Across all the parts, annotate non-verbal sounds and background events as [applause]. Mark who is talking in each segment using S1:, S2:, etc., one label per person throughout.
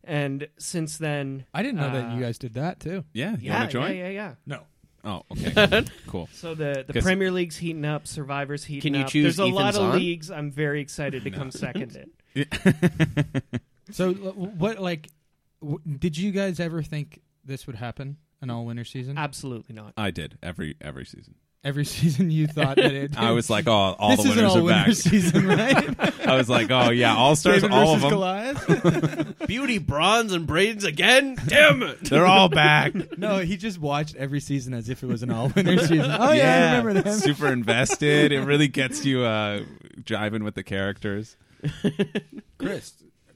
S1: And since then,
S2: i didn't know that
S1: Uh,
S2: you guys did that too
S3: yeah. You
S1: yeah,
S3: want to
S1: yeah,
S3: join?
S1: yeah, yeah.
S2: no
S3: Oh,
S2: [laughs]
S3: okay. cool. [laughs]
S1: So the, the
S3: Guess-
S1: Premier League's heating up, Survivor's heating
S4: Can you
S1: up.
S4: choose
S1: There's a
S4: Ethan
S1: lot of
S4: Zahn?
S1: leagues. I'm very excited to come second in.
S2: So, l- what like, w- did you guys ever think this would happen? An all winter season.
S1: Absolutely not.
S3: I did every every season.
S2: Every [laughs] season you thought that it.
S3: [laughs] I was like, oh, all
S2: this
S3: the
S2: is an
S3: winners
S2: all
S3: are
S2: winter
S3: back.
S2: season,
S3: [laughs]
S2: right?
S3: I was like, oh yeah, all stars,
S2: David
S3: all of
S2: versus
S3: them. [laughs]
S2: Goliath.
S4: Beauty, bronze, and braids again? Damn
S2: [laughs]
S4: it.
S3: They're all back.
S2: no, he just watched every season as if it was [laughs] an all winter season. Oh yeah, I remember that.
S3: [laughs] Super invested. It really gets you uh, jiving with the characters.
S2: Chris,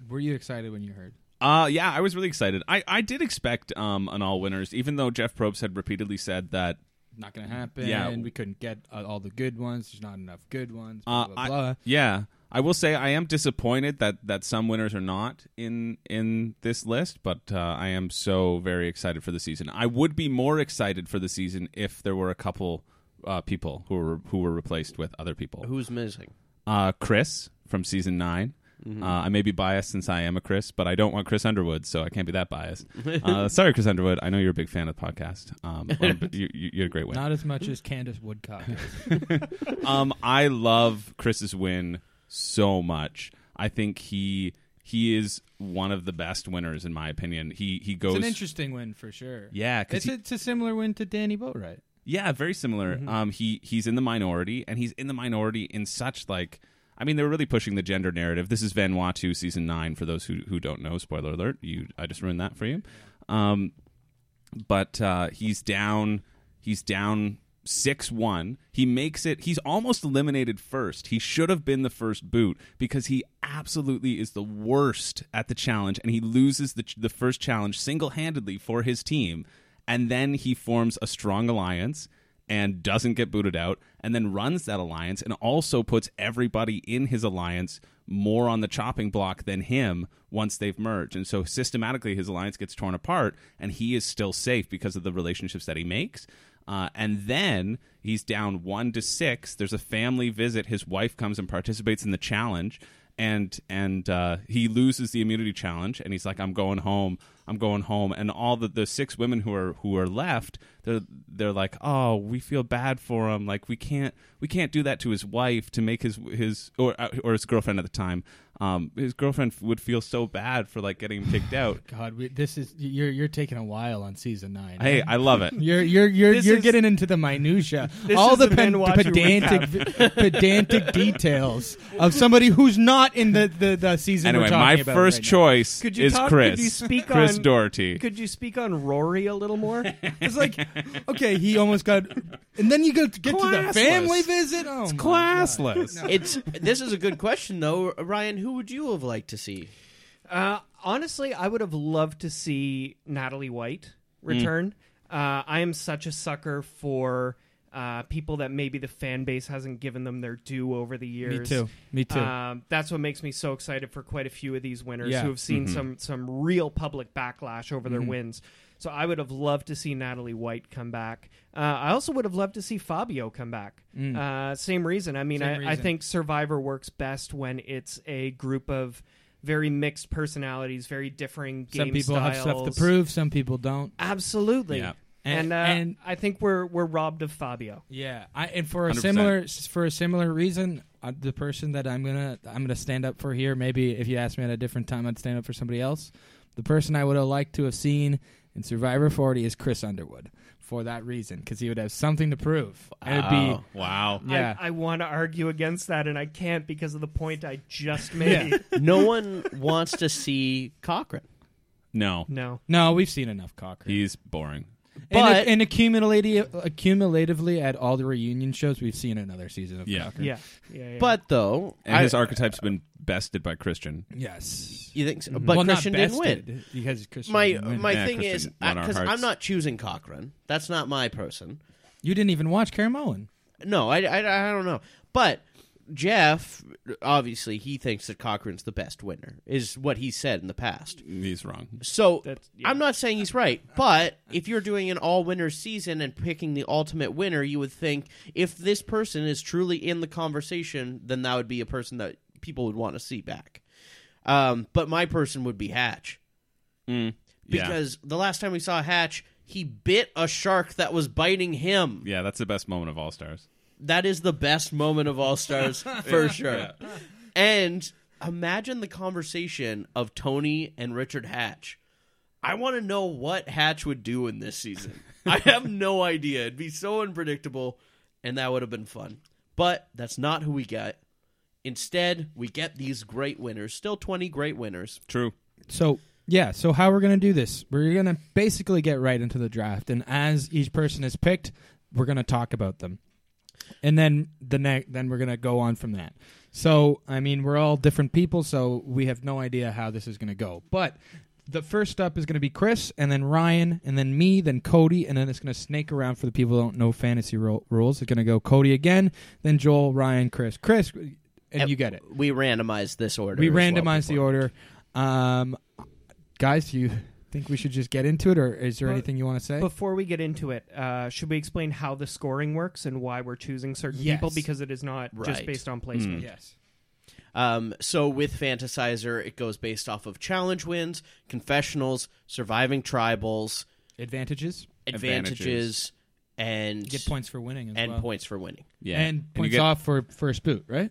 S2: were you excited when you heard?
S3: Uh, yeah, I was really excited. I, I did expect um, an all winners, even though Jeff Probst had repeatedly said that.
S2: Not gonna happen.
S3: Yeah.
S2: we couldn't get uh, all the good ones. There's not enough good ones. Blah
S3: Uh,
S2: blah
S3: I-
S2: blah.
S3: yeah, I will say I am disappointed that, that some winners are not in in this list, but uh, I am so very excited for the season. I would be more excited for the season if there were a couple uh, people who were who were replaced with other people.
S4: Who's missing?
S3: Uh, Chris from season 9
S2: Mm-hmm.
S3: Uh, I may be biased since I am a Chris, but I don't want Chris Underwood, so I can't be that biased. Uh, sorry, Chris Underwood. I know you're a big fan of the podcast.
S2: [laughs]
S3: Um, but you, you- you're a great win.
S2: Not as much as Candace
S3: [laughs]
S2: Woodcock. is.
S3: Um, I love Chris's win so much. I think he he is one of the best winners in my opinion. He he goes
S2: it's an interesting win for sure.
S3: Yeah, 'cause
S2: it's,
S3: he-
S2: it's a similar win to Danny Boatwright.
S3: Yeah, very similar.
S2: Mm-hmm.
S3: Um, he he's in the minority, and he's in the minority in such like. I mean, they were really pushing the gender narrative. This is Vanuatu season nine. For those who who don't know, spoiler alert. You, I just ruined that for you. Um, but uh, he's down. He's down six one. He makes it. He's almost eliminated first. He should have been the first boot because he absolutely is the worst at the challenge, and he loses the the first challenge single handedly for his team. And then he forms a strong alliance and doesn't get booted out, and then runs that alliance and also puts everybody in his alliance more on the chopping block than him once they've merged. And so systematically, his alliance gets torn apart, and he is still safe because of the relationships that he makes. Uh, and then he's down one to six. There's a family visit. His wife comes and participates in the challenge, and and uh, he loses the immunity challenge. And he's like, "I'm going home. I'm going home." And all the, the six women who are who are left, they're they're like, "Oh, we feel bad for him. Like we can't we can't do that to his wife to make his his or or his girlfriend at the time. Um, his girlfriend would feel so bad for like getting him
S1: [laughs]
S3: kicked out."
S5: God, we, this is you're you're taking a while on season nine.
S3: Hey, I
S1: [laughs]
S3: love it.
S2: You're you're you're
S3: This
S2: you're
S3: is-
S2: getting into the [laughs] minutia,
S1: This
S2: all
S1: is
S2: the,
S1: the
S2: pen-
S1: binge watch you
S2: pedantic [laughs] pedantic details of somebody who's not in the the, the season. we're
S3: Anyway,
S2: talking
S3: my
S2: about
S3: first
S2: right now.
S3: choice
S1: Could you
S3: is
S1: talk-
S3: Chris.
S1: could you speak
S3: Chris
S1: on-
S3: Doherty.
S1: Could you speak on Rory a little
S3: [laughs]
S1: more?
S2: It's like, okay, he almost got, and then you go to get to the
S3: Classless.
S2: family visit. Oh, my
S3: Classless.
S4: It's this is a good question though, Ryan. Who would you have liked to see?
S1: Uh, honestly, I would have loved to see Natalie White
S2: Mm.
S1: return. Uh, I am such a sucker for uh, people that maybe the fan base hasn't given them their due over the years.
S2: Me too. Me too.
S1: Um, that's what makes me so excited for quite a few of these winners
S2: Yeah. Mm-hmm.
S1: who have seen some some real public backlash over their wins. So I would have loved to see Natalie White come back. Uh, I also would have loved to see Fabio come back. Uh, same reason. I mean,
S2: Mm. Same
S1: I, I
S2: reason.
S1: think Survivor works best when it's a group of very mixed personalities, very differing game
S2: some people have stuff to
S1: styles.
S2: prove. Some people don't.
S1: Absolutely.
S3: Yeah.
S2: And-
S1: And, uh,
S2: and-
S1: I think we're we're robbed of Fabio.
S2: Yeah, I, and for a
S3: 100%.
S2: similar for a similar reason, uh, the person that I'm gonna I'm gonna stand up for here. Maybe if you asked me at a different time, I'd stand up for somebody else. The person I would have liked to have seen in Survivor 40 is Chris Underwood for that reason, because he would have something to prove. And it'd
S3: Oh, wow.
S2: be yeah.
S1: I, I want to argue against that, and I can't because of the point I
S2: [laughs]
S1: just made.
S4: No one wants to see Cochrane.
S3: No,
S1: No.
S2: no, we've seen enough Cocker.
S3: he's boring.
S4: But-
S2: and, and accumulatively, accumulatively at all the reunion shows, we've seen another season of
S3: Yeah.
S2: Cocker.
S1: Yeah. yeah, yeah.
S4: But though,
S3: And
S4: I,
S3: his archetype's been bested by Christian.
S2: Yes.
S4: you think, so?
S3: Mm-hmm.
S4: but
S2: well,
S4: Christian
S2: not
S4: didn't win.
S2: bested, because Christian.
S4: My
S2: didn't win.
S4: my
S3: Yeah,
S4: thing
S3: Christian
S4: is
S3: won our
S4: because I'm
S3: hearts.
S4: not choosing Cochrane. That's not my person.
S2: you didn't even watch Karen Mullen.
S4: No, I, I, I don't know. But Jeff, obviously, he thinks that Cochrane's the best winner, is what he said in the past.
S3: He's wrong.
S4: So
S1: That's- yeah.
S4: I'm not saying he's right, but if you're doing an all winner season and picking the ultimate winner, you would think if this person is truly in the conversation, then that would be a person that people would want to see back. Um, but my person would be Hatch
S3: yeah.
S4: because the last time we saw Hatch, he bit a shark that was biting him.
S3: yeah, that's the best moment of All Stars.
S4: That is the best moment of All Stars for sure. And imagine the conversation of Tony and Richard Hatch. I want to know what Hatch would do in this season. I have no idea. It'd be so unpredictable, and that would have been fun. But that's not who we get. Instead, we get these great winners. Still 20 great winners.
S3: True.
S2: So yeah, so how we're gonna do this? We're gonna basically get right into the draft, and as each person is picked, we're gonna talk about them, and then the next, then we're gonna go on from that. So I mean, we're all different people, so we have no idea how this is gonna go. But the first up is gonna be Chris, and then Ryan, and then me, then Cody, and then it's gonna snake around for the people who don't know fantasy ro- rules. It's gonna go Cody again, then Joel, Ryan, Chris, Chris, and you get it.
S4: We randomized this order.
S2: We
S4: as well
S2: randomized the
S4: before.
S2: order. Um, guys, do you think we should just get into it, or is there
S1: Well,
S2: anything you want to say?
S1: Before we get into it, uh, should we explain how the scoring works and why we're choosing certain
S2: Yes.
S1: people? Because it is not just
S4: Right.
S1: based on
S3: Hmm.
S1: placement.
S2: yes.
S4: Um, so with Fantasizer, it goes based off of challenge wins, confessionals, surviving tribals,
S2: Advantages.
S4: advantages,
S3: Advantages.
S4: and
S2: You get points for winning as
S4: and
S2: well.
S4: points for winning.
S3: Yeah.
S2: And
S3: you
S2: points
S3: get-
S2: off for first boot, right?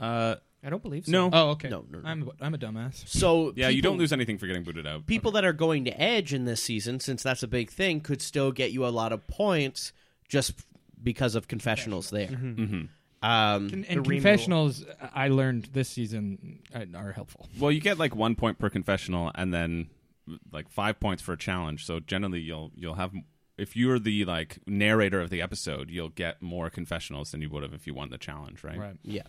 S3: Uh,
S1: I don't believe so.
S3: no.
S2: Oh, okay.
S4: No, no, no.
S2: I'm I'm a dumbass.
S4: So
S3: yeah, you
S4: people-
S3: don't lose anything for getting booted out.
S4: People that are going to edge in this season, since that's a big thing, could still get you a lot of points just because of confessionals there.
S3: Mm-hmm.
S4: Um,
S2: And, and
S1: The ring
S2: confessionals, I learned this season uh, are helpful.
S3: Well, you get like one point per confessional, and then like five points for a challenge. So generally, you'll you'll have if you're the like narrator of the episode, you'll get more confessionals than you would have if you won the challenge, right?
S2: Right.
S4: Yeah.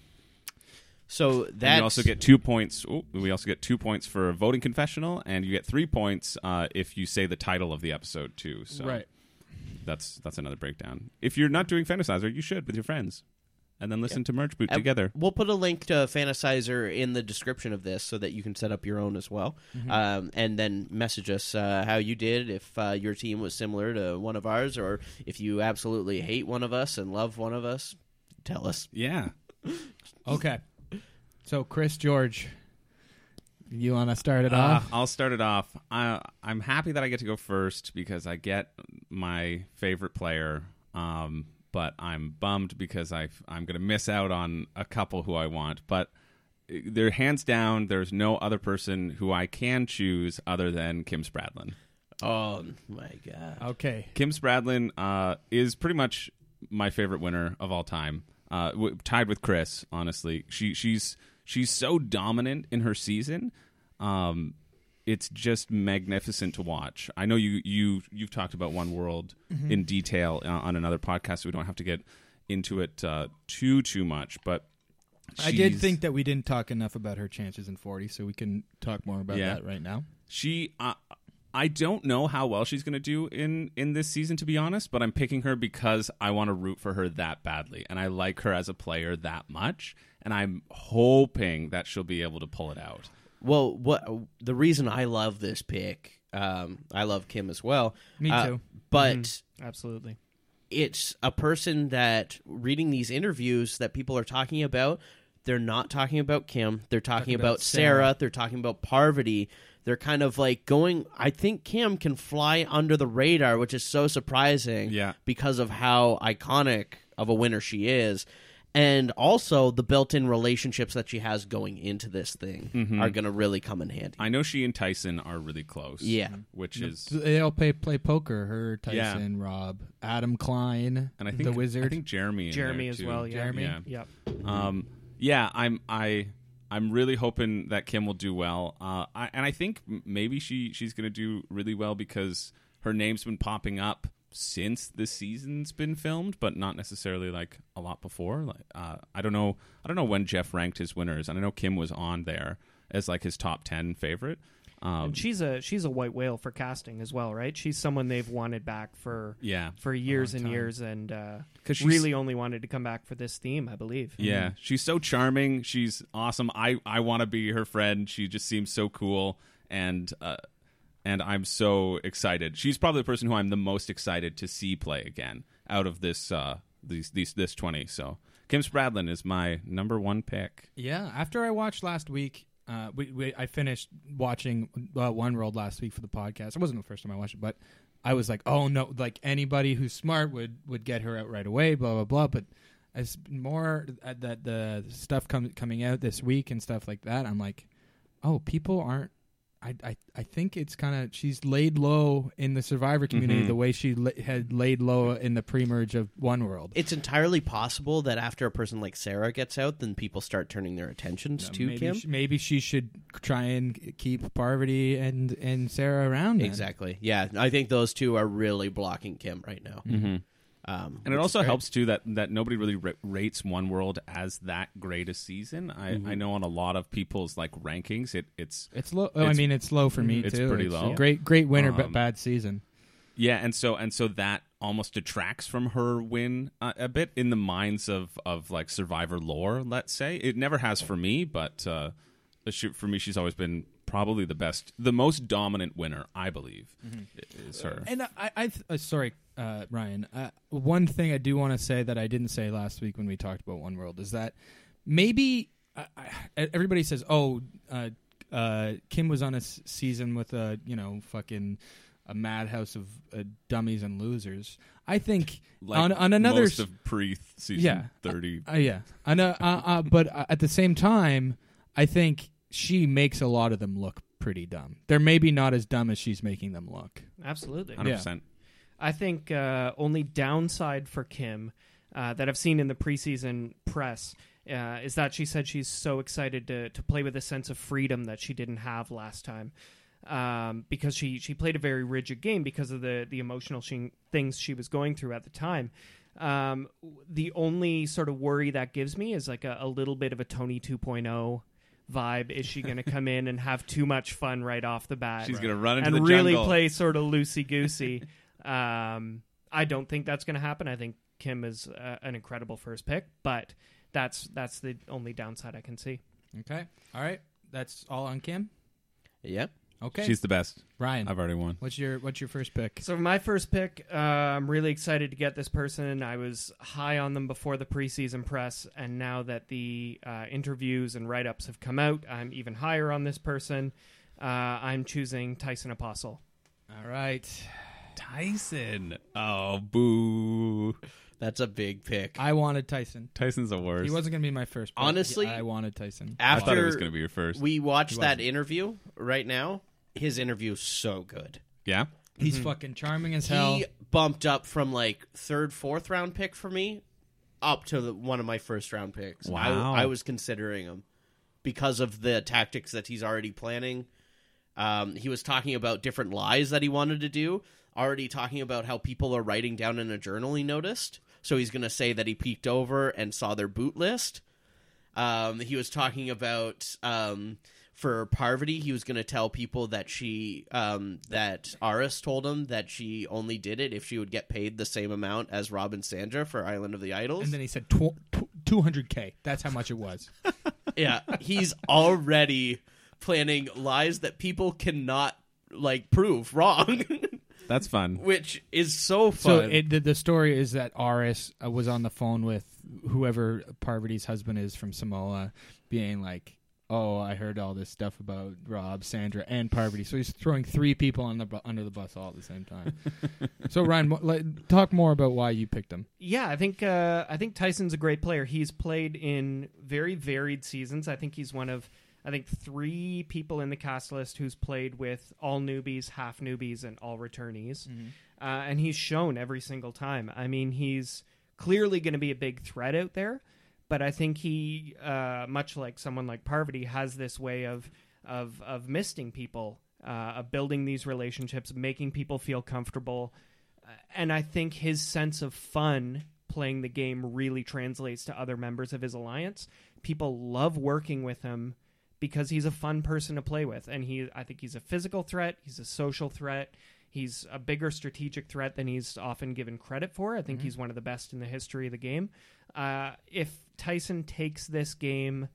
S4: So
S3: And
S4: that
S3: you also get two points. oh, we also get two points for a voting confessional, and you get three points uh, if you say the title of the episode too. So
S2: Right.
S3: that's that's another breakdown. If you're not doing Fantasizer, you should with your friends, and then listen to Merge Boot
S4: And
S3: together.
S4: We'll put a link to Fantasizer in the description of this so that you can set up your own as well. Um, and then message us uh, how you did, if uh, your team was similar to one of ours, or if you absolutely hate one of us and love one of us, tell us.
S3: Yeah.
S2: Okay. So Chris George, you want to start it
S3: Uh,
S2: off?
S3: I'll start it off. I, I'm happy that I get to go first because I get my favorite player. Um, but I'm bummed because I I'm going to miss out on a couple who I want. But eh, they're hands down. There's no other person who I can choose other than Kim Spradlin.
S4: Oh, my God.
S2: Okay.
S3: Kim Spradlin uh, is pretty much my favorite winner of all time, uh, w- tied with Chris. Honestly, she she's she's so dominant in her season. Um, it's just magnificent to watch. I know you you you've talked about One World
S2: Mm-hmm.
S3: in detail uh, on another podcast. So we don't have to get into it uh, too too much, but
S2: I did
S3: she's-
S2: think that we didn't talk enough about her chances in 40, so we can talk more about
S3: Yeah.
S2: that right now.
S3: she uh, I don't know how well she's going to do in in this season to be honest, but I'm picking her because I want to root for her that badly and I like her as a player that much and I'm hoping that she'll be able to pull it out.
S4: Well, what the reason I love this pick, um, I love Kim as well.
S6: Me
S4: uh,
S6: too.
S4: But.
S1: Absolutely.
S4: it's a person that reading these interviews that people are talking about they're not talking about kim they're talking, about, sarah. they're talking about parvati they're kind of like going i think kim can fly under the radar which is so surprising
S3: Yeah.
S4: because of how iconic of a winner she is and also the built-in relationships that she has going into this thing are going to really come in handy
S3: I know she and Tyson are really close.
S4: Yeah.
S3: Which is
S2: So They all play play poker. Her,
S3: Yeah.
S2: Tyson, Rob, Adam Klein,
S3: and I think
S2: the Wizard.
S3: I think Jeremy in
S1: Jeremy
S3: there,
S1: as
S3: too.
S1: well. Yeah.
S2: Jeremy?
S3: Yeah.
S1: Yep.
S3: Um, yeah, I'm I I'm really hoping that Kim will do well. Uh, I, and I think m- maybe she she's gonna do really well because her name's been popping up since the season's been filmed, but not necessarily like a lot before. Like uh, I don't know I don't know when Jeff ranked his winners, and I know Kim was on there as like his top ten favorite. Um,
S1: And she's a she's a white whale for casting as well, right? She's someone they've wanted back for
S3: yeah,
S1: for years and years, and uh,
S3: 'Cause she's-
S1: really only wanted to come back for this theme, I believe.
S3: Yeah, she's so charming. She's awesome. I I want to be her friend. She just seems so cool, and uh, and I'm so excited. She's probably the person who I'm the most excited to see play again out of this uh these these this twenty. So Kim Spradlin is my number one pick.
S2: Yeah, after I watched last week, uh, we, we I finished watching uh, One World last week for the podcast. It wasn't the first time I watched it, but I was like, oh no, like anybody who's smart would would get her out right away, blah blah blah. But as more uh, that the stuff com- coming out this week and stuff like that, I'm like, oh, people aren't. I, I, I think it's kind of she's laid low in the survivor community the way she la- had laid low in the pre-merge of one world
S4: it's entirely possible that after a person like sarah gets out then people start turning their attentions to
S2: maybe
S4: kim
S2: She, maybe she should try and keep Parvati and and Sarah around. then.
S4: Exactly. Yeah, I think those two are really blocking Kim right now. Mm-hmm. Um,
S3: And it also helps too that that nobody really ra- rates One World as that great a season. I I know on a lot of people's like rankings, it it's
S2: It's low. Oh, I
S3: It's- Mm-hmm.
S2: mean, it's low for me
S3: it's
S2: too.
S3: pretty low.
S2: Great, great winter,
S3: Um,
S2: but bad season.
S3: Yeah, and so and so that almost detracts from her win uh, a bit in the minds of of like survivor lore. Let's say it never has for me, but uh, she, for me, she's always been probably the best, the most dominant winner. I believe i- is her.
S2: Mm-hmm. And I, I th- uh, sorry, uh, Ryan. Uh, one thing I do want to say that I didn't say last week when we talked about One World is that maybe I, I, everybody says, "Oh, uh, uh, Kim was on a s- season with a you know fucking a madhouse of uh, dummies and losers." I think
S3: Like
S2: on on another
S3: most
S2: s-
S3: of pre season
S2: Yeah.
S3: thirty.
S2: Uh, yeah, I know. Uh, uh, but uh, at the same time, I think she makes a lot of them look pretty dumb. They're maybe not as dumb as she's making them look.
S1: Absolutely.
S3: 100%.
S1: I think uh, only downside for Kim uh, that I've seen in the preseason press uh, is that she said she's so excited to, to play with a sense of freedom that she didn't have last time. um, because she she played a very rigid game because of the the emotional she, things she was going through at the time. Um, w- the only sort of worry that gives me is like a, a little bit of a Tony 2.0 vibe. Is she
S3: [laughs]
S1: going to come in and have too much fun right off the bat?
S3: She's gonna run into
S1: and
S3: the
S1: really
S3: jungle.
S1: play sort of loosey goosey. um, I don't think that's going to happen. I think Kim is uh, an incredible first pick, but that's that's the only downside I can see.
S2: Okay. All right. That's all on Kim.
S4: Yep.
S2: Okay.
S3: She's the best.
S2: Ryan.
S3: I've already won.
S2: What's your what's your first pick?
S1: So for my first pick, uh, I'm really excited to get this person. I was high on them before the preseason press, and now that the uh, interviews and write ups have come out, I'm even higher on this person. Uh, I'm choosing Tyson Apostle.
S2: All right.
S3: Tyson. Oh, boo.
S4: That's a big pick.
S2: I wanted Tyson.
S3: Tyson's the worst.
S2: He wasn't going to be my first. pick.
S4: Honestly-
S2: I wanted Tyson.
S3: I
S4: After
S3: thought it was going to be your first.
S4: we watched that
S2: wasn't.
S4: interview right now, his interview's so good.
S3: yeah.
S2: He's
S3: Mhm.
S2: fucking charming as hell.
S4: He bumped up from like third, fourth round pick for me up to the, one of my first round picks. I-
S3: Wow.
S4: I, was considering him because of the tactics that he's already planning. Um, he was talking about different lies that he wanted to do, already talking about how people are writing down in a journal he noticed. So he's going to say that he peeked over and saw their boot list. Um, he was talking about um, for Parvati, he was going to tell people that she um, that Aris told him that she only did it if she would get paid the same amount as Robin Sandra for Island of the Idols.
S2: and then he said tw- tw- 200k. That's how much it was.
S4: [laughs] yeah, he's already planning lies that people cannot like prove wrong, [laughs]
S3: That's fun.
S4: which is so
S2: so
S4: fun.
S2: it, the, the story is that Aris uh, was on the phone with whoever Parvati's husband is from Samoa, being like, "Oh, I heard all this stuff about Rob, Sandra, and Parvati." So he's throwing three people on the bu- under the bus all at the same
S1: [laughs]
S2: time. so Ryan, wh- let- talk more about why you picked him.
S1: Yeah, I think uh, I think Tyson's a great player. He's played in very varied seasons. I think he's one of I think three people in the cast list who's played with all newbies, half newbies, and all returnees, uh, and he's shown every single time. I mean, he's clearly going to be a big threat out there, but I think he, uh, much like someone like Parvati, has this way of of of misting people, uh, of building these relationships, making people feel comfortable Uh, and I think his sense of fun playing the game really translates to other members of his alliance. People love working with him because he's a fun person to play with, and he I think he's a physical threat, he's a social threat, he's a bigger strategic threat than he's often given credit for. I think he's one of the best in the history of the game. Uh, if Tyson takes this game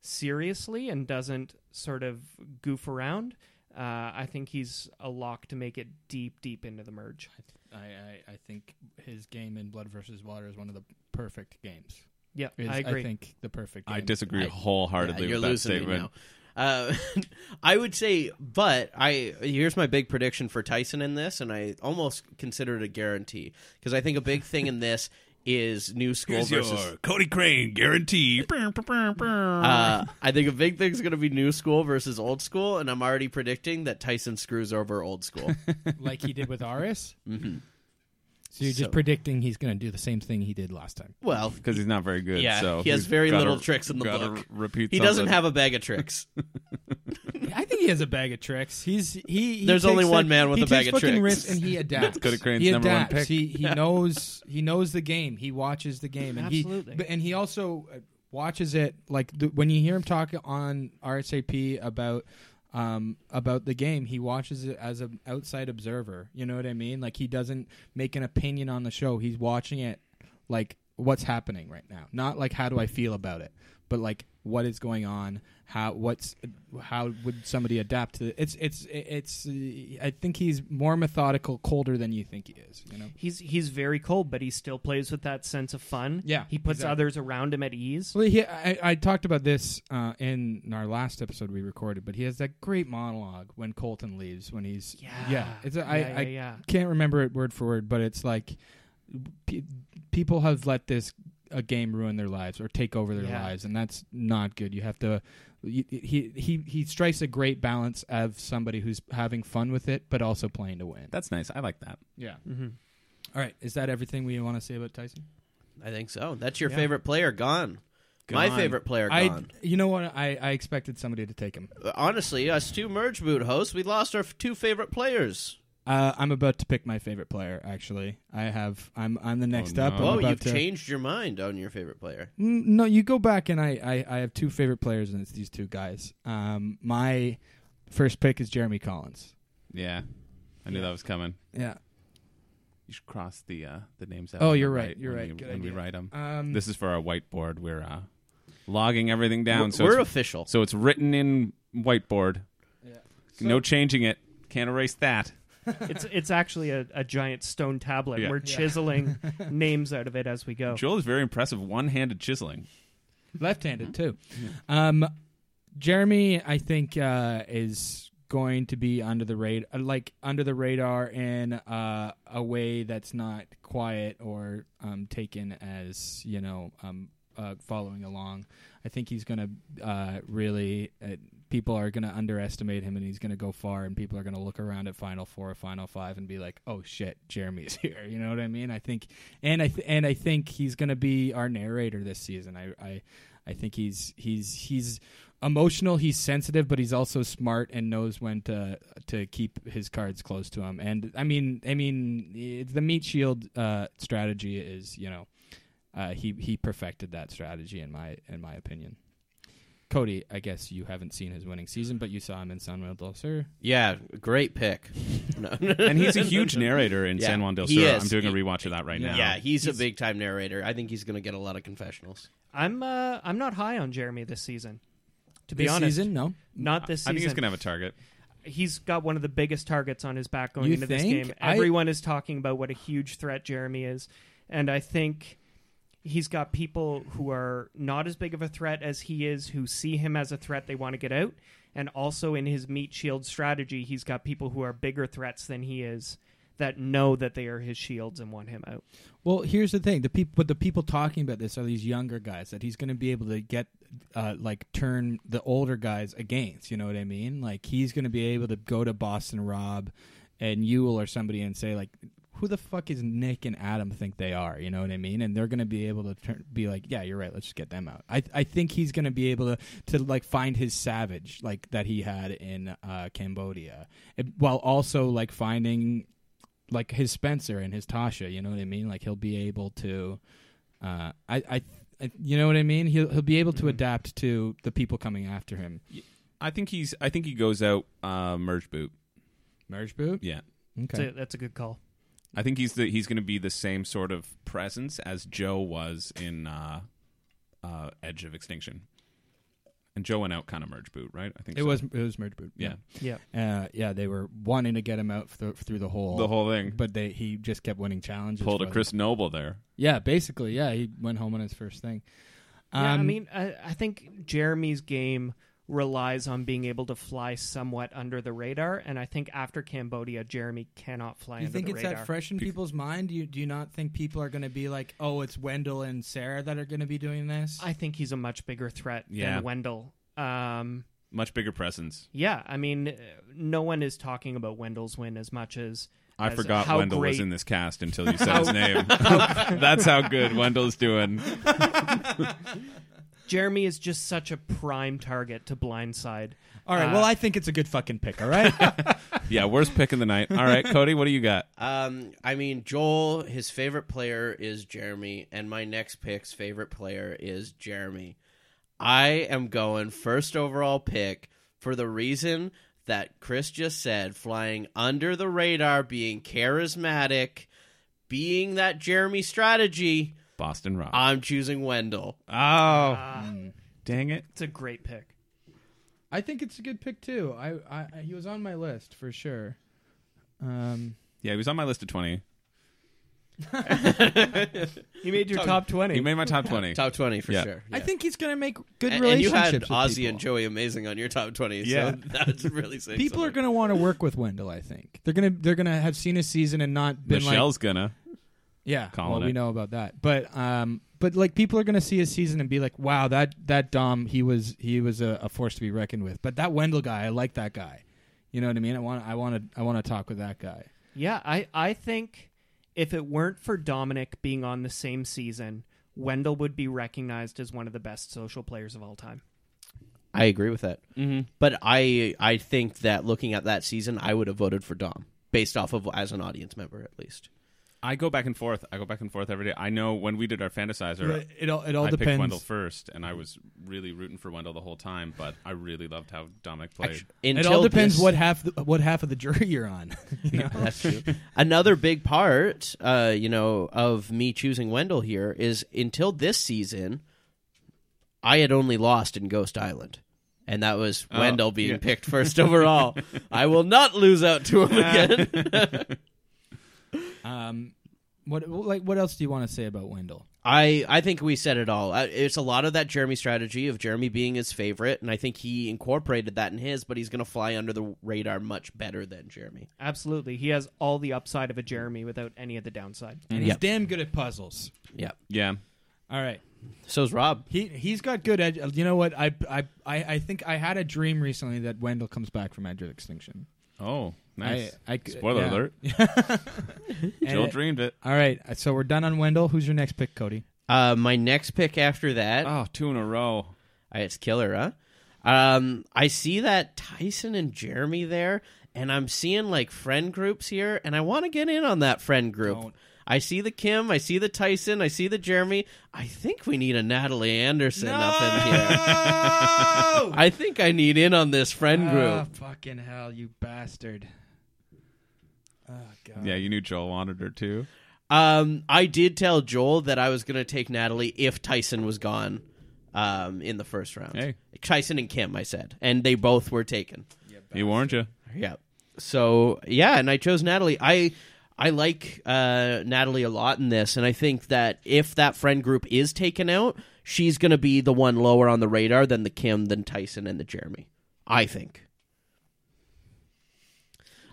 S1: seriously and doesn't sort of goof around. Uh, I think he's a lock to make it deep, deep into the merge.
S2: I, I, I think his game in Blood versus Water is one of the perfect games.
S1: Yeah,
S2: Is,
S1: I agree.
S2: think the perfect.
S3: I
S2: game.
S3: disagree
S4: I-
S3: wholeheartedly
S4: Yeah,
S3: with that
S4: me
S3: statement.
S4: now. Uh, [laughs] I would say, but I here's my big prediction for Tyson in this, and I almost consider it a guarantee because I think a big thing in this is new school versus.
S3: Cody Crane guarantee.
S4: Uh, I think a big thing's going to be new school versus old school, and I'm already predicting that Tyson screws over old school.
S2: [laughs]
S4: [laughs]
S2: like he
S3: [laughs]
S2: did with Aris. mm-hmm. So you're
S4: So-
S2: just predicting he's going to do the same thing he did last time.
S4: well,
S3: Because he's not very good.
S4: Yeah,
S3: so
S4: he has
S3: he's
S4: very
S3: gotta-
S4: little tricks in the
S3: gotta
S4: book.
S3: Repeat.
S4: he doesn't
S3: something.
S4: have a bag of tricks.
S2: I think he has a bag of tricks. He's he. he
S4: There's
S2: takes
S4: only
S2: that-
S4: one man with
S2: he
S4: a bag
S2: takes
S4: of
S2: fucking
S4: tricks.
S2: risks and
S3: [laughs]
S2: he adapts.
S3: Cody Crane's
S2: he
S3: number one
S2: adapts.
S3: pick.
S2: He he knows he knows the game. He watches the game and
S1: Absolutely.
S2: he but- and he also uh, watches it like the, when you hear him talk on RSAP about. Um, about the game, he watches it as an outside observer. You know what I mean? Like he doesn't make an opinion on the show. He's watching it like what's happening right now not like how do i feel about it but like what is going on how what's how would somebody adapt to it? it's it's it's uh, i think he's more methodical colder than you think he is you know
S1: He's he's very cold, but he still plays with that sense of fun.
S2: Yeah,
S1: he puts
S2: exactly.
S1: others around him at ease.
S2: well he, I, I talked about this uh, in our last episode we recorded but he has that great monologue when colton leaves when he's
S1: Yeah.
S2: yeah it's a, I,
S1: Yeah, yeah,
S2: I
S1: yeah.
S2: can't remember it word for word but it's like pe- people have let this a game ruin their lives or take over their
S1: Yeah.
S2: lives and that's not good you have to you, he he he strikes a great balance of somebody who's having fun with it but also playing to win
S3: That's nice. I like that.
S2: yeah
S1: Mhm.
S2: All right is that everything we want to say about tyson
S4: I think so. That's your favorite player gone. My
S3: Gone.
S4: favorite player
S2: I,
S4: gone.
S2: you know what? I, I expected somebody to take him.
S4: Honestly, us two merge boot hosts, we lost our f- two favorite players.
S2: Uh, I'm about to pick my favorite player. Actually, I have. I'm. I'm the next up.
S3: no.
S2: I'm
S4: Oh,
S2: about
S4: you've
S2: to-
S4: changed your mind on your favorite player.
S2: Mm, No, you go back and I, I, I have two favorite players and it's these two guys. Um, my first pick is Jeremy Collins.
S3: Yeah, I knew that was coming.
S2: Yeah.
S3: You should cross the uh, the names out.
S2: Oh,
S3: on the
S2: you're right, you're
S3: when
S2: right.
S3: we-
S2: Good
S3: when we
S2: idea.
S3: write them,
S2: Um,
S3: this is for our whiteboard. We're uh, logging everything down.
S4: We're-
S3: so
S4: We're
S3: it's-
S4: official.
S3: So it's written in whiteboard.
S2: Yeah.
S3: no changing it. Can't erase that.
S1: it's it's actually a, a giant stone tablet.
S3: Yeah.
S1: We're
S3: Yeah.
S2: [laughs]
S1: chiseling names out of it as we go.
S3: Joel is very impressive. One-handed chiseling.
S2: left-handed too. Um, Jeremy, I think uh, is going to be under the radar, like under the radar in uh, a way that's not quiet or um, taken as you know um, uh, following along. I think he's going to uh, really. Uh, people are going to underestimate him, and he's going to go far, and people are going to look around at Final Four, or Final Five, and be like, "Oh shit, Jeremy's [laughs] here." You know what I mean? I think, and I th- and I think he's going to be our narrator this season. I, I I think he's he's he's emotional, he's sensitive, but he's also smart and knows when to to keep his cards close to him. And I mean, I mean, it's the meat shield uh, strategy is you know uh, he he perfected that strategy in my in my opinion. Cody, I guess you haven't seen his winning season, but you saw him in San Juan del Sur.
S4: yeah, great pick. No.
S3: [laughs] And
S4: [laughs]
S3: he's a huge narrator in
S4: Yeah,
S3: San Juan del
S4: he
S3: Sur.
S4: is.
S3: I'm doing a
S4: He-
S3: rewatch of that right now.
S4: Yeah, he's, a big time narrator. I think he's going to get a lot of confessionals.
S1: I'm uh, I'm not high on Jeremy this season. To be
S2: this
S1: honest,
S2: season, no.
S1: not this season.
S3: I think he's gonna have a target.
S1: he's got one of the biggest targets on his back going
S2: You
S1: into this
S2: think?
S1: game.
S2: I-
S1: Everyone is talking about what a huge threat Jeremy is, and I think he's got people who are not as big of a threat as he is who see him as a threat they want to get out. And also in his meat shield strategy, he's got people who are bigger threats than he is that know that they are his shields and want him out.
S2: Well, here's the thing: the people, but the people talking about this are these younger guys that he's going to be able to get, uh, like turn the older guys against. You know what I mean? Like he's going to be able to go to Boston Rob and Ewell or somebody and say like, "Who the fuck is Nick and Adam think they are?" You know what I mean? And they're going to be able to turn, be like, "Yeah, you're right. Let's just get them out." I I think he's going to be able to to like find his savage like that he had in uh, Cambodia, It- while also like finding like his Spencer and his Tasha. You know what I mean? Like he'll be able to, uh, I, I, I, you know what I mean? He'll he'll be able to adapt to the people coming after him.
S3: I think he's. I think he goes out uh, merge boot.
S2: Merge boot.
S3: Yeah.
S2: Okay.
S1: That's, a, that's a good call.
S3: I think he's the he's going to be the same sort of presence as Joe was in uh, uh, Edge of Extinction, and Joe went out kind of merge boot, right? I think
S2: it
S3: so.
S2: was it was merge boot.
S3: yeah,
S1: Yeah.
S2: Uh, yeah. They were wanting to get him out through, through the hole.
S3: the whole thing
S2: But they he just kept winning challenges.
S3: pulled a
S2: whether-
S3: Chris Noble there.
S2: Yeah, basically. Yeah, he went home on his first thing.
S1: Yeah, I
S2: Um,
S1: mean, I, I think Jeremy's game relies on being able to fly somewhat under the radar, and I think after Cambodia, Jeremy cannot fly
S2: You
S1: under
S2: think
S1: the
S2: it's
S1: radar.
S2: that fresh in people's mind? Do you, do you not think people are going to be like, oh, it's Wendell and Sarah that are going to be doing this?
S1: I think he's a much bigger threat
S3: Yeah.
S1: than Wendell. Um,
S3: Much bigger presence.
S1: yeah, I mean, uh, no one is talking about Wendell's win as much as
S3: I
S1: as
S3: forgot
S1: how
S3: Wendell
S1: great,
S3: was in this cast until you said his name. [laughs] That's how good Wendell's doing.
S1: Jeremy is just such a prime target to blindside.
S2: all right.
S1: Uh,
S2: well, I think it's a good fucking pick. All [laughs] right.
S3: Yeah, worst pick of the night. All right, Cody, what do you got?
S4: Um, I mean, Joel, his favorite player is Jeremy, and my next pick's favorite player is Jeremy. I am going first overall pick for the reason that Chris just said flying under the radar, being charismatic, being that Jeremy strategy.
S3: Boston Rob.
S4: I'm choosing Wendell.
S3: oh, dang it!
S1: It's a great pick.
S2: I think it's a good pick too. I, I he was on my list for sure. Um,
S3: Yeah, he was on my list of twenty.
S1: He made your top
S3: He
S1: twenty.
S3: made my top twenty.
S4: Top 20 for
S3: Yeah.
S4: sure.
S2: I
S4: Yeah.
S2: think he's gonna make good
S4: And, and you
S2: relationships.
S4: had
S2: with
S4: Ozzy
S2: people.
S4: and Joey Amazing on your top 20,
S3: Yeah.
S4: so [laughs] that's really sick.
S2: People are gonna want to work with Wendell. I think they're gonna they're gonna have seen his season and not been like
S3: Michelle's gonna.
S2: Yeah,
S3: calling
S2: well,
S3: it.
S2: we know about that. But um, but like people are gonna see his season and be like, wow, that that Dom, he was he was a, a force to be reckoned with. But that Wendell guy, I like that guy. You know what I mean? I want I want to I want to talk with that guy.
S1: Yeah, I, I think if it weren't for Dominic being on the same season, Wendell would be recognized as one of the best social players of all time.
S4: I agree with that. Mm-hmm. But I I think that looking at that season, I would have voted for Dom based off of as an audience member at least.
S3: I go back and forth. I go back and forth every day. I know when we did our fantasizer,
S2: Right, it all- it all
S3: I picked
S2: depends.
S3: Wendell first, and I was really rooting for Wendell the whole time. But I really loved how Dominic played.
S4: Until
S2: it all depends
S4: this- [laughs]
S2: what half the, what half of the [laughs] jury you're on. you [laughs] know?
S4: That's true. Another big part, uh, you know, of me choosing Wendell here is until this season, I had only lost in Ghost Island. And that was
S2: Oh,
S4: Wendell being
S3: yeah.
S4: picked first
S2: [laughs]
S4: overall. I will not lose out to him again.
S2: um, what like what else do you want to say about Wendell?
S4: I, I think we said it all. Uh, It's a lot of that Jeremy strategy of Jeremy being his favorite, and I think he incorporated that in his, but he's going to fly under the radar much better than Jeremy.
S1: Absolutely. He has all the upside of a Jeremy without any of the downside.
S2: And he's
S4: Yep.
S2: damn good at puzzles.
S4: Yeah.
S3: yeah,
S2: All right.
S4: So's Rob.
S2: He he's got good. Ed- you know what? I, I I I think I had a dream recently that Wendell comes back from edge of extinction.
S3: Oh, nice.
S2: I- I c-
S3: Spoiler
S2: yeah.
S3: alert. [laughs] Jill
S2: And-
S3: dreamed it.
S2: All right, so we're done on Wendell. Who's your next pick, Cody?
S4: Uh, my next pick after that.
S3: Oh, two in a row.
S4: I- It's killer, huh? Um, I see that Tyson and Jeremy there, and I'm seeing like friend groups here, and I want to get in on that friend group. I see the Kim, I see the Tyson, I see the Jeremy. I think we need a Natalie Anderson up in here.
S2: Oh,
S4: I think I need in on this
S2: Ah.
S4: friend group.
S2: Uh, fucking hell, you bastard!
S3: Yeah, you knew Joel wanted her too.
S4: Um, I did tell Joel that I was going to take Natalie if Tyson was gone um, in the first round.
S3: Hey.
S4: Tyson and Kim, I said, and they both were taken.
S3: He warned you.
S4: Yeah. So yeah, and I chose Natalie. I I like uh, Natalie a lot in this, and I think that if that friend group is taken out, she's going to be the one lower on the radar than the Kim, than Tyson, and the Jeremy. I think.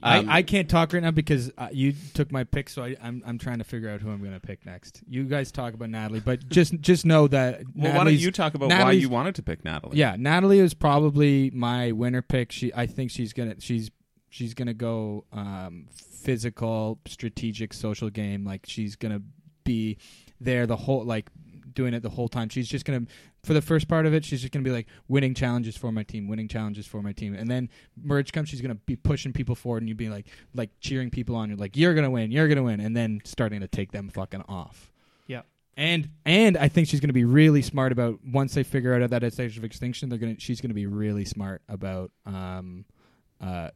S4: Um,
S2: I, I can't talk right now because uh, you took my pick, so I, I'm I'm trying to figure out who I'm going to pick next. You guys talk about Natalie, but just just know that.
S3: Well, why don't
S2: Natalie's-
S3: you talk about why
S2: Natalie's-
S3: you wanted to pick Natalie?
S2: Yeah, Natalie is probably my winner pick. She, I think she's gonna she's she's gonna go um, physical, strategic, social game. Like she's gonna be there the whole like doing it the whole time. She's just gonna for the first part of it, she's just gonna be like winning challenges for my team, winning challenges for my team, and then merge comes. She's gonna be pushing people forward, and you be like like cheering people on. You're like you're gonna win, you're gonna win, and then starting to take them fucking off.
S1: Yeah.
S2: And and I think she's going to be really smart about once they figure out that it's age of extinction, they're going to she's going to be really smart about um uh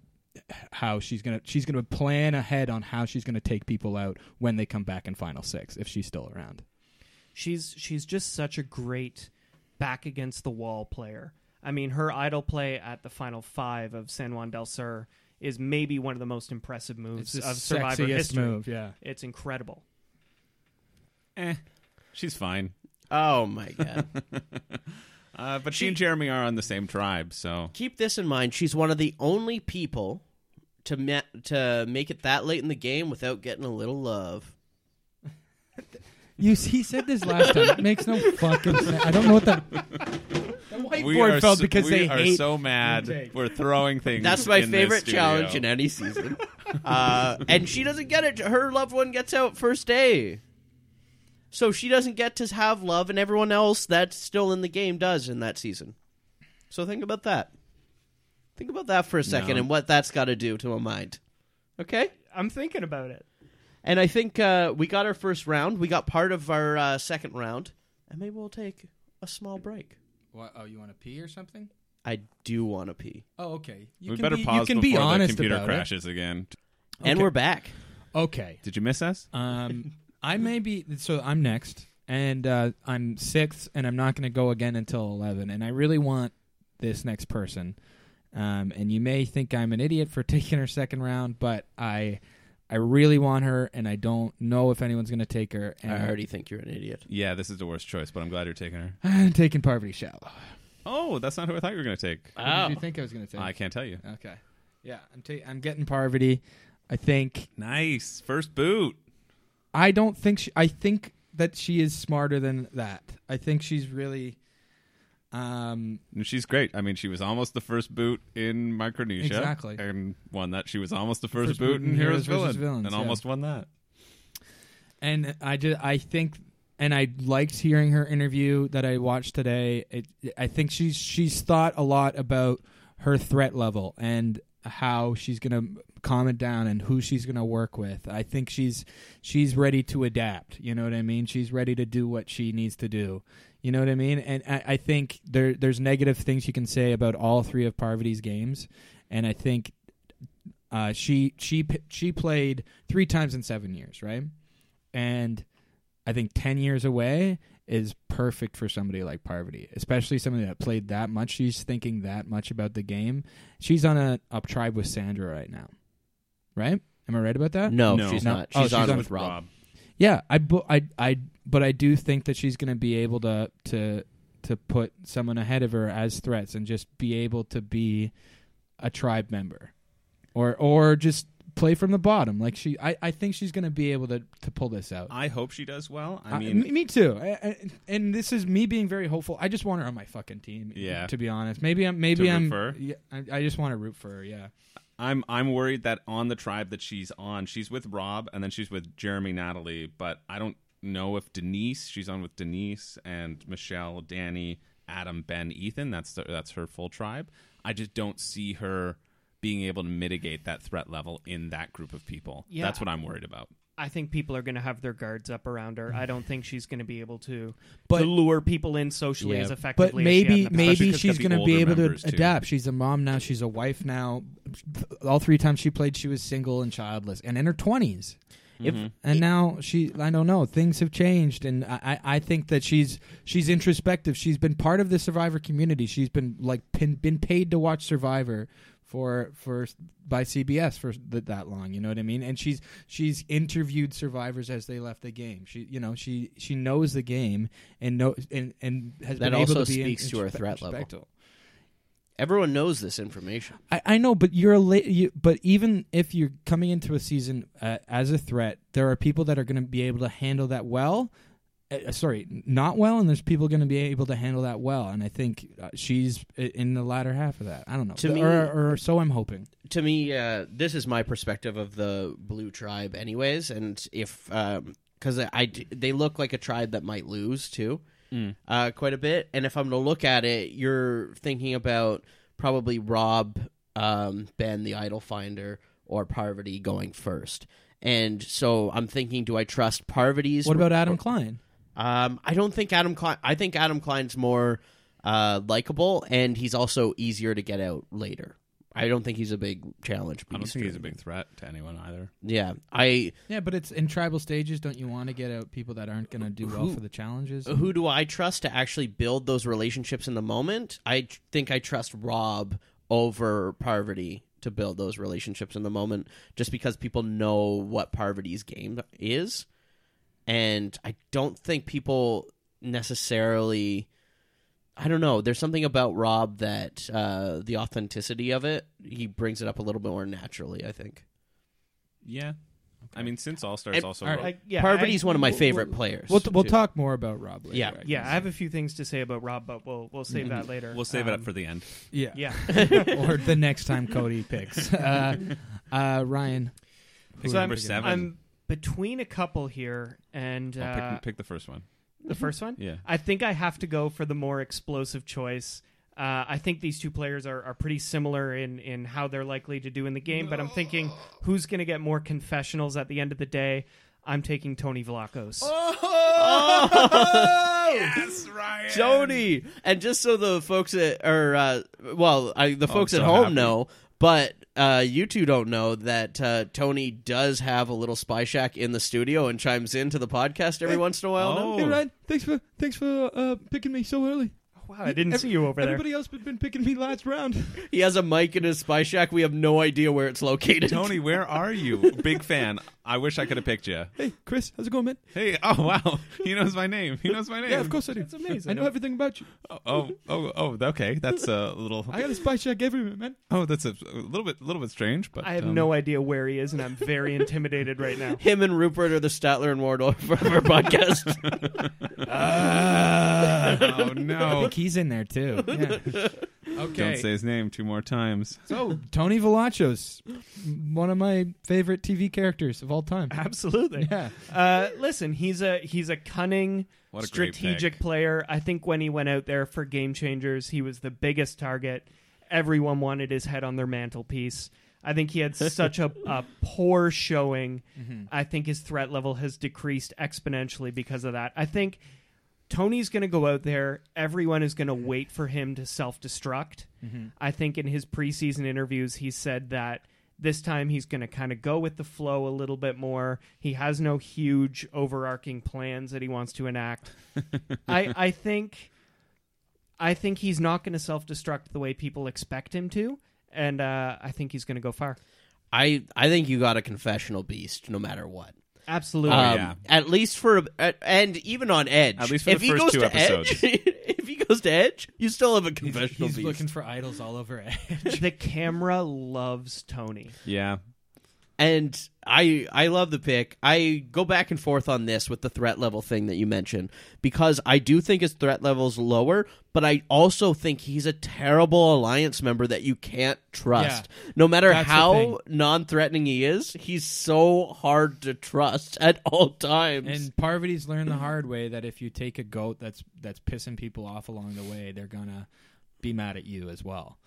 S2: how she's going to she's going to plan ahead on how she's going to take people out when they come back in final 6 if she's still around.
S1: She's she's just such a great back against the wall player. I mean, her idol play at the final five of San Juan del Sur is maybe one of the most impressive moves
S2: the
S1: of Survivor
S2: sexiest
S1: history.
S2: move, yeah.
S1: It's incredible.
S3: Eh, she's fine.
S4: oh my
S2: [laughs]
S4: god!
S3: Uh, but she, and Jeremy are on the same tribe, so
S4: Keep this in mind. She's one of the only people to ma- to make it that late in the game without getting a little love.
S2: You he said this last time. It makes no fucking sense. I don't know what that
S3: we
S2: board
S3: are
S2: felt
S3: so,
S2: because
S3: we
S2: they
S3: are
S2: hate
S3: so mad.
S2: intake.
S3: We're throwing things.
S4: That's my
S3: in this
S4: favorite
S3: studio.
S4: challenge in any season. uh, and she doesn't get it. Her loved one gets out first day. So she doesn't get to have love, and everyone else that's still in the game does in that season. So think about that. Think about that for a second and what that's got to do to a mind. Okay?
S1: I'm thinking about it.
S4: And I think uh, we got our first round. We got part of our uh, second round. And maybe we'll take a small break.
S2: what, Oh, you want to pee or something?
S4: I do want to pee.
S2: Oh, okay. You
S3: We
S2: can
S3: better
S2: be,
S3: pause
S2: you can
S3: before
S2: be honest
S3: the computer
S2: about
S3: crashes again.
S4: And
S2: Okay.
S4: we're back.
S2: It. Okay.
S3: Did you miss us?
S2: [laughs] Um, I may be so I'm next, and uh, I'm sixth, and I'm not going to go again until eleven. And I really want this next person. Um, and you may think I'm an idiot for [laughs] taking her second round, but I, I really want her, and I don't know if anyone's going to take her. And
S4: I
S2: [laughs]
S4: already think you're an idiot.
S3: Yeah, this is the worst choice, but I'm glad you're taking her.
S2: I'm taking Parvati Shallow.
S3: Oh, that's not who I thought you were going to take.
S2: What did you think I was going to take?
S3: I can't tell you.
S2: Okay. Yeah, I'm ta- I'm getting Parvati. I think
S3: Nice first boot.
S2: I don't think she, I think that she is smarter than that. I think she's really. Um,
S3: And She's great. I mean, she was almost the first boot in Micronesia.
S2: Exactly.
S3: And won that. She was almost the first,
S2: First
S3: boot in Heroes,
S2: versus
S3: Villain.
S2: Villains,
S3: and
S2: yeah.
S3: almost won that.
S2: And I just I think and I liked hearing her interview that I watched today. It, I think she's she's thought a lot about her threat level and how she's going to calm it down and who she's going to work with. I think she's she's ready to adapt. You know what I mean? She's ready to do what she needs to do. You know what I mean? And I, I think there there's negative things you can say about all three of Parvati's games, and I think uh, she she p- she played three times in seven years, right? And I think ten years away is perfect for somebody like Parvati, especially somebody that played that much. She's thinking that much about the game. She's on a up tribe with Sandra right now, right? Am I right about that?
S4: No,
S3: No.
S4: she's
S2: No.
S4: not. She's,
S2: Oh,
S4: on, with Rob.
S2: Yeah, I, bu- I, I, but I do think that she's going to be able to to to put someone ahead of her as threats and just be able to be a tribe member, or or just play from the bottom. Like she, I, I think she's going to be able to to pull this out.
S3: I hope she does well. I
S2: I-
S3: mean,
S2: me- me too. I, I, and this is me being very hopeful. I just want her on my fucking team.
S3: Yeah.
S2: To be honest, maybe I'm.
S3: To
S2: Maybe
S3: root
S2: I'm.
S3: for her?
S2: Yeah, I, I just want to root for her. Yeah.
S3: I'm I'm worried that on the tribe that she's on, she's with Rob and then she's with Jeremy Natalie, but I don't know if Denise, she's on with Denise and Michelle, Danny, Adam, Ben, Ethan. That's the, that's her full tribe. I just don't see her being able to mitigate that threat level in that group of people.
S1: Yeah.
S3: That's what I'm worried about.
S1: I think people are going to have their guards up around her. I don't think she's going to be able to,
S2: But-
S1: to lure people in socially as
S2: Yeah,
S1: effectively.
S2: But
S1: as she
S2: maybe
S1: had in the past.
S3: Especially
S2: maybe
S3: 'cause
S2: she's
S3: got the
S2: going to be
S3: older
S2: able to
S3: members, too.
S2: adapt. She's a mom now. She's a wife now. All three times she played, she was single and childless, and in her twenties.
S4: Mm-hmm.
S2: and now she, I don't know. Things have changed, and I, I I think that she's she's introspective. She's been part of the Survivor community. She's been like pin, been paid to watch Survivor for for by CBS for th- that long. You know what I mean? And she's she's interviewed survivors as they left the game. She you know she she knows the game and know and and has
S4: That
S2: been able
S4: also
S2: to be
S4: speaks
S2: in,
S4: to her
S2: inspe-
S4: threat level.
S2: inspectal.
S4: Everyone knows this information.
S2: I, I know, but you're a la- you, but even if you're coming into a season uh, as a threat, there are people that are going to be able to handle that well. Uh, sorry, not well, and there's people going to be able to handle that well, and I think uh, she's i- in the latter half of that. I don't know,
S4: To me-
S2: or, or so I'm hoping.
S4: To me, uh, this is my perspective of the blue tribe, anyways. And if because I, I d- they look like a tribe that might lose too,
S2: Hmm.
S4: uh, quite a bit. And if I'm to look at it, you're thinking about probably Rob, um, Ben, the idol finder, or Parvati going first. And so I'm thinking, do I trust Parvati's?
S2: What about Adam Klein?
S4: Um, I don't think Adam Klein. I think Adam Klein's more uh, likable, and he's also easier to get out later. I don't think he's a big challenge.
S3: I don't
S4: beast
S3: think
S4: or
S3: he's a
S4: anything.
S3: big threat to anyone either.
S4: Yeah, I.
S2: Yeah, but it's in tribal stages. Don't you want to get out people that aren't going to do well
S4: Who-
S2: for the challenges?
S4: Who do I trust to actually build those relationships in the moment? I tr- think I trust Rob over Parvati to build those relationships in the moment, just because people know what Parvati's game is, and I don't think people necessarily. I don't know. There's something about Rob that uh, the authenticity of it, he brings it up a little bit more naturally, I think.
S3: Yeah. I mean, since All Stars
S4: And-
S3: also
S2: All right.
S3: wrote-
S1: I, yeah,
S4: Parvati's
S1: I-
S4: one of my
S1: we'll-
S4: favorite players.
S2: We'll, t- we'll
S4: too.
S2: talk more about Rob later.
S4: Yeah.
S2: I
S1: Yeah,
S2: guess.
S1: I have a few things to say about Rob, but we'll we'll save
S3: [laughs]
S1: that later.
S3: we'll save it up
S1: Um,
S3: for the end.
S2: yeah.
S3: [laughs]
S1: yeah.
S2: [laughs] or the next time Cody picks. [laughs] Uh, uh, Ryan.
S3: Pick
S1: So
S3: number
S1: I'm-
S3: 7
S1: I'm between a couple here, and
S3: I'll
S1: uh,
S3: pick, pick the first one.
S1: the first one.
S3: Yeah.
S1: I think I have to go for the more explosive choice. Uh, I think these two players are, are pretty similar in, in how they're likely to do in the game, but I'm thinking who's going to get more confessionals at the end of the day? I'm taking Tony Vlachos.
S3: yes, Ryan.
S4: Tony. And just so the folks that are, uh, well, I, the folks
S3: Oh, I'm
S4: at
S3: so
S4: home
S3: happy.
S4: know, but uh, you two don't know that uh, Tony does have a little spy shack in the studio and chimes into the podcast every once in a while. now.
S3: Oh. Hey, Ryan,
S2: thanks for thanks for uh, picking me so early.
S1: Wow, I didn't see you over there.
S2: else has been picking me last round. [laughs]
S3: Oh.
S4: He has a mic in his spy shack. We have no idea where it's located.
S3: Tony, where are you? Big fan. I wish I could have picked you.
S2: hey, Chris, how's it going, man?
S3: Hey, oh wow, he knows my name. He knows my name.
S2: course I do. It's amazing. I know everything about you.
S3: Oh, oh, oh. Okay, that's a little.
S2: got a spy check everywhere, man.
S3: Oh, that's a, a little bit, little bit strange. But
S1: I have
S3: um,
S1: no idea where he is, and I'm [laughs] very intimidated right now.
S4: [laughs] Him and Rupert are the Statler and Ward of our
S3: [laughs]
S4: podcast.
S3: oh no. um, oh,
S1: [laughs] Oh,
S2: [laughs] He's in there too. Yeah. Okay.
S3: Don't say his name two more times.
S2: So Tony Velachos, one of my favorite TV characters of all time.
S1: [laughs] Absolutely.
S2: Yeah.
S1: Uh, listen, he's a he's a cunning,
S3: What a great
S1: strategic
S3: pick.
S1: player. I think when he went out there for Game Changers, he was the biggest target. Everyone wanted his head on their mantelpiece. I think
S3: [laughs]
S1: he had such a, a poor showing. I think his threat level has decreased exponentially because of that. I think Tony's going to go out there. Everyone is going to wait for him to self destruct. I think in his preseason interviews, he said that this time he's going to kind of go with the flow a little bit more. He has no huge overarching plans that he wants to enact. I, I think. I think he's not going to self-destruct the way people expect him to, and uh, I think he's going to go far.
S4: I I think you got a confessional beast, no matter what.
S1: Absolutely,
S4: um,
S3: yeah.
S4: At least for at, and even on Edge.
S3: At least for
S4: if
S3: the
S4: he
S3: first
S4: goes
S3: two
S4: to
S3: episodes.
S4: Edge, [laughs] if he goes to Edge, you still have a confessional
S5: He's
S4: beast.
S5: looking for idols all over
S1: [laughs]
S5: Edge.
S1: the camera loves Tony.
S3: Yeah.
S4: And I I love the pick. I go back and forth on this with the threat level thing that you mentioned because I do think his threat level's lower, but I also think he's a terrible alliance member that you can't trust. no matter
S5: that's the
S4: how non-threatening he is, he's so hard to trust at all times.
S5: And Parvati's learned the hard way that if you take a goat that's that's pissing people off along the way, they're gonna be mad at you as well.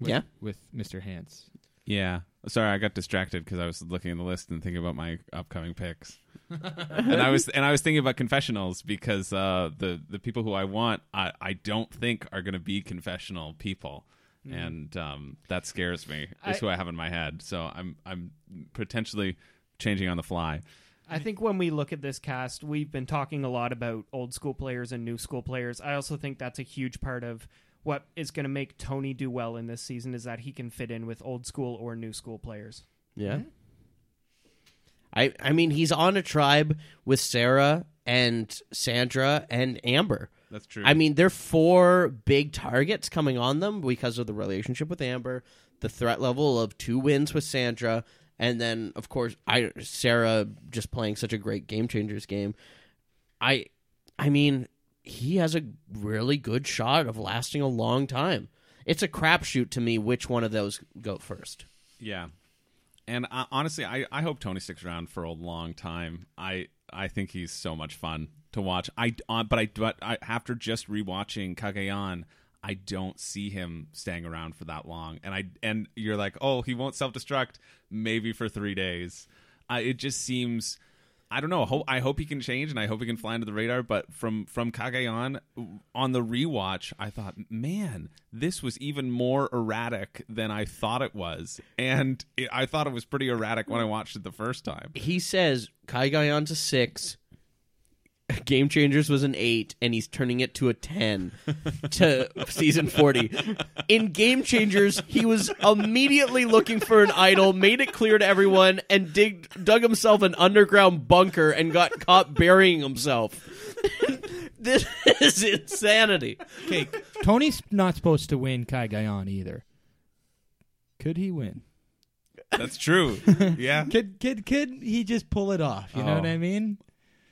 S5: With,
S4: Yeah.
S5: with Mr. Hans.
S3: Yeah. Sorry, I got distracted because I was looking at the list and thinking about my upcoming picks. and I was and I was thinking about confessionals because uh, the the people who I want I, I don't think are going to be confessional people, and um, that scares me. Is
S1: I-
S3: who I have in my head. So I'm I'm potentially changing on the fly.
S1: I think when we look at this cast, we've been talking a lot about old school players and new school players. I also think that's a huge part of what is going to make Tony do well in this season is that he can fit in with old school or new school players.
S4: Yeah.
S3: Hmm?
S4: I I mean he's on a tribe with Sarah and Sandra and Amber.
S3: That's true.
S4: I mean, they're four big targets coming on them because of the relationship with Amber, the threat level of two wins with Sandra, and then of course I Sarah just playing such a great game changers game. I I mean, he has a really good shot of lasting a long time. It's a crapshoot to me which one of those go first.
S3: Yeah, and I, honestly, I, I hope Tony sticks around for a long time. I I think he's so much fun to watch. I uh, but I but I, after just rewatching Kageyan, I don't see him staying around for that long. And I and you're like, oh, he won't self destruct maybe for three days. I, it just seems. I don't know. Ho- I hope he can change, and I hope he can fly under the radar. But from from Kagayan on the rewatch, I thought, man, this was even more erratic than I thought it was, and it, I thought it was pretty erratic when I watched it the first time.
S4: he says Kai Guyon's a six, Game Changers was an eight, and he's turning it to a ten to season forty. In Game Changers, he was immediately looking for an idol, made it clear to everyone, and dig, dug himself an underground bunker and got caught burying himself. [laughs] this is insanity.
S5: Okay, Tony's not supposed to win Kai Guyon either. Could he win?
S3: That's true. yeah,
S5: Could could could he just pull it off? You know
S3: Oh.
S5: what I mean?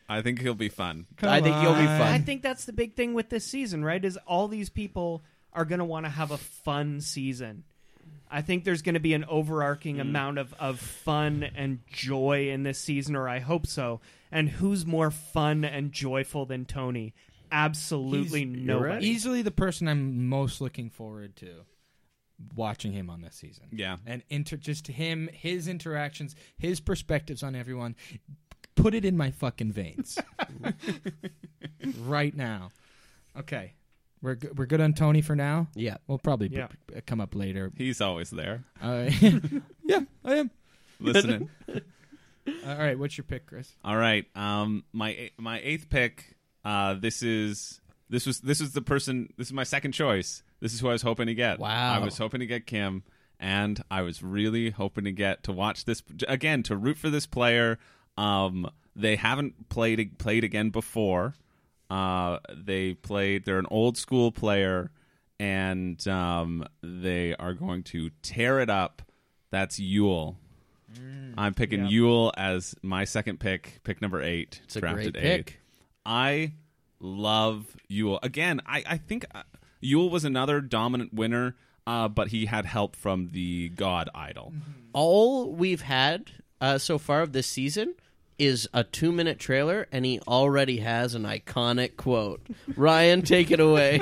S3: I think he'll be fun.
S4: I think he'll be
S5: on.
S4: fun.
S1: I think that's the big thing with this season, right? Is all these people are going to want to have a fun season. I think there's going to be an overarching amount of, of fun and joy in this season, or I hope so. And who's more fun and joyful than Tony? Absolutely nobody.
S5: Easily the person I'm most looking forward to watching him on this season.
S3: Yeah.
S5: And inter- just him, his interactions, his perspectives on everyone. Put it in my fucking
S4: [laughs]
S5: veins. right now. Okay. We're, go- we're good on Tony for now.
S4: Yeah.
S5: We'll probably
S1: Yeah.
S5: p- p- come up later.
S3: He's always there,
S5: Uh, [laughs] yeah, I am.
S3: listening.
S5: All right, what's your pick, Chris?
S3: All right. Um, my my eighth pick. Uh, this is this was this is the person. This is my second choice. This is who I was hoping to get.
S4: Wow.
S3: I was hoping to get Kim, and I was really hoping to get to watch this again to root for this player. Um, they haven't played played again before. Uh, they played. They're an old school player, and um, they are going to tear it up. That's Yule. I'm picking Yule as my second pick, pick number eight,
S4: a
S3: drafted
S4: great pick.
S3: eighth. I love Yule. Again, I, I think I, Yule was another dominant winner, uh, but he had help from the god idol.
S4: all we've had uh, so far of this season is a two minute trailer, and he already has an iconic
S2: [laughs]
S4: quote. Ryan, take it away.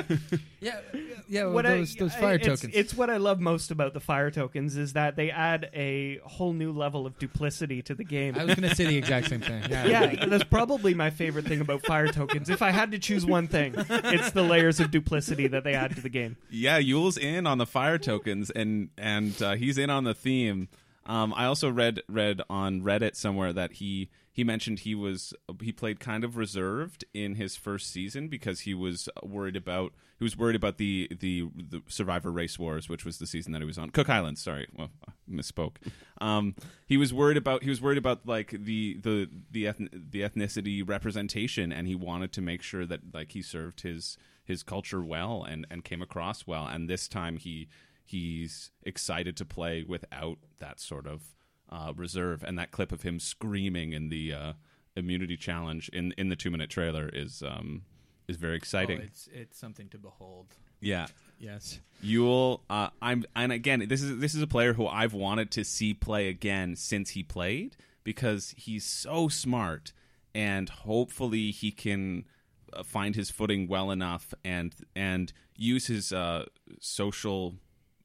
S2: Yeah, yeah.
S1: What I-
S2: Oh, those, those
S1: I-
S2: fire
S1: it's-
S2: tokens.
S1: It's what I love most about the fire tokens is that they add a whole new level of duplicity to the game.
S2: I was gonna say the exact same thing. [laughs] Yeah.
S1: yeah, that's probably my favorite thing about fire tokens. If I had to choose one thing, it's the layers of duplicity that they add to the game.
S3: Yeah, Yule's in on the fire tokens, and and uh, he's in on the theme. Um, I also read read on Reddit somewhere that he he mentioned he was he played kind of reserved in his first season because he was worried about he was worried about the the, the Survivor Race Wars, which was the season that he was on Cook Islands. Sorry, well, I misspoke. Um, he was worried about he was worried about like the the the ethn- the ethnicity representation, and he wanted to make sure that like he served his his culture well and and came across well and this time he he's excited to play without that sort of uh, reserve and that clip of him screaming in the uh, immunity challenge in in the 2 minute trailer is um is very exciting
S2: Oh, it's it's something to behold.
S3: yeah
S2: Yes.
S3: Yule, uh, I'm, and again, this is this is a player who I've wanted to see play again since he played because he's so smart, and hopefully he can uh, find his footing well enough and and use his uh, social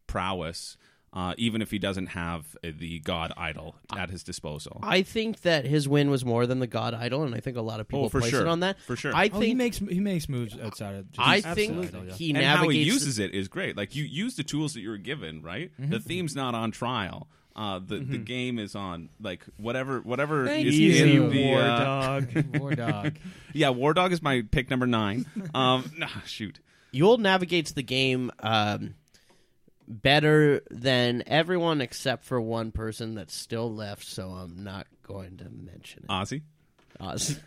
S3: prowess, uh, even if he doesn't have uh, the god idol at his disposal.
S4: I think that his win was more than the God Idol, and I think a lot of people
S3: Oh, for
S4: place
S3: sure.
S4: it on that.
S3: For sure.
S4: I
S2: Oh, he
S4: think.
S2: makes he makes moves outside of. Just
S4: I
S2: outside
S4: think
S2: of idol, yeah. [laughs]
S4: he
S3: and
S4: navigates.
S3: how he uses it is great. Like you use the tools that you were given, right? The theme's not on trial. Uh, the the game is on like whatever whatever
S2: Thank
S3: is
S2: you,
S3: in the
S1: War
S3: uh,
S1: dog.
S2: War dog.
S3: yeah War Dog is my pick number nine. Um, nah, shoot,
S4: Yule navigates the game um, better than everyone except for one person that's still left, so I'm not going to mention it.
S3: Ozzy. [laughs]
S4: Oz.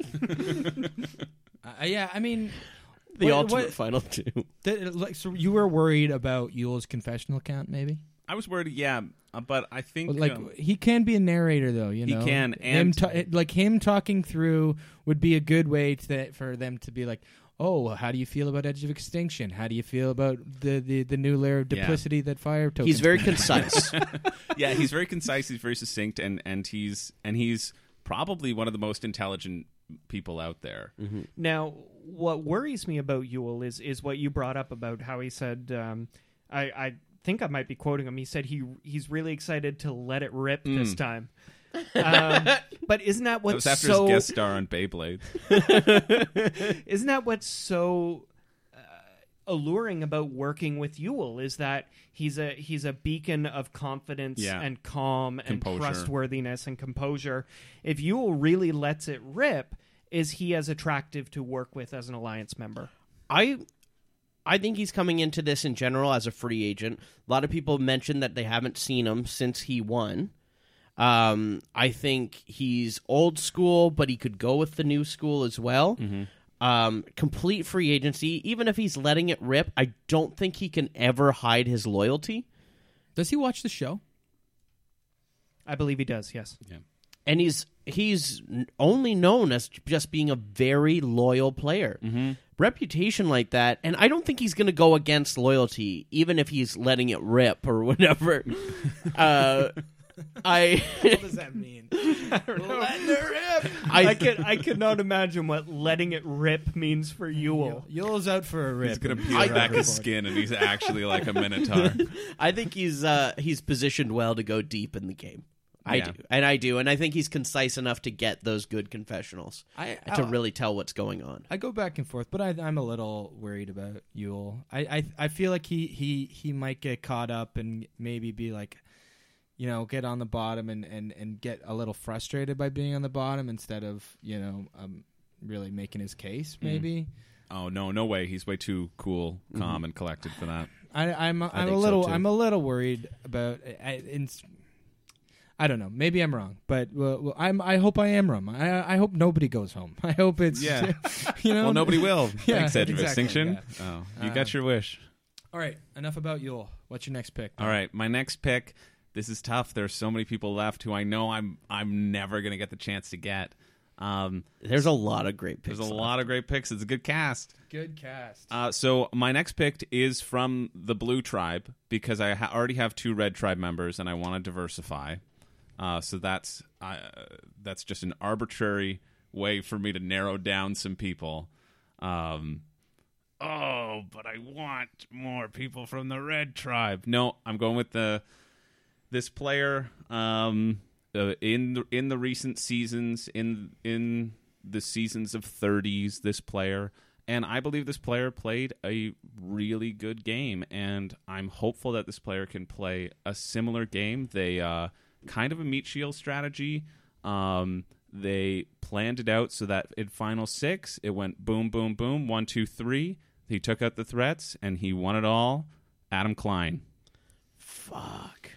S2: Uh, yeah, I mean,
S4: the
S2: what-
S4: ultimate
S2: what-
S4: final two.
S2: that- like, so you were worried about Yule's confessional account, maybe?
S3: I was worried, yeah, uh, but I think
S2: like
S3: um,
S2: he can be a narrator though you
S3: He
S2: know
S3: can,
S2: him
S3: and-
S2: ta- it- like him talking through would be a good way to, for them to be like oh well, how do you feel about edge of extinction how do you feel about the the, the new layer of
S3: Yeah.
S2: duplicity that fire token
S4: He's very concise.
S3: yeah, he's very concise. He's very succinct, and and he's and he's probably one of the most intelligent people out there.
S1: Now, what worries me about Yule is is what you brought up about how he said, um, I, I think I might be quoting him. He said he he's really excited to let it rip this time. um, but isn't that
S3: Hmm. That
S1: what's
S3: was after
S1: so
S3: his guest star on Beyblade.
S1: isn't that what's so uh, alluring about working with Yule is that he's a he's a beacon of confidence
S3: Yeah.
S1: and calm and
S3: Composure.
S1: trustworthiness and composure. If Yule really lets it rip, is he as attractive to work with as an alliance member?
S4: I I think he's coming into this in general as a free agent. A lot of people mentioned that they haven't seen him since he won. Um, I think he's old school, but he could go with the new school as well. Um, complete free agency. Even if he's letting it rip, I don't think he can ever hide his loyalty.
S2: does he watch the show
S1: I believe he does. Yes.
S4: and he's he's n- only known as just being a very loyal player.
S3: Mm-hmm.
S4: Reputation like that, and I don't think he's going to go against loyalty, even if he's letting it rip or
S3: [laughs]
S4: whatever. uh, I
S1: does that mean? Letting it rip. I, can I cannot imagine what letting it rip means for Yule.
S2: Yule's out for a rip
S3: He's gonna peel back his skin, and he's actually like a minotaur.
S4: I think he's uh, he's positioned well to go deep in the game. I
S3: Yeah.
S4: do, and I do, and I think he's concise enough to get those good confessionals
S2: I-
S4: to
S3: oh.
S4: really tell what's going on.
S2: I go back and forth, but I, I'm a little worried about Yule. I, I I feel like he he he might get caught up and maybe be like, you know, get on the bottom and and and get a little frustrated by being on the bottom instead of you know um really making his
S3: Mm.
S2: case. Maybe
S3: Oh no, no way! He's way too cool, calm, and collected for that.
S2: I I'm I'm a
S3: think so,
S2: little
S3: too.
S2: I'm a little worried about I, in, I don't know. Maybe I'm wrong, but well, well, I'm. I hope I am wrong. I, I hope nobody goes home. [laughs] I hope it's
S3: Yeah.
S2: you know.
S3: [laughs] Well, nobody [laughs] will.
S2: Yeah,
S3: Thanks, Edge of
S2: exactly,
S3: Extinction. Oh, you got your wish.
S2: All right. Enough about Yule. What's your next pick?
S3: All right, my next pick. This is tough. There's so many people left who I know I'm I'm never gonna get the chance to get. Um,
S4: There's a lot of great picks.
S3: there's a lot of great picks. It's a good cast.
S5: Good cast.
S3: Uh, so my next pick is from the Blue Tribe because I ha- already have two Red Tribe members and I want to diversify. Uh, so that's uh, that's just an arbitrary way for me to narrow down some people. Um, oh, but I want more people from the Red Tribe. No, I'm going with the this player um, uh, in the, in the recent seasons in in the seasons of 30s this player and I believe this player played a really good game and I'm hopeful that this player can play a similar game they uh, kind of a meat shield strategy um, they planned it out so that in final six it went boom boom boom one two three he took out the threats and he won it all Adam Klein
S4: fuck.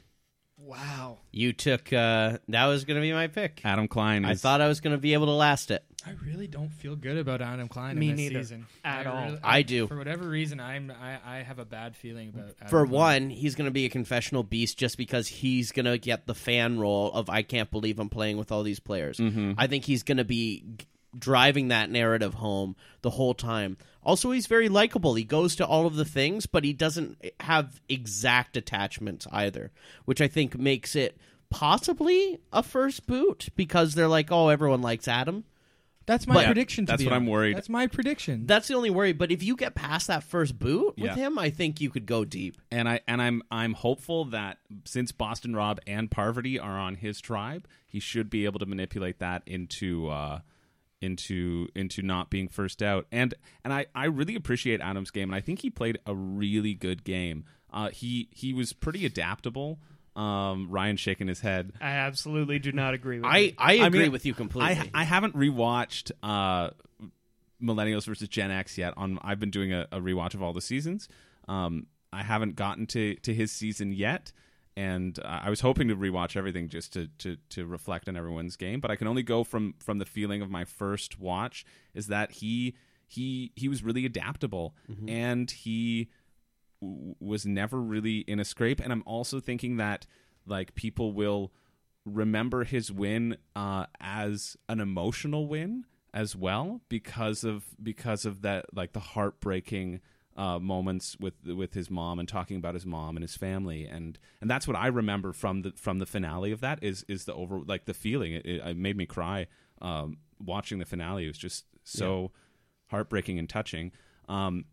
S1: Wow.
S4: You took uh that was gonna be my pick.
S3: Adam Klein
S4: I
S3: is-
S4: thought I was gonna be able to last it.
S5: I really don't feel good about Adam Klein
S1: Me
S5: in this
S1: neither.
S5: season
S1: At
S5: I
S1: all.
S5: really-
S4: I do.
S5: For whatever reason, I'm I, I have a bad feeling about. Adam
S4: For
S5: Klein.
S4: one, he's gonna be a confessional beast just because he's gonna get the fan role of I can't believe I'm playing with all these players. I think he's gonna be g- driving that narrative home the whole time. Also, he's very likable. He goes to all of the things, but he doesn't have exact attachments either, which I think makes it possibly a first boot because they're like, oh, everyone likes Adam.
S5: that's my
S4: But-
S5: prediction. to
S3: That's
S5: be
S3: what I'm
S5: honest.
S3: worried.
S5: That's my prediction.
S4: That's the only worry. But if you get past that first boot with
S3: Yeah.
S4: him, I think you could go deep.
S3: and I and I'm I'm hopeful that since Boston Rob and Parvati are on his tribe, he should be able to manipulate that into uh, into into not being first out. And and I I really appreciate Adam's game, and I think he played a really good game. Uh, he he was pretty adaptable. Um, Ryan shaking his head.
S1: I absolutely do not agree with you.
S4: I, I agree
S3: mean,
S4: with you completely.
S3: I, I haven't rewatched uh, Millennials versus Gen X yet. On I've been doing a, a rewatch of all the seasons. Um, I haven't gotten to, to his season yet, and uh, I was hoping to rewatch everything just to, to to reflect on everyone's game. But I can only go from from the feeling of my first watch is that he he he was really adaptable
S4: Mm-hmm.
S3: and he w- was never really in a scrape. And I'm also thinking that like people will remember his win uh, as an emotional win as well because of because of that like the heartbreaking uh, moments with with his mom and talking about his mom and his family and and that's what I remember from the from the finale of that is is the over like the feeling it, it, it made me cry um, watching the finale it was just so heartbreaking and touching um,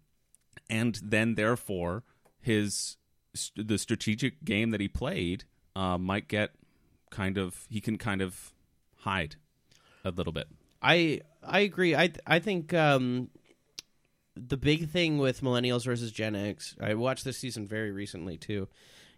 S3: and then therefore his st- the strategic game that he played uh, might get kind of he can kind of hide a little bit.
S4: I I agree. I I think um, the big thing with millennials versus Gen X. I watched this season very recently too.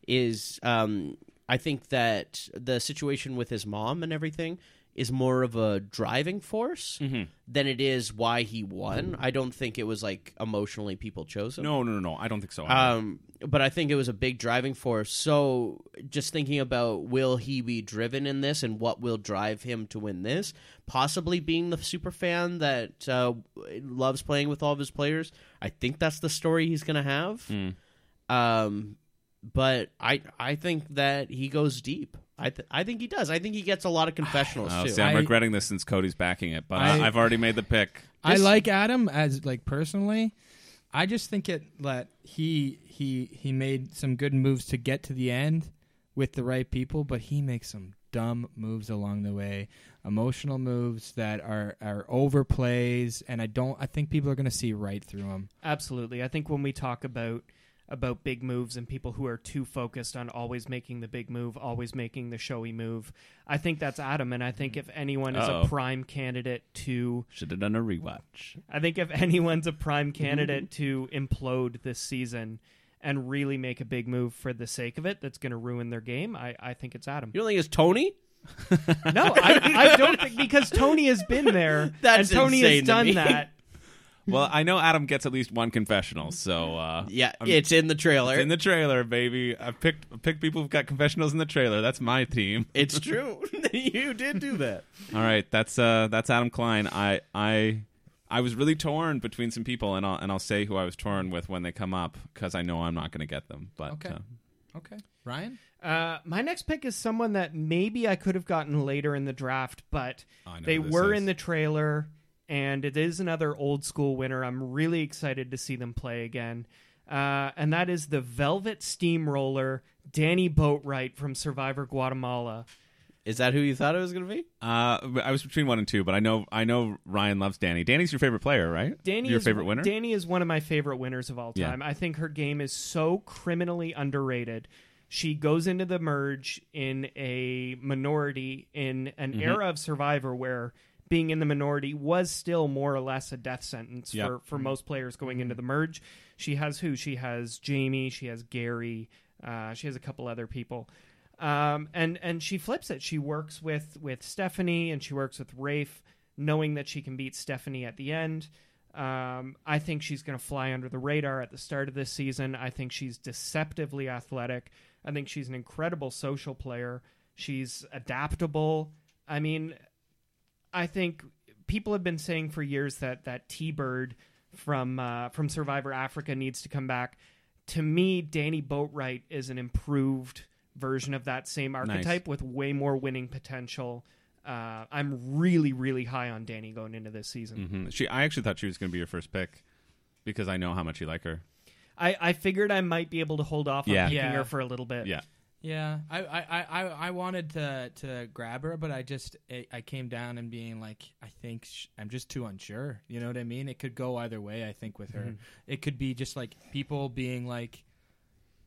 S4: Is um, I think that the situation with his mom and everything is more of a driving force than it is why he won. I don't think it was like emotionally people chose him.
S3: No, no, no, no. I don't think so.
S4: Um, but I think it was a big driving force. So just thinking about will he be driven in this and what will drive him to win this? Possibly being the super fan that uh, loves playing with all of his players. I think that's the story he's going to have. Um, but I I think that he goes deep. I th- I think he does. I think he gets a lot of [sighs] confessionals
S3: oh,
S4: too.
S3: see, I'm
S5: I-
S3: regretting this since Cody's backing it, but I,
S5: I-
S3: I've already made the pick.
S5: I like Adam as like personally. I just think it that he he he made some good moves to get to the end with the right people, but he makes some dumb moves along the way, emotional moves that are are overplays, and I don't. I think people are going to see right through him.
S1: Absolutely. I think when we talk about about big moves and people who are too focused on always making the big move, always making the showy move, I think that's Adam. And I think if anyone is
S3: Uh-oh.
S1: a prime candidate to,
S3: Should have done a rewatch.
S1: I think if [laughs] anyone's a prime candidate
S4: Mm-hmm.
S1: to implode this season and really make a big move for the sake of it, that's going to ruin their game. I, I think it's Adam.
S4: you don't think it's Tony?
S1: No, I, I don't think because Tony has been there
S4: [laughs] That's
S1: and Tony
S4: insane
S1: has
S4: to
S1: done
S4: me.
S1: that.
S3: well, I know Adam gets at least one confessional, so uh,
S4: Yeah,
S3: I'm-
S4: it's in the trailer.
S3: in the trailer, baby. I picked I picked people who've got confessionals in the trailer. That's my team.
S4: it's true. [laughs] you did do that.
S3: All right, that's uh, that's Adam Klein. I I I was really torn between some people, and I'll and I'll say who I was torn with when they come up because I know I'm not going to get them. But
S5: Okay.
S3: uh,
S5: Okay, Ryan.
S1: Uh, my next pick is someone that maybe I could have gotten later in the draft, but
S3: I know
S1: they
S3: who this
S1: were
S3: is.
S1: in the trailer, and it is another old school winner. I'm really excited to see them play again. Uh, and that is the Velvet Steamroller, Danny Boatwright from Survivor Guatemala.
S4: [laughs] Is that who you thought it was going to be?
S3: Uh, I was between one and two, but I know I know Ryan loves Danny. Danny's your favorite player, right?
S1: Danny
S3: your
S1: is,
S3: favorite winner.
S1: Danny is one of my favorite winners of all
S3: Yeah.
S1: time. I think her game is so criminally underrated. She goes into the merge in a minority in an
S3: Mm-hmm.
S1: era of Survivor where being in the minority was still more or less a death sentence
S3: Yep.
S1: for, for most players going into the merge. She has who? She has Jamie. She has Gary. Uh, she has a couple other people. Um, and and she flips it. She works with with Stephanie and she works with Rafe, knowing that she can beat Stephanie at the end. Um, I think she's going to fly under the radar at the start of this season. I think she's deceptively athletic. I think she's an incredible social player. She's adaptable. I mean, I think people have been saying for years that that T Bird from uh, from Survivor Africa needs to come back. To me, Danny Boatwright is an improved version of that same archetype with way more winning potential. Uh, I'm really, really high on Danny going into this season.
S3: Mhm. She, I actually thought she was going to be your first pick because I know how much you like her.
S1: I, I figured I might be able to hold off
S3: Yeah.
S1: on picking
S2: Yeah.
S1: her for a little bit.
S3: Yeah,
S2: Yeah, I I, I, I- I wanted to to grab her, but I just I, I came down and being like, I think sh- I'm just too unsure. You know what I mean? It could go either way. I think with her, it could be just like people being like,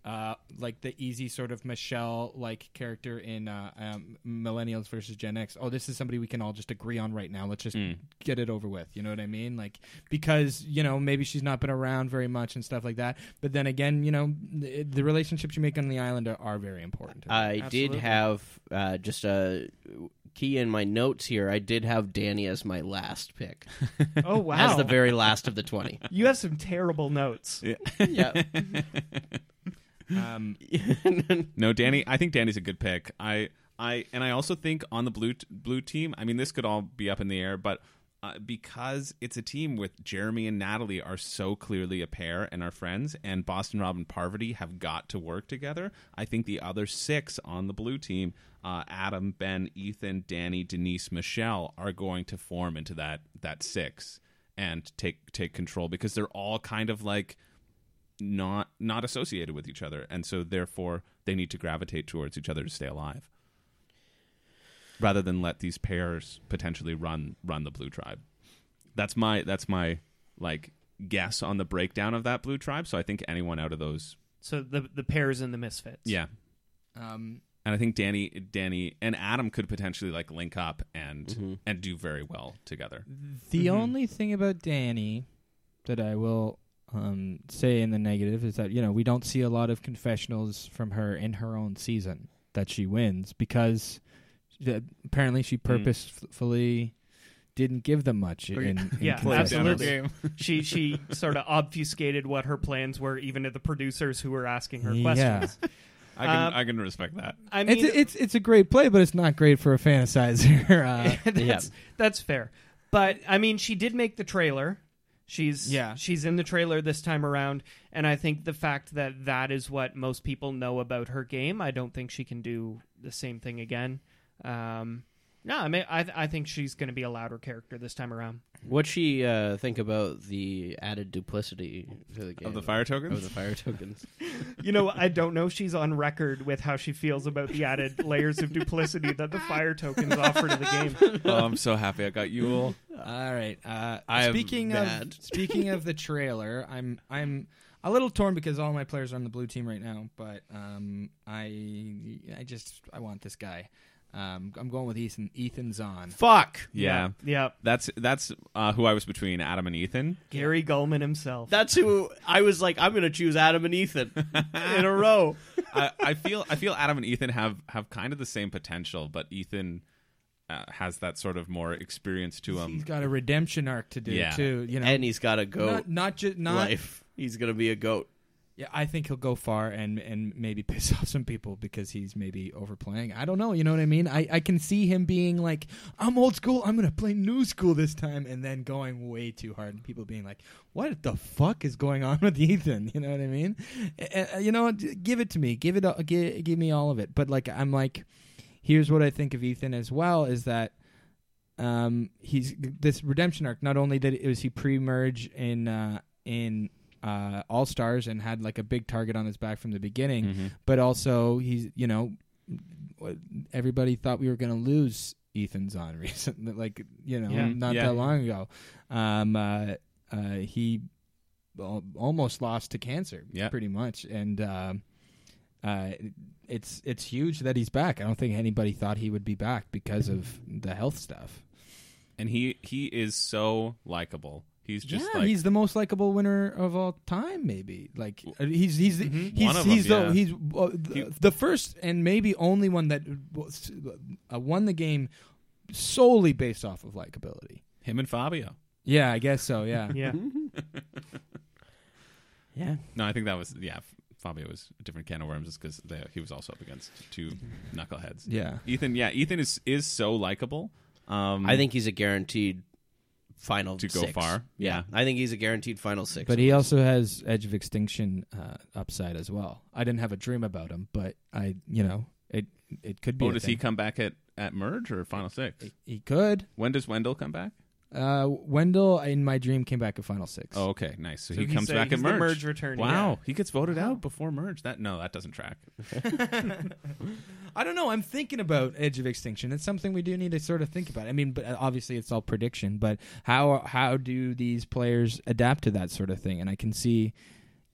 S2: uh, like the easy sort of Michelle like character in uh, um, Millennials versus Gen X. Oh, this is somebody we can all just agree on right now. Let's just get it over with. You know what I mean? Like because you know maybe she's not been around very much and stuff like that. But then again, you know the, the relationships you make on the island are, are very important.
S4: I did have uh, just a key in my notes here. I did have Danny as my last pick,
S1: Oh wow.
S4: as the very last of the twenty.
S1: you have some terrible notes.
S4: yeah, [laughs]
S2: um,
S3: no, Danny. I think Danny's a good pick. I, I, and I also think on the blue t- blue team. I mean, this could all be up in the air, but uh, because it's a team with Jeremy and Natalie are so clearly a pair and are friends, and Boston Rob and Parvati have got to work together. I think the other six on the blue team, uh, Adam, Ben, Ethan, Danny, Denise, Michelle, are going to form into that that six and take take control because they're all kind of like not not associated with each other and so therefore they need to gravitate towards each other to stay alive rather than let these pairs potentially run run the blue tribe that's my that's my like guess on the breakdown of that blue tribe so i think anyone out of those
S1: So the the pairs and the misfits.
S3: yeah
S2: um,
S3: and i think danny danny and adam could potentially like link up and
S4: Mm-hmm.
S3: and do very well together
S2: The only thing about Danny that I will um, say in the negative is that you know we don't see a lot of confessionals from her in her own season that she wins because the, apparently
S1: Mm.
S2: she purposefully didn't give them much. In, in
S1: Yeah,
S2: confessionals.
S1: absolutely. [laughs] she she sort of obfuscated what her plans were, even to the producers who were asking her
S2: Yeah.
S1: questions.
S3: i can
S4: Uh,
S1: Um,
S3: i can respect that
S1: I mean,
S2: It's a, it's it's a great play, but it's not great for a fantasizer. [laughs] Uh,
S1: [laughs] that's that's fair. But I mean, she did make the trailer. She's
S2: Yeah.
S1: she's in the trailer this time around, and I think the fact that that is what most people know about her game. I don't think she can do the same thing again. Um, no, I mean, I I think she's going to be a louder character this time around.
S4: what she uh, think about the added duplicity to the game
S3: of the fire tokens
S4: of the fire tokens?
S1: You know, I don't know if she's on record with how she feels about the added layers of duplicity that the fire tokens offer to the game.
S3: [laughs] oh i'm so happy i got you [laughs] all
S2: All right. Uh,
S3: I am
S2: speaking
S3: [laughs]
S4: mad.
S2: of speaking of the trailer, I'm I'm a little torn because all my players are on the blue team right now, but um, I I just I want this guy. Um, I'm going with Ethan. Ethan's on.
S4: Fuck.
S3: yeah.
S1: yeah.
S3: That's that's uh, who I was between Adam and Ethan.
S1: Gary Gulman himself.
S4: That's who I was like. I'm gonna choose Adam and Ethan in a row.
S3: I, I feel I feel Adam and Ethan have have kind of the same potential, but Ethan uh, has that sort of more experience to him.
S2: He's got a redemption arc to do
S3: Um, Yeah.
S2: too. You know,
S4: And he's got a goat
S2: not not just not
S4: life. He's gonna be a goat.
S2: Yeah, I think he'll go far and and maybe [laughs] piss off some people because he's maybe overplaying. I don't know. You know what I mean? I, I can see him being like, I'm old school. I'm gonna play new school this time, and then going way too hard, and people being like, What the fuck is going on [laughs] with Ethan? You know what I mean? Uh, uh, you know, d- give it to me. Give it. all- Give, give me all of it. But like, I'm like, here's what I think of Ethan as well is that um, he's this redemption arc. Not only did it was he pre-merge in uh, in uh, All Stars and had like a big target on his back from the beginning, but also he's you know everybody thought we were going to lose Ethan's on [laughs] recently, like you know
S1: Yeah.
S2: not
S3: Yeah.
S2: that long ago. Um, uh, uh, he al- almost lost to cancer,
S3: Yeah.
S2: pretty much, and. um uh, it's it's huge that he's back. I don't think anybody thought he would be back because of the health stuff.
S3: and he he is so likable. He's just
S2: yeah,
S3: like
S2: he's the most likable winner of all time. Maybe like uh, he's he's the he's
S3: Mm-hmm. One of
S2: he's
S3: them,
S2: the
S3: yeah.
S2: he's uh, the, the first and maybe only one that was, uh, won the game solely based off of likability.
S3: him and Fabio.
S2: Yeah, I guess so. Yeah,
S1: Yeah.
S4: Yeah.
S3: No, I think that was yeah. F- Fabio was a different can of worms, just because he was also up against two knuckleheads.
S2: yeah.
S3: Ethan, yeah, Ethan is is so likable. Um,
S4: I think he's a guaranteed final
S3: To go
S4: six.
S3: far?
S4: Yeah. I think he's a guaranteed final six.
S2: But he also has Edge of Extinction uh, upside as well. I didn't have a dream about him, but I you know it it could be.
S3: Oh,
S2: a
S3: does he
S2: thing.
S3: come back at at merge or final six?
S2: He could.
S3: When does Wendell come back?
S2: Uh, Wendell in my dream came back at final six.
S3: Oh, okay, nice. So,
S1: So
S3: he
S1: he's
S3: comes
S1: a-
S3: back
S1: he's
S3: at
S1: the merge
S3: merge.
S1: returnee,
S3: Wow,
S1: yeah.
S3: he gets voted out before merge. That no, that doesn't track.
S2: I don't know. I'm thinking about Edge of Extinction. It's something we do need to sort of think about. I mean, but uh, obviously it's all prediction. But how how do these players adapt to that sort of thing? And I can see,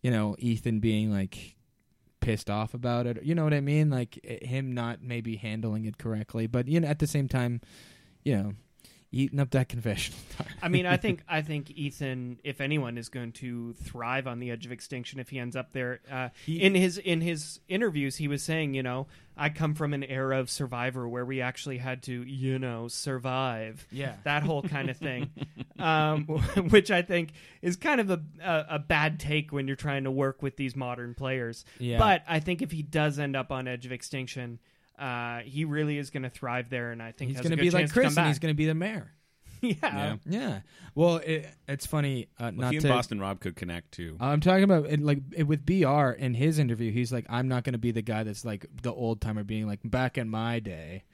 S2: you know, Ethan being like pissed off about it. You know what I mean? Like eh, him not maybe handling it correctly. But you know, at the same time, you know, eating up that [laughs] confessional time.
S1: I mean, I think I think Ethan, if anyone, is going to thrive on the edge of extinction if he ends up there. Uh, in his in his interviews, he was saying, you know, I come from an era of Survivor where we actually had to, you know, survive.
S2: Yeah. [laughs]
S1: that whole kind of thing, um, [laughs] which I think is kind of a, a a bad take when you're trying to work with these modern players.
S2: Yeah.
S1: but I think if he does end up on edge of extinction. Uh, he really is going to thrive there, and I think
S2: He's
S1: going to
S2: be like Chris,
S1: to
S2: and he's going to be the mayor.
S3: Yeah,
S1: [laughs] yeah,
S2: Yeah. Well, it, it's funny. Uh,
S3: well,
S2: not
S3: he and
S2: to, Uh,
S3: Boston Rob could connect too.
S2: I'm talking about and like it- with Br in his interview. He's like, I'm not going to be the guy that's like the old timer, being like, back in my day.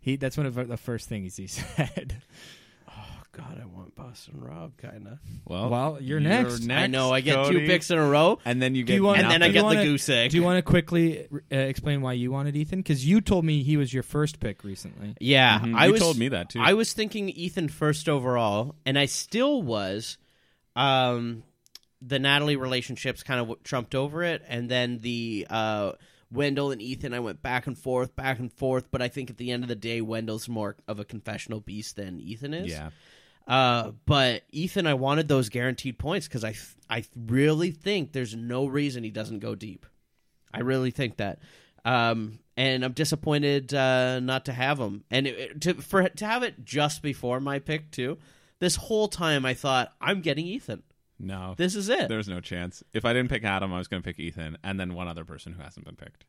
S2: He that's one of the first things he [laughs] said.
S4: oh, God, I want Boston Rob, kind of.
S3: well,
S2: well, you're next.
S4: I know. I get
S3: Cody.
S4: two picks in a row.
S3: and then you
S2: Do
S3: get
S2: you want-
S3: nothing.
S4: And then I
S2: Do you
S4: get
S2: wanna-
S4: the goose egg.
S2: Do you want to quickly uh, explain why you wanted Ethan? Because you told me he was your first pick recently.
S4: Yeah,
S3: Mhm.
S4: I
S3: You
S4: was,
S3: told me that, too.
S4: I was thinking Ethan first overall, and I still was. Um, the Natalie relationships kind of trumped over it, and then the uh, Wendell and Ethan, I went back and forth, back and forth. But I think at the end of the day, Wendell's more of a confessional beast than Ethan is.
S3: Yeah,
S4: Uh, but Ethan, I wanted those guaranteed points because I, th- I really think there's no reason he doesn't go deep. I really think that. Um, and I'm disappointed uh, not to have him, and it, it- to for to have it just before my pick too. This whole time, I thought I'm getting Ethan.
S3: no,
S4: This is it.
S3: there's no chance. If I didn't pick Adam, I was going to pick Ethan, and then one other person who hasn't been picked.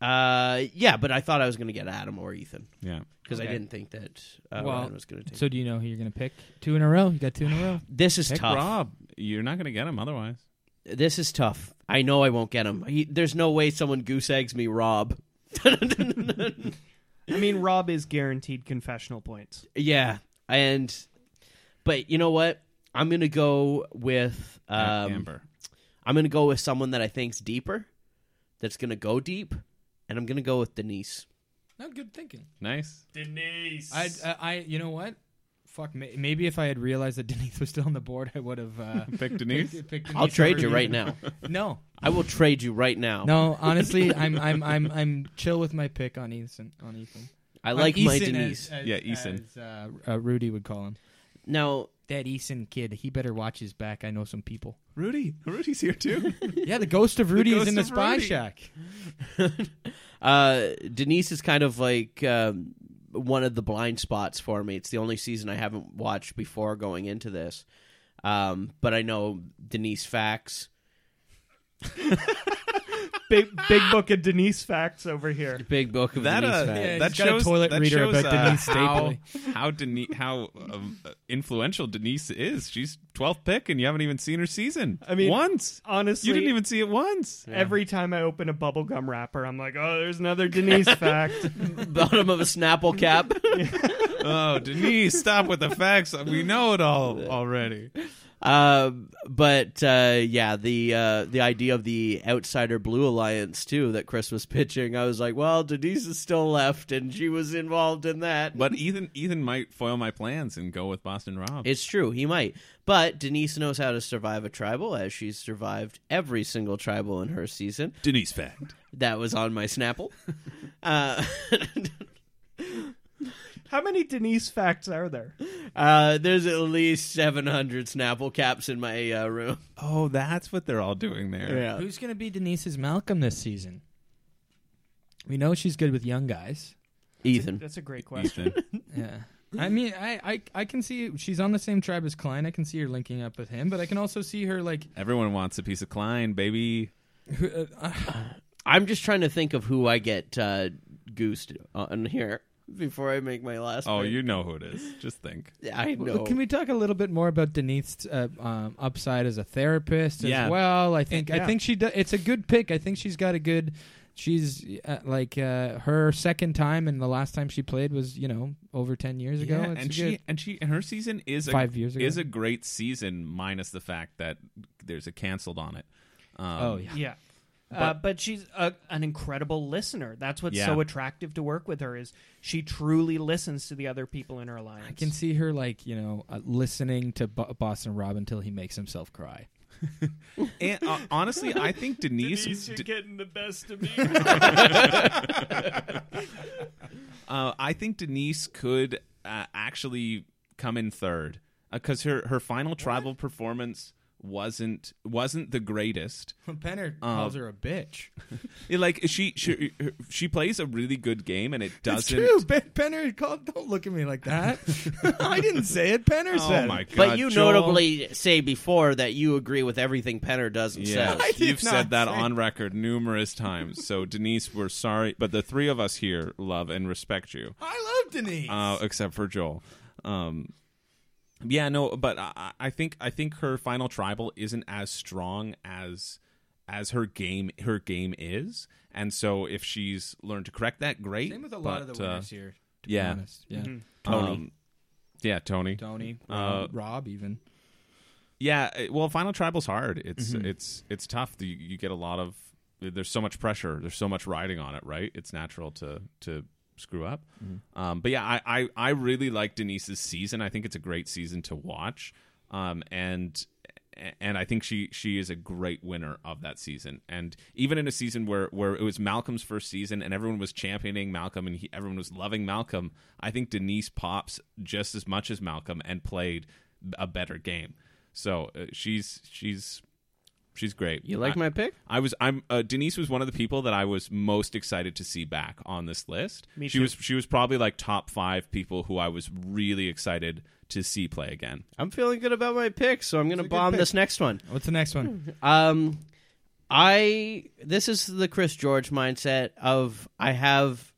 S4: Uh, yeah, but I thought I was going to get Adam or Ethan
S3: Yeah,
S4: because I didn't think that uh,
S2: Well,
S4: Ryan was going to take.
S2: So do you know who you're going to pick? Two in a row. You got two in a row.
S4: this is
S3: pick
S4: tough.
S3: Rob. You're not going to get him otherwise.
S4: This is tough. I know I won't get him. He, there's no way someone goose eggs me, Rob.
S1: I mean, Rob is guaranteed confessional points.
S4: Yeah, and but you know what? I'm gonna go with um,
S3: Amber.
S4: I'm gonna go with someone that I think's deeper, that's gonna go deep, and I'm gonna go with Denise.
S2: [sighs] Not good thinking.
S3: Nice.
S1: Denise.
S2: I, I, I you know what? Fuck. may- Maybe if I had realized that Denise was still on the board, I would have
S4: [laughs]
S2: uh,
S3: Pick Denise.
S2: picked, picked
S4: I'll
S2: Denise
S4: trade you
S2: over
S4: right
S2: Ethan.
S4: now.
S2: No,
S4: I will trade you right now.
S2: [laughs] No, honestly, I'm I'm I'm I'm chill with my pick on Ethan. On Ethan,
S4: I like
S2: On
S4: my
S2: Eason
S4: Denise.
S2: As, as,
S3: Yeah, Eason.
S2: As, uh, uh, Rudy would call him
S4: now, [laughs]
S2: that Eason kid. He better watch his back. I know some people.
S3: Rudy. Rudy's here too.
S2: [laughs] Yeah, the ghost of Rudy is in the
S3: ghost of
S2: spy
S3: Rudy.
S2: shack.
S4: uh, Denise is kind of like um, one of the blind spots for me. It's the only season I haven't watched before going into this. Um, but I know Denise facts.
S1: big big book of Denise facts over here.
S4: Big book of
S3: That
S4: Denise
S3: uh,
S4: facts.
S2: Yeah,
S3: that
S2: he's got a
S3: shows
S2: toilet
S3: that
S2: reader
S3: shows,
S2: about
S3: uh,
S2: Denise
S3: how
S2: Stapley.
S3: how, Deni- how um, uh, influential Denise is. She's 12th pick, and you haven't even seen her season.
S1: I mean,
S3: once
S1: honestly-
S3: you didn't even see
S1: [laughs]
S3: it once.
S1: Every time I open a bubblegum wrapper, I'm like, oh, there's another [laughs] Denise fact.
S4: Bottom of a Snapple cap.
S3: oh, Denise, stop with the facts. We know it all already.
S4: Um, but uh, yeah, the uh, the idea of the outsider blue alliance too that Chris was pitching, I was like, well, Denise is still left, and she was involved in that.
S3: But Ethan Ethan might foil my plans and go with Boston Rob.
S4: It's true, he might. But Denise knows how to survive a tribal, as she's survived every single tribal in her season.
S3: Denise fact.
S4: That was on my Snapple. uh,
S1: How many Denise facts are there?
S4: uh, there's at least 700 Snapple caps in my uh, room.
S3: Oh, that's what they're all doing there.
S2: Uh, Who's going to be Denise's Malcolm this season? We know she's good with young guys.
S4: Ethan.
S1: That's a great question.
S3: Ethan.
S2: Yeah. I mean, I, I, I can see she's on the same tribe as Klein. I can see her linking up with him, but I can also see her like uh,
S3: Everyone wants a piece of Klein, baby.
S4: I'm just trying to think of who I get uh, goosed on here before I make my last
S3: Oh,
S4: pick.
S3: you know who it is. Just think.
S4: I know.
S2: Can we talk a little bit more about Denise's uh, um, upside as a therapist as
S3: Yeah.
S2: well? I think
S1: Yeah.
S2: I think she do, it's a good pick. I think she's got a good. She's uh, like uh, her second time, and the last time she played was you know over ten years ago.
S3: Yeah,
S2: It's
S3: and
S2: a
S3: she
S2: good-
S3: and she and her season is a,
S2: Five years ago.
S3: is a great season, minus the fact that there's a canceled on it. Um,
S2: oh yeah,
S1: Yeah. Uh, but she's a, an incredible listener. That's what's
S3: Yeah.
S1: so attractive to work with her is she truly listens to the other people in her alliance.
S2: I can see her like you know uh, listening to Bo- Boston Rob until he makes himself cry.
S3: And,
S2: [laughs]
S3: uh, honestly, I think Denise. D-
S1: getting the best [laughs] of me.
S3: uh, I think Denise could uh, actually come in third because her her final tribal performance wasn't wasn't the greatest.
S2: Penner
S3: Um,
S2: calls her a bitch.
S3: It, like she she she plays a really good game and it
S2: That's
S3: doesn't.
S2: true. [laughs] Ben- Penner called. Don't look at me like [laughs] that. I didn't say it. Penner said.
S3: Oh
S2: it.
S3: my god!
S4: but you
S3: Joel.
S4: notably say before that you agree with everything Penner does and
S2: [laughs]
S3: Yeah,
S4: says.
S2: did
S3: you've said
S2: not
S3: that
S2: say-
S3: on record numerous times. So Denise, we're sorry, but the three of us here love and respect you,
S2: I love Denise.
S3: uh, except for Joel. Um, yeah, no, but I, I- I think I think her final tribal isn't as strong as as her game her game is, and so if she's learned to correct that, great.
S2: Same with a lot of
S3: but,
S2: the
S3: uh,
S2: winners here. To
S3: yeah.
S2: be honest. yeah.
S3: Tony. yeah, Tony.
S2: Mm-hmm. Tony,
S7: Um,
S3: Uh,
S2: Rob, even.
S3: Yeah, it- well, Final Tribal's hard. It's it's it's tough. You, you get a lot of there's so much pressure. There's so much riding on it, right? It's natural to to screw up. Um, but yeah, I, I I really like Denise's season. I think it's a great season to watch. Um, and and I think she she is a great winner of that season. And even in a season where where it was Malcolm's first season and everyone was championing Malcolm and he, everyone was loving Malcolm, I think Denise pops just as much as Malcolm and played a better game. So uh, she's she's she's great.
S4: You like
S3: I-
S4: my pick?
S3: I was I'm uh, Denise was one of the people that I was most excited to see back on this list.
S1: Me
S3: she
S1: too.
S3: was she was probably like top 5 people who I was really excited to see play again.
S4: I'm feeling good about my pick, so I'm going to bomb this next one.
S2: What's the
S7: [laughs]
S2: next one?
S4: Um, I this is the Chris George mindset of I have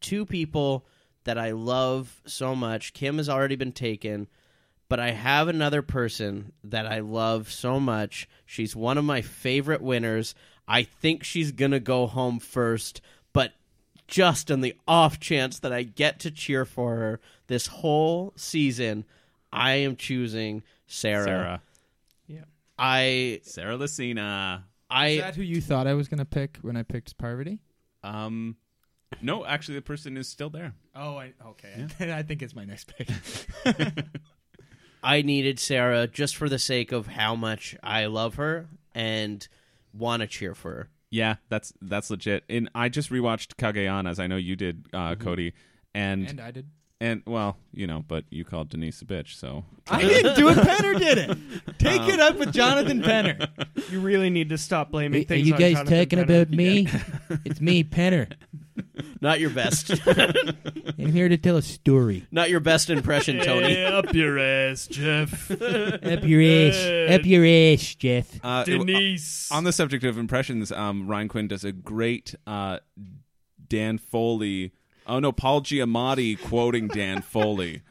S4: two people that I love so much. Kim has already been taken, but I have another person that I love so much. She's one of my favorite winners. I think she's gonna go home first, but just on the off chance that I get to cheer for her this whole season, I am choosing Sarah.
S3: Sarah
S4: I
S3: Sarah Lucina.
S2: Is
S4: I
S2: that who you thought I was going to pick when I picked Parvati?
S3: Um, no, actually, the person is still there.
S2: Oh, I, okay. [laughs] I think it's my next pick.
S4: I needed Sarah just for the sake of how much I love her and want to cheer for her.
S3: Yeah, that's that's legit. And I just rewatched Kageyan as I know you did, uh, Cody, and,
S2: Mm-hmm. and uh,
S3: and
S2: I did.
S3: well, you know, but you called Denise a bitch, so
S2: I didn't do it. Penner did it. Take it
S7: Um,
S2: up
S7: [laughs]
S2: with Jonathan Penner.
S7: [laughs]
S1: you really need to stop blaming things on Jonathan Bennett.
S2: me? it's me, Penner.
S4: Not your best.
S7: I'm here to tell a
S2: [laughs]
S7: story.
S4: Not your best impression, Tony.
S1: up your ass, Jeff.
S7: Up your ass. Up your ass, Jeff.
S3: Uh, it-
S1: Denise.
S3: on the subject of impressions, um, Ryan Quinn does a great uh, Dan Foley. Oh no, Paul Giamatti quoting Dan Foley.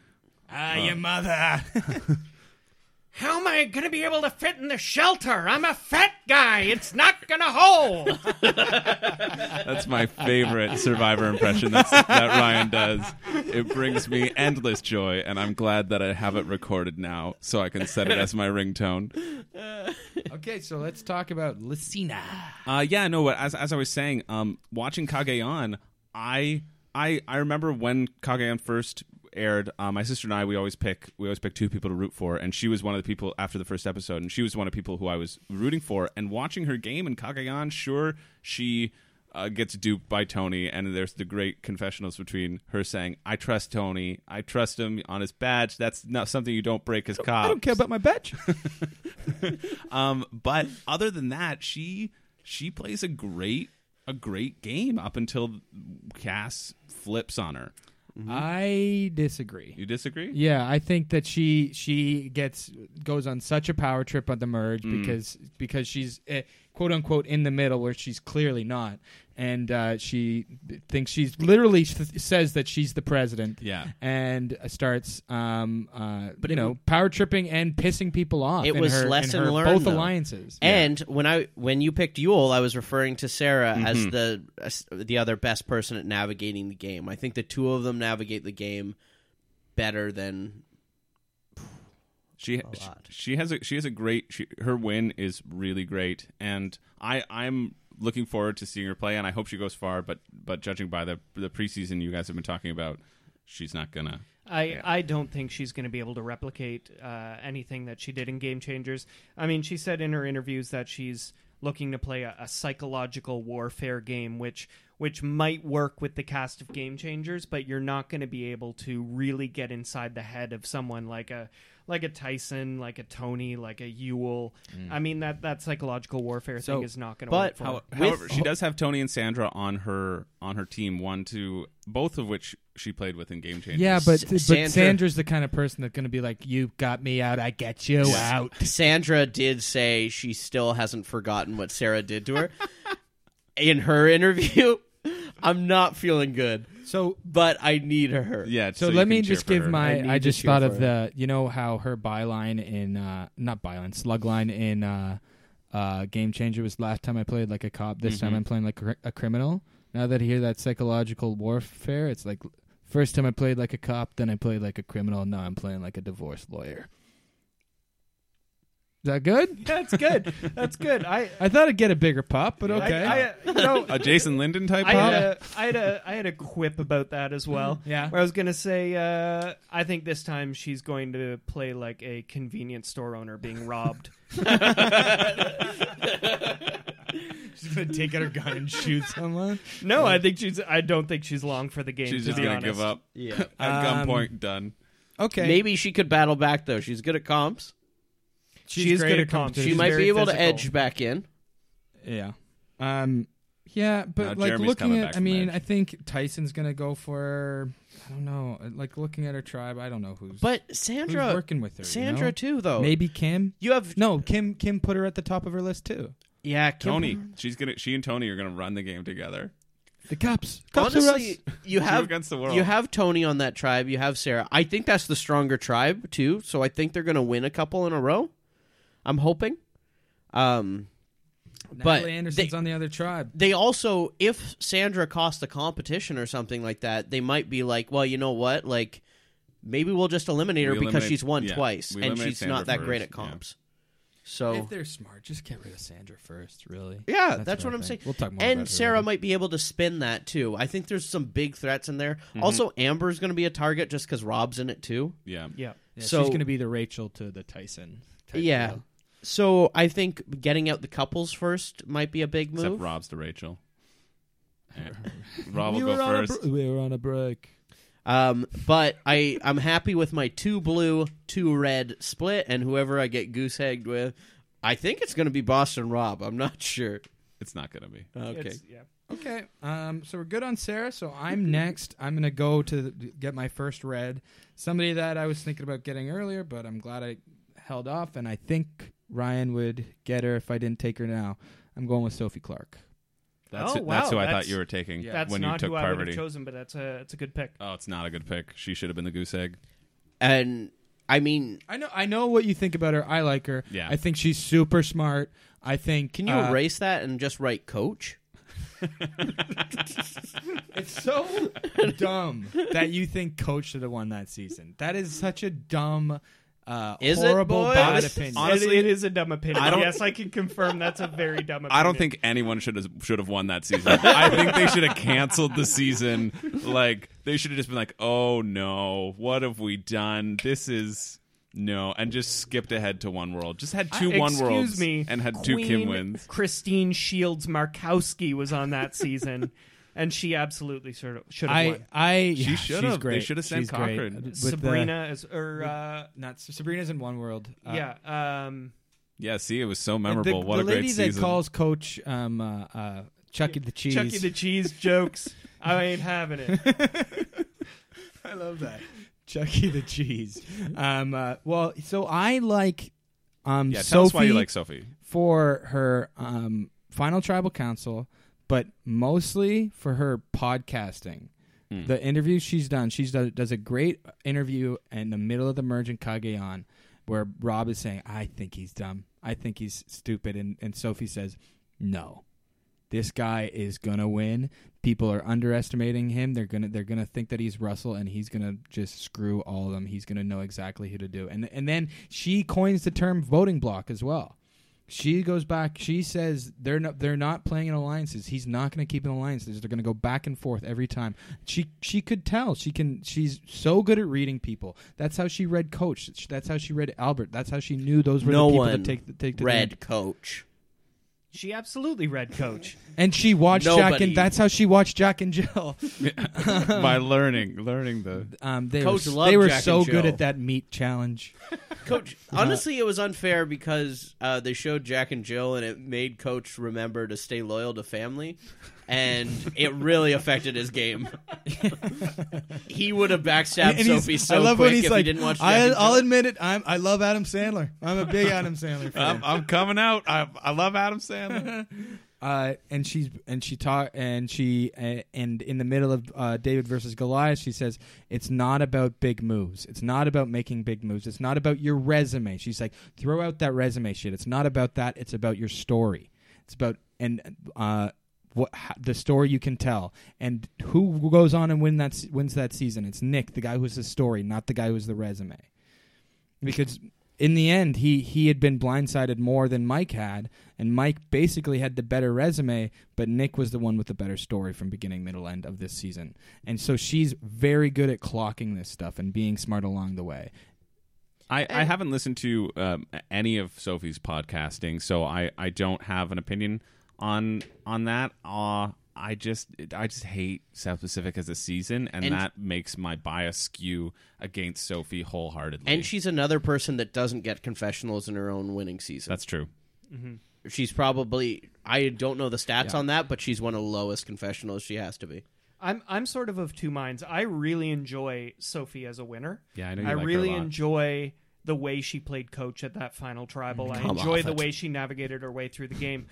S2: Ah, your mother.
S1: [laughs] How am I gonna be able to fit in the shelter? I'm a fat guy. It's not gonna hold.
S3: That's my favorite Survivor impression that's, that Ryan does. It brings me endless joy, and I'm glad that I have it recorded now so I can set it as my ringtone.
S2: okay, so let's talk about Lucina.
S3: Uh, yeah, no. But as as I was saying, um, watching Kageon, I I I remember when Kageon first aired. Uh, my sister and I, we always pick we always pick two people to root for, and she was one of the people after the first episode, and she was one of the people who I was rooting for. And watching her game in Kageon, sure, she uh, gets duped by Tony, and there's the great confessionals between her saying, "I trust Tony, I trust him on his badge. That's not something you don't break as cop."
S7: I don't care about my [laughs] badge.
S3: Um, but other than that, she she plays a great a great game up until Cass flips on her.
S2: I disagree.
S3: You disagree?
S2: Yeah, I think that she she gets goes on such a power trip on the merge
S4: Mm.
S2: because because she's eh, quote unquote in the middle where she's clearly not, and uh, she thinks she's literally s- says that she's the president.
S3: Yeah.
S2: and uh, starts um uh but you
S4: it
S2: know
S4: w-
S2: power tripping and pissing people off.
S4: It
S2: in
S4: was
S2: her- in
S4: lesson
S2: her
S4: learned,
S2: Both
S4: though.
S2: alliances.
S4: And when I when you picked Yule, I was referring to Sarah as the as the other best person at navigating the game. I think the two of them navigate the game better than
S3: She she,
S4: lot.
S3: she has a she has a great she, her win is really great, and I I'm looking forward to seeing her play, and I hope she goes far. But but judging by the the preseason you guys have been talking about, she's not gonna.
S1: I, I don't think she's going to be able to replicate uh, anything that she did in Game Changers. I mean, she said in her interviews that she's looking to play a, a psychological warfare game, which which might work with the cast of Game Changers, but you're not going to be able to really get inside the head of someone like a like a Tyson, like a Tony, like a Ewell. I mean, that that psychological warfare
S2: So-
S1: thing is not going to
S4: but
S1: work. For
S4: how-
S1: her.
S3: However, she does have Tony and Sandra on her on her team, one two, both of which she played with in Game Changers.
S2: Yeah, but
S4: S-
S2: but
S4: Sandra-
S2: Sandra's the kind of person that's going to be like, "You got me out, I get you out."
S4: Sandra did say she still hasn't forgotten what Sarah did to her [laughs] in her interview. [laughs] I'm not feeling good,
S2: So
S4: but I need her.
S3: yeah.
S2: so,
S3: you
S2: let
S3: can
S2: me
S3: cheer
S2: just
S3: for
S2: give
S3: her.
S2: my.
S4: need
S2: I,
S4: to
S2: just
S4: cheer
S2: thought
S4: for
S2: of the. You know how her byline in uh not byline slug line in uh uh Game Changer was last time I played like a cop. This
S3: Mm-hmm.
S2: time I'm playing like cr- a criminal. Now that I hear that psychological warfare, it's like first time I played like a cop, then I played like a criminal. Now I'm playing like a divorce lawyer. Is that good?
S1: that's good. That's good. I
S2: I thought I'd get a bigger pop, but okay.
S1: I, I, you know,
S3: a Jason Linden type
S1: I
S3: pop?
S1: had, a, I had a I had a quip about that as well.
S2: Mm-hmm. Yeah.
S1: where I was gonna say uh, I think this time she's going to play like a convenience store owner
S2: [laughs]
S1: being robbed. [laughs]
S2: She's gonna take out her gun and shoot [laughs] someone.
S1: no, I think she's. I don't think she's long for the game.
S3: She's
S1: to
S3: just
S1: be
S3: gonna
S1: honest.
S3: give up.
S4: Yeah.
S3: [laughs] At
S2: Um,
S3: gunpoint, done.
S2: Okay,
S4: Maybe she could battle back though. She's good at comps.
S1: She's,
S2: She's
S1: good
S2: great
S1: at
S2: at
S1: comp.
S2: competition.
S4: She
S1: She's
S4: might
S1: very
S4: be able to
S1: physical.
S4: edge back in.
S2: Yeah. Um. Yeah,
S3: No,
S2: but like
S3: Jeremy's
S2: looking
S3: coming back
S2: at, I
S3: from
S2: mean,
S3: edge.
S2: I think Tyson's gonna go for. I don't know. Like looking at her tribe, I don't know who's.
S4: But
S2: who's
S4: Sandra,
S2: working with her. you
S4: Sandra
S2: know?
S4: too though.
S2: Maybe Kim.
S4: you have
S2: No, Kim. Kim put her at the top of her list too.
S4: yeah, Kim-
S3: Tony, she's gonna. She and Tony are gonna run the game together.
S2: The cops. Cops are us.
S4: Honestly, [laughs] you
S3: Two
S4: have
S3: against the world.
S4: You have Tony on that tribe. You have Sarah. I think that's the stronger tribe too. So I think they're going to win a couple in a row. I'm hoping. Um, but
S2: Natalie Anderson's
S4: they-
S2: on the other tribe.
S4: they also, if Sandra costs a competition or something like that, they might be like, well, you know what, like maybe we'll just eliminate her
S3: We
S4: because
S3: eliminate-
S4: she's won
S3: yeah,
S4: twice
S3: we
S4: and
S3: eliminate
S4: she's not
S3: Sandra
S4: that great
S3: first,
S4: at
S3: yeah.
S4: comps. So
S2: If they're smart, just get rid of Sandra first. Really.
S4: yeah, that's, what,
S2: I
S4: I'm saying.
S2: think. We'll talk more.
S4: and
S2: about her
S4: Sarah
S2: later.
S4: might be able to spin that too. I think there's some big threats in there. Also, Amber's going to be a target just because Rob's in it too.
S3: Yeah.
S1: Yeah.
S2: Yeah,
S4: so-
S2: she's gonna be the Rachel to the Tyson. type
S4: Yeah.
S2: deal.
S4: So I think getting out the couples first might be a big move.
S3: Except Rob's to Rachel. Yeah. Rob will
S2: We
S3: go
S2: were on a
S3: first.
S2: br- we were on a break.
S4: Um, but I I'm happy with my two blue, two red split, and whoever I get goose egged with, I think it's going to be Boston Rob. I'm not [laughs] sure.
S3: it's not gonna be.
S4: Okay.
S1: It's- yeah.
S2: Okay. Um, so we're good on Sarah. So I'm next. I'm gonna go to the, get my first red. Somebody that I was thinking about getting earlier, but I'm glad I held off. And I think Ryan would get her if I didn't take her now. I'm going with Sophie Clark.
S3: That's
S1: Oh,
S3: it- that's
S1: wow,
S3: who I
S1: that's-
S3: thought you were taking
S1: That's
S3: when
S1: not
S3: you took
S1: who I would
S3: Parvati.
S1: have chosen, but that's a it's a good pick.
S3: oh, it's not a good pick. She should have been the goose egg.
S4: And I mean,
S2: I know. I know what you think about her. I like her.
S3: Yeah.
S2: I think she's super smart. I think.
S4: can you
S2: uh,
S4: erase that and just write coach?
S2: It's
S4: [laughs]
S2: so dumb that you think Coach should have won that season. That is such a dumb, uh,
S4: Is it,
S2: horrible,
S4: boys?
S2: bad
S4: Honest-
S2: opinion.
S3: Honestly,
S1: Honestly, it is a dumb opinion.
S3: I don't-
S1: yes, I can confirm that's a very dumb opinion.
S3: I don't think anyone should have, should have won that season. I think they should have canceled the season. Like they should have just been like, "Oh no, what have we done? This is no," and just skipped ahead to one world. Just had two
S1: Excuse
S3: one worlds
S1: me,
S3: and had two Kim
S1: Queen
S3: wins.
S1: Christine Shields Markowski was on that
S3: [laughs]
S1: season, and she absolutely should have, should have
S2: I,
S1: won.
S2: I, yeah,
S3: should
S2: she's
S3: have. They
S2: Great.
S3: should have sent
S2: She's great.
S3: Cochran.
S2: With the-
S1: Sabrina is or uh,
S2: not Sabrina's in one world. Uh,
S1: yeah, um,
S3: Yeah, see, it was so
S2: the-
S3: memorable.
S2: The,
S3: what a
S2: lady
S3: great
S2: that
S3: season.
S2: calls Coach um, uh, uh, Chucky the Cheese.
S3: E.
S1: Chucky E. the Cheese jokes. I ain't having it.
S2: [laughs] I love that. Chucky the Cheese. Um, uh, well, so I like um,
S3: yeah, tell
S2: Sophie
S3: us why you like Sophie.
S2: for her um, final tribal council, but mostly for her podcasting. The interviews she's done, she's done, does a great interview in the middle of the merge in Kageon, where Rob is saying, "I think he's dumb. I think he's stupid," and and Sophie says, "No, this guy is gonna win. People are underestimating him. They're gonna they're gonna think that he's Russell, and he's gonna just screw all of them. He's gonna know exactly who to do. And and then she coins the term voting block as well. She goes back. She says they're not they're not playing in alliances. He's not going to keep an alliances. They're going to go back and forth every time. She she could tell. She can. She's so good at reading people. That's how she read Coach. That's how she read Albert. That's how she knew those were
S4: no
S2: the people
S4: one
S2: that take the take the
S4: read coach.
S1: She absolutely read Coach.
S2: And she watched Jack
S4: Nobody.
S2: and that's how she watched Jack and Jill.
S3: By learning, learning the
S2: [laughs] Um, they
S4: Coach
S2: were,
S4: loved
S2: they were
S4: Jack
S2: so
S4: and
S2: good
S4: Jill.
S2: at that meat challenge.
S4: [laughs] Coach, honestly, it was unfair because uh, they showed Jack and Jill, and it made Coach remember to stay loyal to family,
S2: [laughs]
S4: and it really affected his game. he would have backstabbed
S2: And he's-
S4: Sophie so
S2: I love
S4: quick
S2: when he's
S4: if
S2: like,
S4: he didn't watch. Jack
S2: I,
S4: and
S2: I'll
S4: Jill.
S2: admit it. I'm, I love Adam Sandler. I'm a big
S4: [laughs]
S2: Adam Sandler fan.
S3: I'm, I'm coming out. I, I love
S2: [laughs]
S3: Adam Sandler.
S2: uh, and she's and she taught and she uh, and in the middle of uh, David versus Goliath, she says it's not about big moves. It's not about making big moves. It's not about your resume. She's like, throw out that resume shit. It's not about that. It's about your story. It's about and uh, what ho- the story you can tell and who goes on and win that se- wins that season. It's Nick, the guy who's the story, not the guy who's the resume because in the end he he had been blindsided more than Mike had and Mike basically had the better resume but Nick was the one with the better story from beginning middle end of this season and so she's very good at clocking this stuff and being smart along the way
S3: I, I haven't listened to um, any of Sophie's podcasting, so I, I don't have an opinion on on that. Uh, I just I just hate South Pacific as a season, and,
S4: And-
S3: that makes my bias skew against Sophie wholeheartedly.
S4: And she's another person that doesn't get confessionals in her own winning season.
S3: that's true.
S4: she's probably I don't know the stats on that, but she's one of the lowest confessionals. She has to be.
S1: I'm I'm sort of of two minds. I really enjoy Sophie as a winner.
S3: Yeah, I know you
S1: I
S3: like her a
S1: really
S3: lot.
S1: enjoy the way she played coach at that final tribal.
S3: Mm-hmm.
S1: I
S4: Come
S1: enjoy
S4: off
S1: the
S4: it.
S1: way she navigated her way through the game.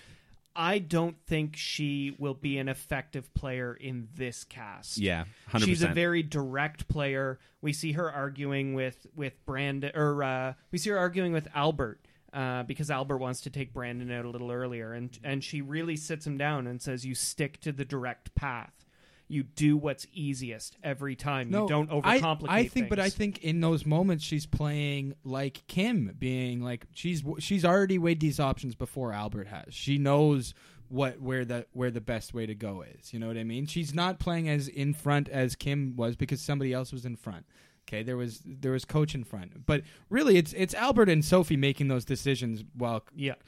S1: I don't think she will be an effective player in this cast.
S3: Yeah, hundred
S1: She's a
S3: percent.
S1: very direct player. We see her arguing with with Brandon, or uh, we see her arguing with Albert uh, because Albert wants to take Brandon out a little earlier, and and she really sits him down and says, "You stick to the direct path. You do what's easiest every time. you don't overcomplicate."
S2: I, I think, but I
S1: things."
S2: think in those moments she's playing like Kim, being like she's she's already weighed these options before Albert has. She knows what where the where the best way to go is. You know what I mean? She's not playing as in front as Kim was because somebody else was in front. Okay, there was there was coach in front, but really it's it's Albert and Sophie making those decisions while
S1: yeah. [laughs]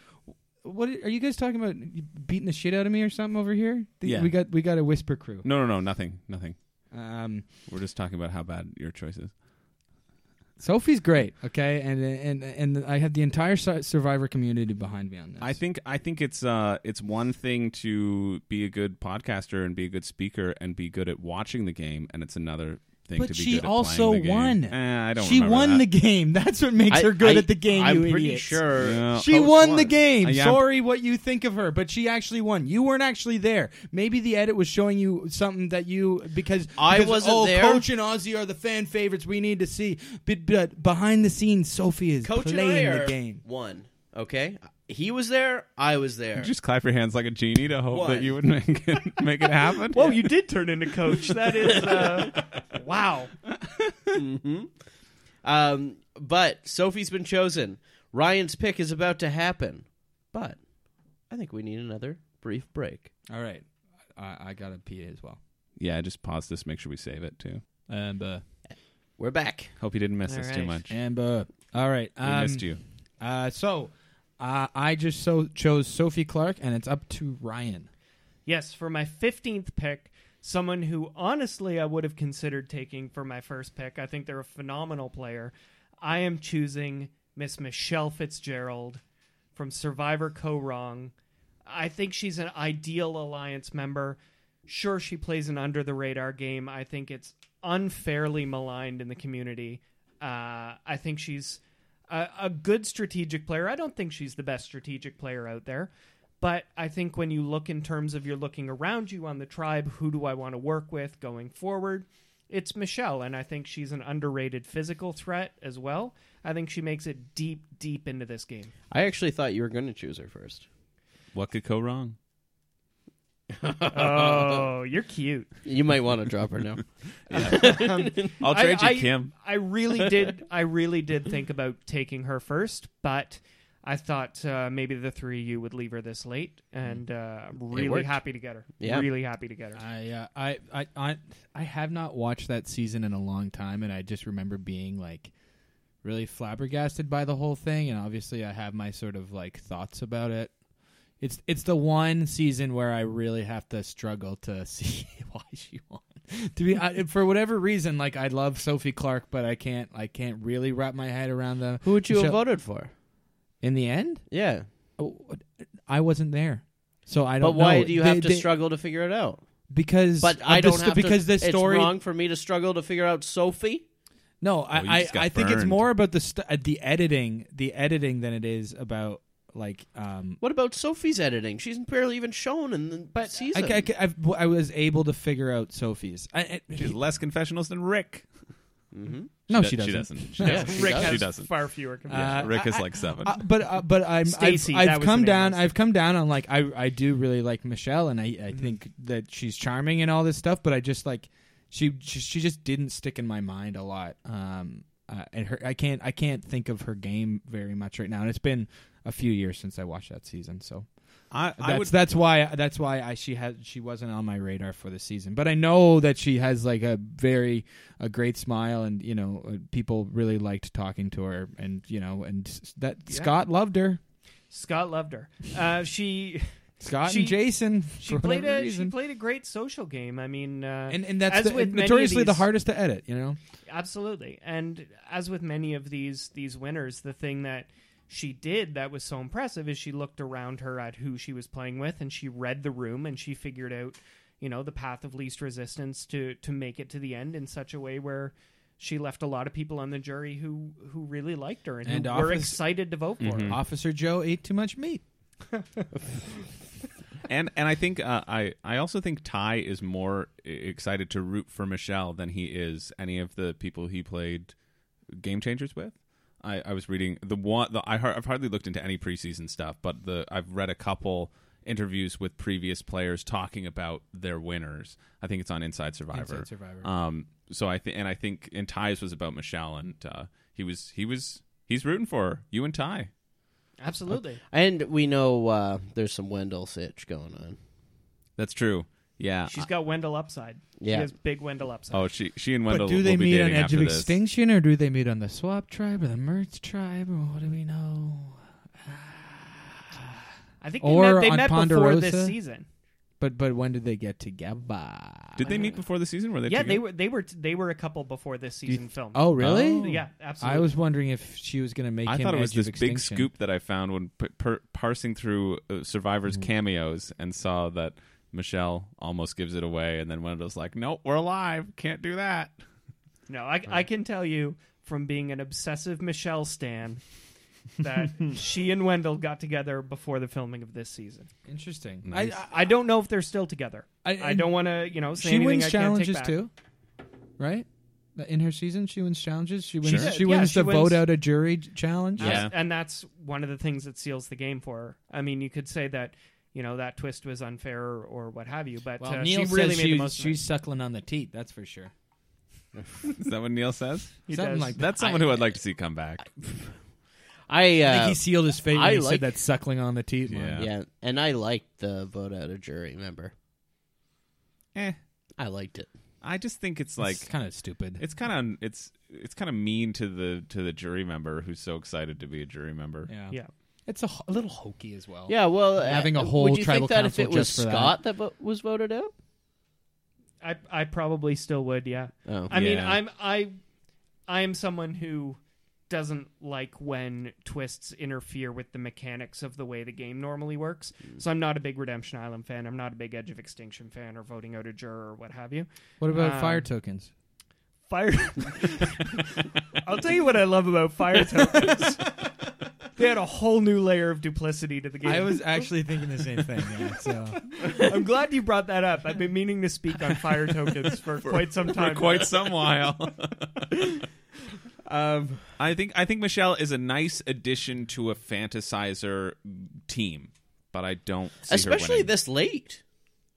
S2: what are you guys talking about? You Beating the shit out of me or something over here?
S3: Yeah.
S2: we got we got a whisper crew.
S3: No, no, no, nothing, nothing.
S2: Um,
S3: We're just talking about how bad your choice is.
S2: Sophie's great, okay, and and and I have the entire Sur- Survivor community behind me on this.
S3: I think I think it's uh it's one thing to be a good podcaster and be a good speaker and be good at watching the game, and it's another thing
S2: but
S3: to be
S2: she
S3: good at
S2: also
S3: playing the
S2: won.
S3: Game. Eh, I don't
S2: she
S3: remember
S2: won
S3: that.
S2: the game. [laughs] That's what makes her good
S4: I-
S2: at the game.
S4: I'm
S2: you
S4: pretty
S2: idiots.
S4: sure.
S3: Yeah.
S2: She
S4: Coach
S2: won the game.
S3: Uh, yeah, I'm-
S2: Sorry what you think of her, but she actually won. You weren't actually there. Maybe the edit was showing you something that you because
S4: I
S2: because,
S4: wasn't
S2: oh,
S4: there.
S2: Coach and Ozzy are the fan favorites we need to see. But, but behind the scenes, Sophie is
S4: Coach and I
S2: playing
S4: are
S2: the game.
S4: one. Okay, he was there. I was there.
S3: You [laughs] just clap your hands like a genie to hope that
S4: Won.
S3: you would make it make it happen.
S1: Whoa, you did turn into coach. That is uh, wow.
S4: Um, but Sophie's been chosen. Ryan's pick is about to happen. But I think we need another brief break.
S2: [laughs] All right, I, I gotta pee as well.
S3: yeah, just pause this. Make sure we save it too.
S2: And uh,
S4: We're back.
S3: Hope you didn't miss
S1: All
S3: us too
S1: right.
S3: much.
S2: and uh, all right.
S3: we
S2: um,
S3: missed you.
S2: Uh, so uh, I just so chose Sophie Clark, and it's up to Ryan.
S1: Yes, for my 15th pick, someone who honestly I would have considered taking for my first pick. I think they're a phenomenal player. I am choosing Miss Michelle Fitzgerald from Survivor Co Wrong. I think she's an ideal alliance member. Sure, she plays an under the radar game. I think it's unfairly maligned in the community. Uh, I think she's a, a good strategic player. I don't think she's the best strategic player out there, but I think when you look in terms of you're looking around you on the tribe, who do I want to work with going forward? It's Michelle, and I think she's an underrated physical threat as well. I think she makes it deep, deep into this game.
S4: I actually thought you were going to choose her first.
S3: What could go wrong?
S1: [laughs] Oh, you're cute.
S4: You might want to drop her
S3: [laughs]
S4: now.
S3: I'll trade
S1: I, [laughs]
S3: you, Kim.
S1: I, I really did. I really did think about taking her first, but I thought uh, maybe the three of you would leave her this late, and uh, I'm really
S4: worked.
S1: happy to get her.
S4: Yeah.
S1: Really happy to get her.
S2: I, uh, I I I I have not watched that season in a long time, and I just remember being like really flabbergasted by the whole thing. And obviously, I have my sort of like thoughts about it. It's it's the one season where I really have to struggle to [laughs] see why she won. To be I, for whatever reason, like I love Sophie Clark, but I can't I can't really wrap my head around the
S4: Who would you have
S2: Michelle-
S4: voted for?
S2: in the end.
S4: Yeah.
S2: Oh, I wasn't there, so I
S4: But
S2: don't.
S4: why
S2: know.
S4: do you
S2: They-
S4: have to
S2: they-
S4: struggle to figure it out?
S2: Because
S4: But
S2: of
S4: I
S2: the
S4: don't
S2: sto-
S4: have to-
S2: because this story
S4: It's wrong for me to struggle to figure out Sophie.
S2: No,
S3: Oh, you
S2: I I,
S3: just got
S2: I think it's
S3: burned.
S2: more about the st- uh, the editing, the editing than it is about like um.
S4: What about Sophie's editing? She's barely even shown in the
S2: But
S4: season.
S2: I, I, I've- I, was able to figure out Sophie's. I, I,
S3: She's less confessionals than Rick.
S2: no,
S3: do-
S2: she doesn't. [laughs]
S3: She
S4: Yeah,
S3: doesn't.
S4: she
S1: Rick
S4: does.
S1: has
S3: She doesn't.
S1: far fewer.
S2: Uh,
S3: Rick is
S2: I-
S3: like seven.
S2: Uh, but uh, but I'm
S1: Stacey,
S2: I've,
S1: that
S2: I've
S1: was
S2: come
S1: the name I
S2: down.
S1: was
S2: I've come down on like I I do really like Michelle, and I I
S1: Mm-hmm.
S2: think that she's charming and all this stuff. But I just like she she, she just didn't stick in my mind a lot. Um, uh, and her I can't I can't think of her game very much right now, and it's been a few years since I watched that season, so.
S3: I, I
S2: That's
S3: would
S2: that's why that's why I she had she wasn't on my radar for the season, but I know that she has like a very a great smile, and you know uh, people really liked talking to her, and you know and s- that Scott loved her,
S1: Scott loved her. Uh, she
S2: Scott
S1: She-
S2: and Jason
S1: she
S2: for
S1: played
S2: whatever
S1: a
S2: reason,
S1: she played a great social game. I mean, uh,
S2: and and that's
S1: as
S2: the,
S1: with many of
S2: notoriously the
S1: these-
S2: hardest to edit, you know.
S1: Absolutely. And as with many of these these winners, the thing that she did that was so impressive is she looked around her at who she was playing with and she read the room and she figured out, you know, the path of least resistance to to make it to the end in such a way where she left a lot of people on the jury who who really liked her and,
S2: And
S1: who were
S2: office-
S1: excited to vote for her.
S2: Officer Joe ate too much meat.
S3: and and I think uh, I I also think Ty is more e- excited to root for Michelle than he is any of the people he played game changers with. I, I was reading the one the, I har- I've hardly looked into any preseason stuff, but the I've read a couple interviews with previous players talking about their winners. I think it's on Inside Survivor.
S2: Inside Survivor.
S3: Um. So I think and I think and Ty's was about Michelle and uh, he was he was he's rooting for her. You and Ty.
S1: Absolutely.
S2: Uh,
S4: and we know uh, there's some Wendell sitch going on.
S3: That's true. Yeah.
S1: She's got Wendell upside. She
S4: Yeah.
S1: has big Wendell upside.
S3: Oh, she she and Wendell.
S2: but do they
S3: will be
S2: meet on
S3: dating
S2: Edge
S3: after
S2: of
S3: this.
S2: Extinction, or do they meet on the Swap Tribe or the Mertz Tribe, or what do we know?
S1: I think they
S2: Or
S1: met, they
S2: on
S1: met before
S2: Ponderosa.
S1: this season.
S2: But but when did they get together?
S3: Did they meet before the season? Were they?
S1: yeah, they
S3: together?
S1: were they were they were a couple before this
S2: you-
S1: season film.
S2: Oh really?
S3: Oh.
S1: yeah, absolutely.
S2: I was wondering if she was going to make
S3: I
S2: him.
S3: thought it was
S2: Edge of
S3: this big
S2: Extinction.
S3: scoop that I found when p- per- parsing through uh, Survivor's
S2: Mm-hmm.
S3: cameos and saw that Michelle almost gives it away, and then Wendell's like, "Nope, we're alive. Can't do that." [laughs]
S1: No, I, I can tell you from being an obsessive Michelle stan
S2: [laughs]
S1: that she and Wendell got together before the filming of this season.
S2: Interesting.
S1: I I I don't know if they're still together.
S2: I-
S1: I, don't want to, you know, say
S2: she
S1: anything
S2: wins
S1: I can't take
S2: challenges
S1: back.
S2: too, right? In her season, she wins challenges. She wins.
S3: Sure.
S2: She
S1: Yeah,
S2: wins
S1: she
S2: the
S1: wins-
S2: vote out a jury challenge.
S3: Yeah.
S1: That's- and that's one of the things that seals the game for her. I mean, you could say that, you know, that twist was unfair or, or what have you, but uh, she really made the most. of it.
S2: she's suckling on the teat. That's for sure.
S3: Is that what Neil says?
S1: He
S2: something
S1: does.
S2: like
S3: That's someone who I'd like to see come back.
S4: I
S2: I think
S4: uh,
S2: he sealed his fate when
S4: I
S2: he
S4: like-
S2: said that suckling on the teat. line.
S3: Yeah.
S4: yeah, and I liked the vote out of jury. Remember,
S3: Eh,
S4: I liked it.
S3: I just think it's
S2: Like
S3: like
S2: kind of stupid.
S3: it's kind of it's it's kind of mean to the to the jury member who's so excited to be a jury member.
S2: yeah.
S1: yeah.
S2: It's a, ho- a little hokey as well.
S4: Yeah, well,
S2: Having a
S4: uh,
S2: whole
S4: would you
S2: tribal
S4: think that if
S2: council
S4: it was
S2: just for that.
S4: Scott that, vo- was voted out?
S1: I I probably still would, yeah.
S4: Oh.
S1: I mean,
S3: Yeah.
S1: I'm I I am someone who doesn't like when twists interfere with the mechanics of the way the game normally works.
S3: Hmm.
S1: So I'm not a big Redemption Island fan. I'm not a big Edge of Extinction fan or voting out a juror or what have you.
S2: What about
S1: Um,
S2: fire tokens?
S1: Fire. [laughs] I'll tell you what I love about Fire
S3: [laughs]
S1: Tokens. they had a whole new layer of duplicity to the game.
S2: actually thinking the same thing. Yeah, so
S1: I'm glad you brought that up. I've been meaning to speak on Fire Tokens for, quite some time.
S3: [laughs] For quite some while.
S1: um,
S3: I think I think Michelle is a nice addition to a fantasizer team, but I don't see her
S4: Especially
S3: winning.
S4: this late.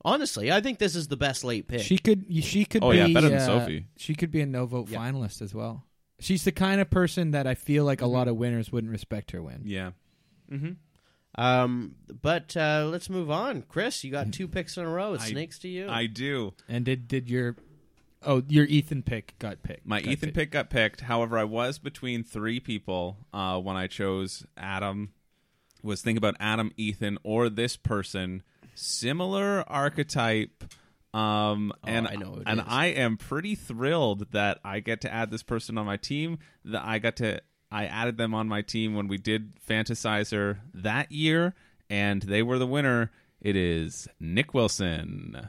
S4: Honestly, I think this is the best late pick.
S2: she could. She could.
S3: Oh,
S2: be,
S3: yeah, better than
S2: uh,
S3: Sophie.
S2: She could be a no vote finalist as well. She's the kind of person that I feel like a lot of winners wouldn't respect her win.
S3: Yeah.
S4: um, but uh, let's move on. Chris, you got two picks in a row. It's snakes to you.
S3: Hmm. I do.
S2: And did did your oh your Ethan pick got picked?
S3: My
S2: got
S3: Ethan
S2: picked.
S3: pick got picked. However, I was between three people uh, when I chose Adam. Was thinking about Adam, Ethan, or this person, similar archetype. Um, and
S4: Oh, I know who it
S3: and
S4: is.
S3: I am pretty thrilled that I get to add this person on my team. That I got to I added them on my team when we did Fantasizer that year, and they were the winner. It is Nick Wilson.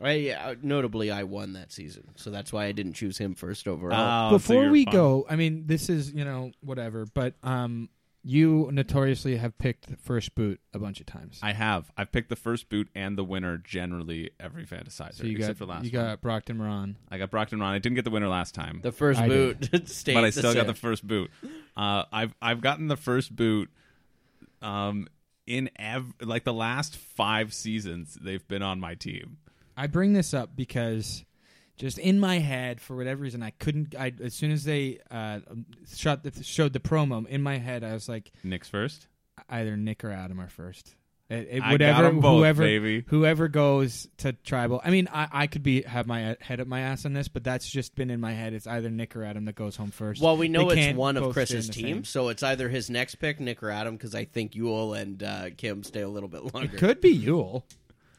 S4: I- uh, notably, I won that season, so that's why I didn't choose him first overall.
S3: Oh, so
S2: Before
S3: you're
S2: we
S3: fine.
S2: go, I mean, this is you know whatever, but um, you notoriously have picked the first boot a bunch of times.
S3: I have. I've picked the first boot and the winner generally every fantasizer,
S2: so you
S3: except
S2: got
S3: for last
S2: you
S3: one.
S2: got Brockton Moran.
S3: I got Brockton Ron. I didn't get the winner last time,
S4: the first
S2: I
S4: boot [laughs] stayed.
S3: but I
S4: the
S3: still got
S4: same.
S3: the first boot. Uh, I've I've gotten the first boot. Um, in ev- like the last five seasons, they've been on my team.
S2: I bring this up because just in my head, for whatever reason, I couldn't. I as soon as they uh, shot the, showed the promo in my head, I was like,
S3: Nick's first.
S2: either Nick or Adam are first. It, it-
S3: I got
S2: whatever,
S3: 'em both,
S2: whoever,
S3: baby.
S2: whoever goes to tribal. I mean, I, I could be have my head up my ass on this, but that's just been in my head. It's either Nick or Adam that goes home first.
S4: Well, we know
S2: They
S4: it's
S2: can't
S4: one of
S2: both stay in
S4: Chris's
S2: the
S4: team,
S2: same.
S4: so it's either his next pick, Nick or Adam, because I think Yule and uh, Kim stay a little bit longer.
S2: Could be Yule.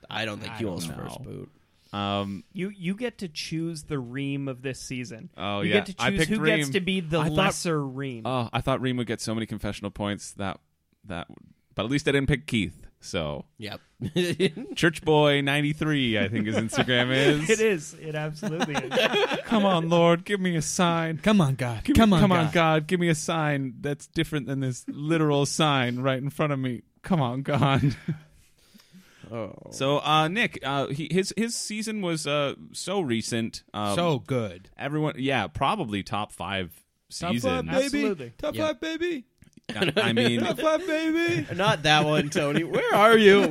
S4: I don't think Yule's first boot.
S3: Um,
S1: You you get to choose the ream of this season.
S3: Oh,
S1: you
S3: yeah.
S1: get to choose
S3: I picked
S1: who gets
S3: ream.
S1: to be the
S3: I thought-
S1: lesser ream.
S3: oh, I thought Reem would get so many confessional points that that, but at least I didn't pick Keith. So
S4: Yep. [laughs]
S3: Church Boy ninety three, I think his
S2: [laughs]
S3: Instagram is.
S1: it is. It absolutely
S3: [laughs]
S1: is.
S3: Come on, Lord, give me a sign.
S2: Come on, God.
S3: Give me-
S2: come on,
S3: come
S2: God.
S3: on, God, give me a sign that's different than this literal [laughs] sign right in front of me. Come on, God.
S4: oh.
S3: So, uh, Nick, uh, he, his his season was uh, so recent. Um,
S2: so good.
S3: everyone, yeah, probably top five season.
S1: Absolutely.
S2: Top
S4: Yeah.
S2: five, baby.
S3: I [laughs] I mean,
S2: five, baby.
S4: Not that one,
S3: [laughs]
S4: Tony. Where are you?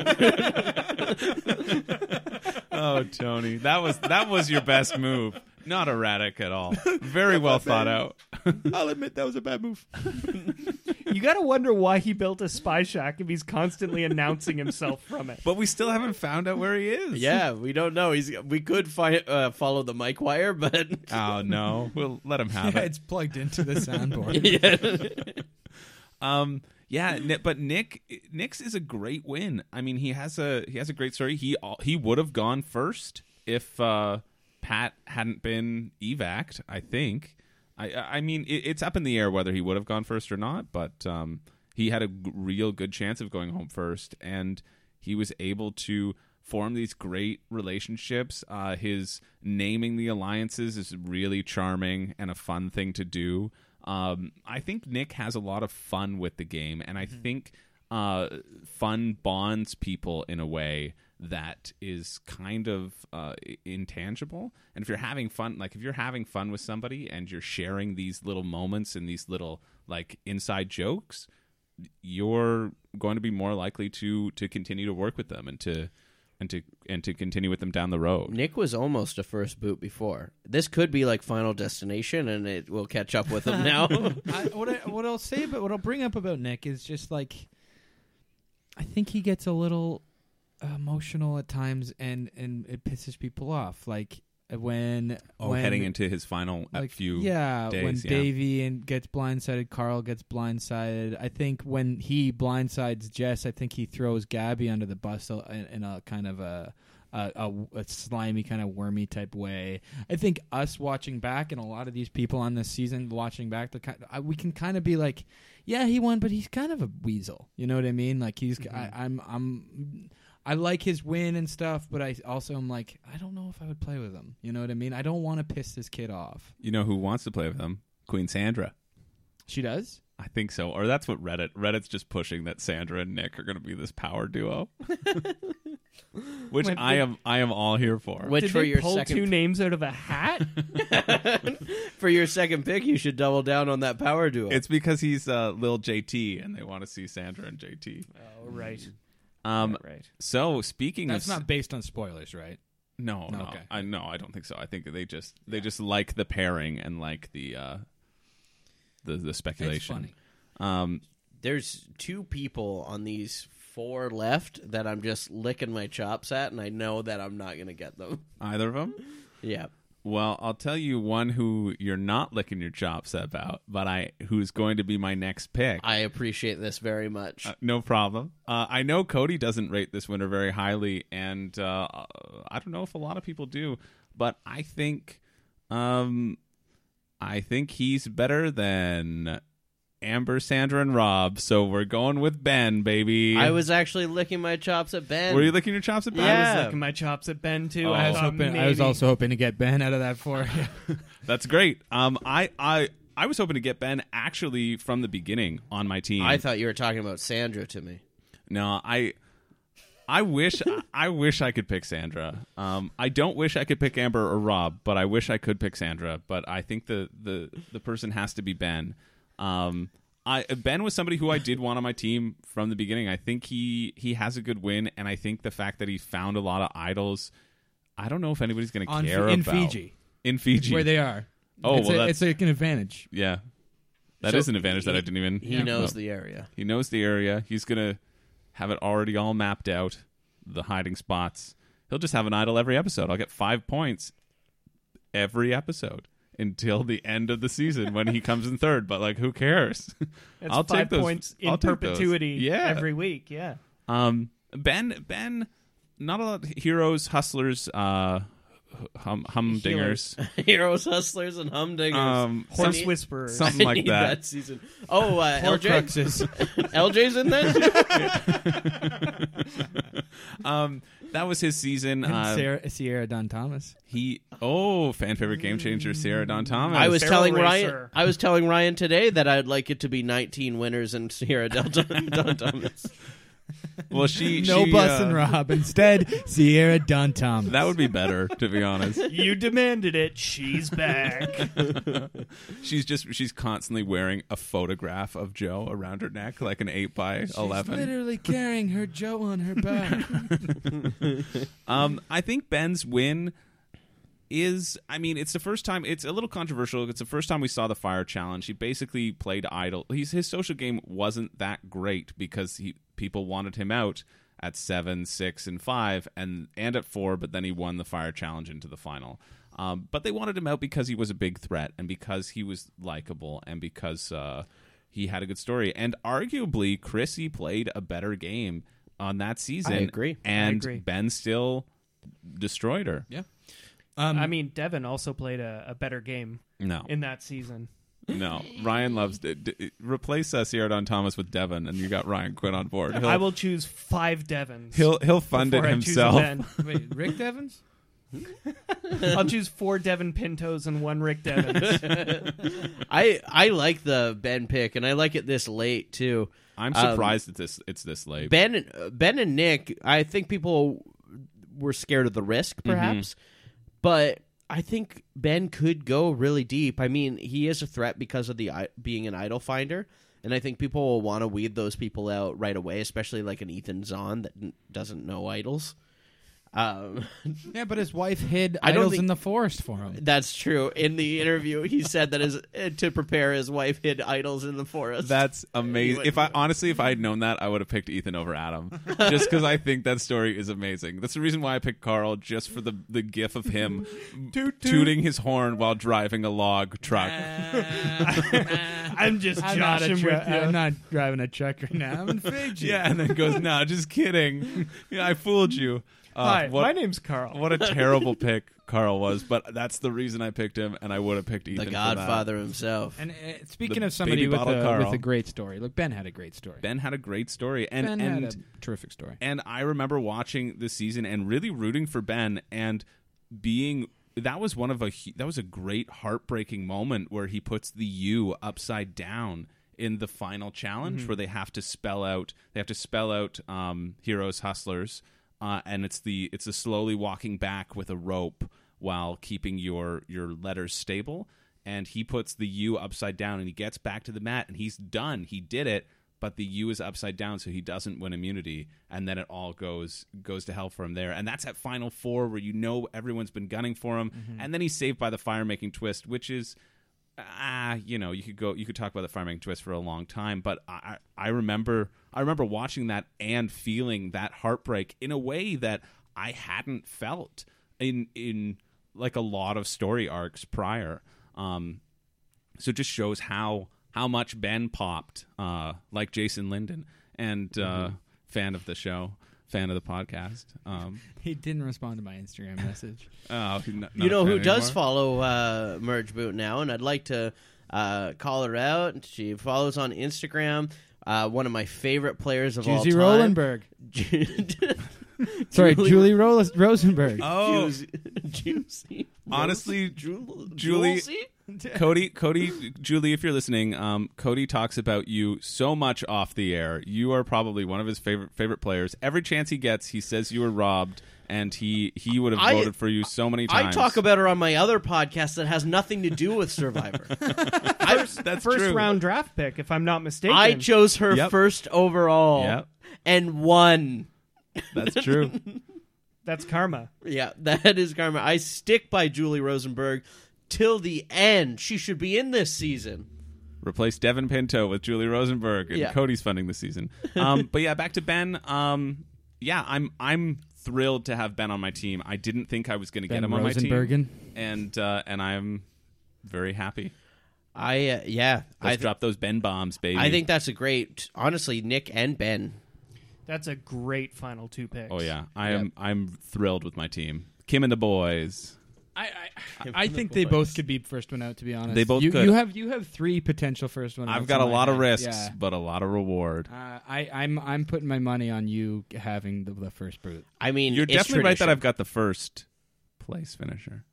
S3: oh, Tony, that was that was your best move. Not erratic at [laughs] all. Very well thought out. I'll admit that was a bad move.
S1: You got to wonder why he built a spy shack if he's constantly announcing himself from it.
S3: But we still haven't found out where he is.
S4: yeah, we don't know. He's we could fi- uh, follow the mic wire, but
S3: Oh no, we'll let him
S2: [laughs]
S3: have
S2: Yeah,
S4: [laughs]
S3: it.
S2: it's plugged into the soundboard.
S4: Yeah.
S3: Um, yeah, Ni- but Nick Nick's is a great win. I mean, he has a he has a great story. He al- he would have gone first if uh, Pat hadn't been evac'd. I think. I I I mean, it, it's up in the air whether he would have gone first or not. But um, he had a g- real good chance of going home first, and he was able to form these great relationships. Uh, his naming the alliances is really charming and a fun thing to do. Um, I think Nick has a lot of fun with the game, and I think uh, fun bonds people in a way that is kind of uh, i- intangible. And if you're having fun, like if you're having fun with somebody and you're sharing these little moments and these little like inside jokes, you're going to be more likely to to continue to work with them and to and to and to continue with them down the road.
S4: Nick was almost a first boot before. This could be like Final Destination, and it will catch up with him
S1: [laughs]
S4: now.
S2: [laughs] I, what, I, what I'll say, but what I'll bring up about Nick is just like, I think he gets a little emotional at times, and and it pisses people off. Like when
S3: Oh,
S2: when,
S3: heading into his final uh,
S2: like,
S3: few.
S2: yeah when
S3: days, yeah.
S2: Davey and gets blindsided, Carl gets blindsided. I think when he blindsides Jess, I think he throws Gabby under the bus a- in, in a kind of a. A, a, a slimy kind of wormy type way. I think us watching back and a lot of these people on this season watching back, the kind I, we can kind of be like, yeah, he won, but he's kind of a weasel. You know what I mean? Like he's I,
S3: Mm-hmm.
S2: I'm I'm I like his win and stuff, but I also am like I don't know if I would play with him. You know what I mean? I don't want to piss this kid off.
S3: You know who wants to play with them? Queen Sandra.
S2: She does.
S3: I think so. Or that's what Reddit. Reddit's just pushing that Sandra and Nick are going to be this power duo. Which I am I am all here for.
S4: Which
S1: Did
S4: for
S1: they
S4: your
S1: pull
S4: second
S1: two names out of a hat?
S3: [laughs]
S4: for your second pick, you should double down on that power duo.
S3: It's because he's uh, Lil JT and they want to see Sandra and JT.
S1: oh, right,
S3: Um
S1: right.
S3: so speaking
S5: That's
S3: of s-
S5: not based on spoilers, right?
S3: no, no.
S5: okay.
S3: I no, I don't think so. I think they just they just like the pairing and like the uh the the speculation.
S5: funny.
S3: Um
S4: There's two people on these four left that I'm just licking my chops at, and I know that I'm not gonna get
S1: [laughs]
S4: them.
S3: either of them?
S4: Yeah.
S3: Well, I'll tell you one who you're not licking your chops about, but I who's going to be my next pick.
S4: I appreciate this very much.
S3: Uh, no problem. Uh, I know Cody doesn't rate this winner very highly, and uh, I don't know if a lot of people do, but I think, um, I think he's better than Amber, Sandra, and Rob. So we're going with Ben, baby.
S4: I was actually licking my chops at Ben.
S3: Were you licking your chops at Ben?
S1: I
S4: Yeah.
S1: was licking my chops at Ben too.
S3: Oh.
S1: I,
S3: I was
S1: thought
S2: I was
S1: maybe-
S2: also hoping to get Ben out of
S5: [laughs]
S2: that for you.
S3: That's great. Um, I, I, I was hoping to get Ben actually from the beginning on my team.
S4: I thought you were talking about Sandra to me.
S3: No, I I wish I wish I could pick Sandra. Um, I don't wish I could pick Amber or Rob, but I wish I could pick Sandra. But I think the the the person has to be Ben. Um, I Ben was somebody who I did want on my team from the beginning. I think he he has a good win, and I think the fact that he found a lot of idols. I don't know if anybody's going to
S2: On
S3: care
S2: Fi- in
S3: about
S2: Fiji.
S3: In Fiji,
S2: Where they are.
S3: Oh,
S2: it's,
S3: well,
S2: a,
S3: that's-
S2: it's like an advantage.
S3: yeah, that is an advantage that I didn't even.
S4: He knows the area. [laughs]
S3: He knows the area. He's gonna have it already all mapped out, the hiding spots. He'll just have an idol every episode. I'll get five points every episode until the end of the season when he comes in third. But like, who cares? [laughs]
S1: That's
S3: I'll
S1: five
S3: take those.
S1: points in
S3: I'll take those.
S1: perpetuity.
S3: Yeah.
S1: every week. Yeah.
S3: um, Ben. Ben. Not a lot of heroes, hustlers, uh, hum, humdingers,
S4: Heroes, hustlers, and humdingers.
S3: um, some-
S1: Horse whisperer.
S3: something like
S4: Need
S3: that.
S4: season. Oh, uh, [laughs] LJ,
S2: Horcruxes.
S4: LJ's in
S3: [laughs]
S4: that.
S3: Um, that was his season. Uh,
S2: Sarah, Sierra Don Thomas.
S3: he oh, fan favorite game changer, Sarah Don Thomas.
S4: I was
S1: Barrel
S4: telling Ryan.
S1: racer.
S4: I was telling Ryan today that I'd like it to be 19 winners and Sierra Del [laughs] Don Thomas.
S3: well, she
S2: No
S3: she,
S2: Bus
S3: uh,
S2: and Rob. Instead,
S3: [laughs]
S2: Sierra Don Thomas.
S3: That would be better, to be honest.
S1: you demanded it. She's
S3: [laughs]
S1: back.
S3: She's just she's constantly wearing a photograph of Joe around her neck, like an eight by eleven.
S2: literally carrying her Joe on her back.
S3: Um, I think Ben's win is I mean, it's the first time it's a little controversial. It's the first time we saw the fire challenge. He basically played idle. He's his social game wasn't that great because he people wanted him out at seven, six, and five and and at four, but then he won the fire challenge into the final. Um, but they wanted him out because he was a big threat and because he was likable and because uh, he had a good story. And arguably, Chrissy played a better game on that season.
S4: agree. I
S3: And
S1: agree.
S3: Ben still destroyed her.
S5: [laughs] Yeah. Um,
S1: I mean, Devin also played a, a better game
S3: No,
S1: in that season.
S3: no. Ryan loves d- d- replace us here on Thomas with Devin, and you got Ryan Quinn on board. He'll,
S1: I will choose five Devins.
S3: He'll he'll fund it
S1: before I choose a
S3: himself.
S5: [laughs]
S1: Ben.
S5: wait, Rick Devins?
S1: I'll choose four Devin Pintos and one Rick
S3: [laughs]
S1: Devins.
S4: I I like the Ben pick, and I like it this late too.
S3: I'm
S4: Um,
S3: surprised that this it's this late.
S4: Ben uh, Ben and Nick, I think people were scared of the risk, perhaps, but I think Ben could go really deep. I mean, he is a threat because of the i- being an idol finder, and I think people will want to weed those people out right away, especially like an Ethan Zahn that n- doesn't know idols. Um, [laughs]
S5: Yeah, but his wife hid
S4: I don't
S5: idols
S4: think-
S5: in the forest for him.
S4: that's true. In the interview, he said that his, uh, to prepare his wife hid idols in the forest.
S3: That's amazing. If I honestly, if I had known that, I would have picked Ethan
S1: [laughs]
S3: over Adam, just because I think that story is amazing. That's the reason why I picked Carl, just for the the gif
S1: [laughs]
S3: of him tooting his horn while driving a log truck.
S1: Ah, I'm just
S5: I'm not, a
S1: joshing
S5: tru-
S1: with you.
S5: I'm
S3: Uh,
S5: not driving a truck right now. [laughs] I'm in Fiji.
S3: yeah, and then goes, "No, just kidding. [laughs] Yeah, I fooled you." Uh,
S1: Hi,
S3: what,
S1: my name's Carl.
S3: What a terrible pick Carl was, but that's the reason I picked him, and I would have picked
S4: the
S3: Ethan. for that.
S4: Godfather himself.
S5: And uh, speaking
S3: The
S5: of somebody
S3: baby
S5: with
S3: bottle
S5: a,
S3: Carl.
S5: with a great story, look, Ben had a great story.
S3: Ben had a great story, and
S5: Ben
S3: and
S5: had a terrific story.
S3: And I remember watching this season and really rooting for Ben and being that was one of a hu- that was a great heartbreaking moment where he puts the U upside down in the final challenge where they have to spell out they have to spell out um, heroes hustlers uh, and it's the it's a slowly walking back with a rope while keeping your your letters stable and he puts the U upside down and he gets back to the mat and he's done. He did it, but the U is upside down, so he doesn't win immunity, and then it all goes goes to hell for him there. And that's at Final Four where you know everyone's been gunning for him, and then he's saved by the fire making twist, which is ah, you know, you could go, you could talk about the farming twist for a long time, but I, I I remember, I remember watching that and feeling that heartbreak in a way that I hadn't felt in in like a lot of story arcs prior. Um, so it just shows how how much Ben popped, uh, like Jason Linden, and uh,
S4: Mm-hmm.
S3: fan of the show, fan of the podcast. Um,
S5: He didn't respond to my Instagram message.
S3: oh, he- not-
S4: You know
S3: not
S4: who
S3: a fan
S4: does
S3: anymore?
S4: follow uh, Merge Boot now, and I'd like to uh, call her out. She follows on Instagram. Uh, one of my favorite players of all
S5: Juicy
S4: time, [laughs]
S5: Rolenberg. Sorry,
S4: Julie-
S5: Julie Rolis- Rosenberg.
S3: Oh,
S4: Juicy.
S3: honestly,
S4: Jul-
S3: Julie-
S4: Julesy?
S3: Cody, Cody, Julie, if you're listening, um, Cody talks about you so much off the air. You are probably one of his favorite favorite players. Every chance he gets, he says you were robbed, and he he would have
S4: I-
S3: voted for you so many
S4: I
S3: times.
S4: talk about her on my other podcast that has nothing to do with Survivor.
S3: [laughs]
S4: I,
S3: that's
S1: First
S3: true.
S1: round draft pick, if I'm not mistaken.
S4: I chose her
S3: Yep.
S4: first overall
S3: Yep.
S4: and won. [laughs]
S3: That's true.
S1: That's karma.
S4: Yeah, [laughs] that is karma. I stick by Julie Rosenberg till the end. She should be in this season.
S3: Replace Devin Pinto with Julie Rosenberg, and
S4: Yeah.
S3: Cody's funding this season.
S4: [laughs]
S3: Um, but yeah, back to Ben. Um, yeah, I'm I'm thrilled to have Ben on my team. I didn't think I was going to get
S5: Ben
S3: him on my
S5: Rosenbergen.
S3: team, and uh, and I'm very happy.
S4: I uh, yeah,
S3: Let's
S4: I th-
S3: drop those Ben bombs, baby.
S4: I think that's a great. Honestly, Nick and Ben.
S1: That's a great final two picks.
S3: Oh yeah, I am. I'm thrilled with my team. Kim and the boys.
S5: I, I, I think they both could be first one out. To be honest,
S3: They both
S5: You,
S3: could.
S5: you have you have three potential first one. outs
S3: I've got a
S5: in my
S3: lot of
S5: head.
S3: risks,
S5: Yeah.
S3: but a lot of reward.
S5: Uh, I, I'm I'm putting my money on you having the, the first boot.
S4: I mean,
S3: You're
S4: it's
S3: definitely right that
S4: tradition.
S3: I've got the first place finisher.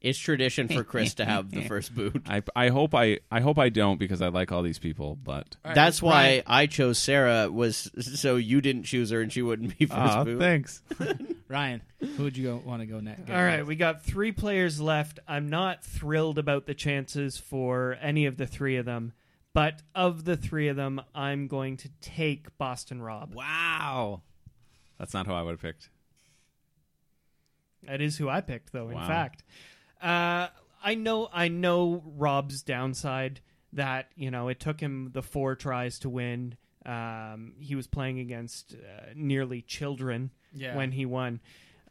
S4: It's tradition for Chris to have
S3: [laughs]
S4: the first boot.
S3: I, I hope I I hope I don't because I like all these people, but
S4: That's why I chose Sarah was so you didn't choose her and she wouldn't be first
S3: Aw,
S4: boot.
S3: [laughs] thanks.
S5: Ryan, who would you go, want to go next?
S1: All right, we got three players left. I'm not thrilled about the chances for any of the three of them, but of the three of them, I'm going to take Boston Rob.
S3: Wow, that's not who I would have picked.
S1: That is who I picked, though. In
S3: Wow.
S1: fact, uh, I know I know Rob's downside that you know it took him the four tries to win. Um, he was playing against uh, nearly children
S5: Yeah.
S1: when he won.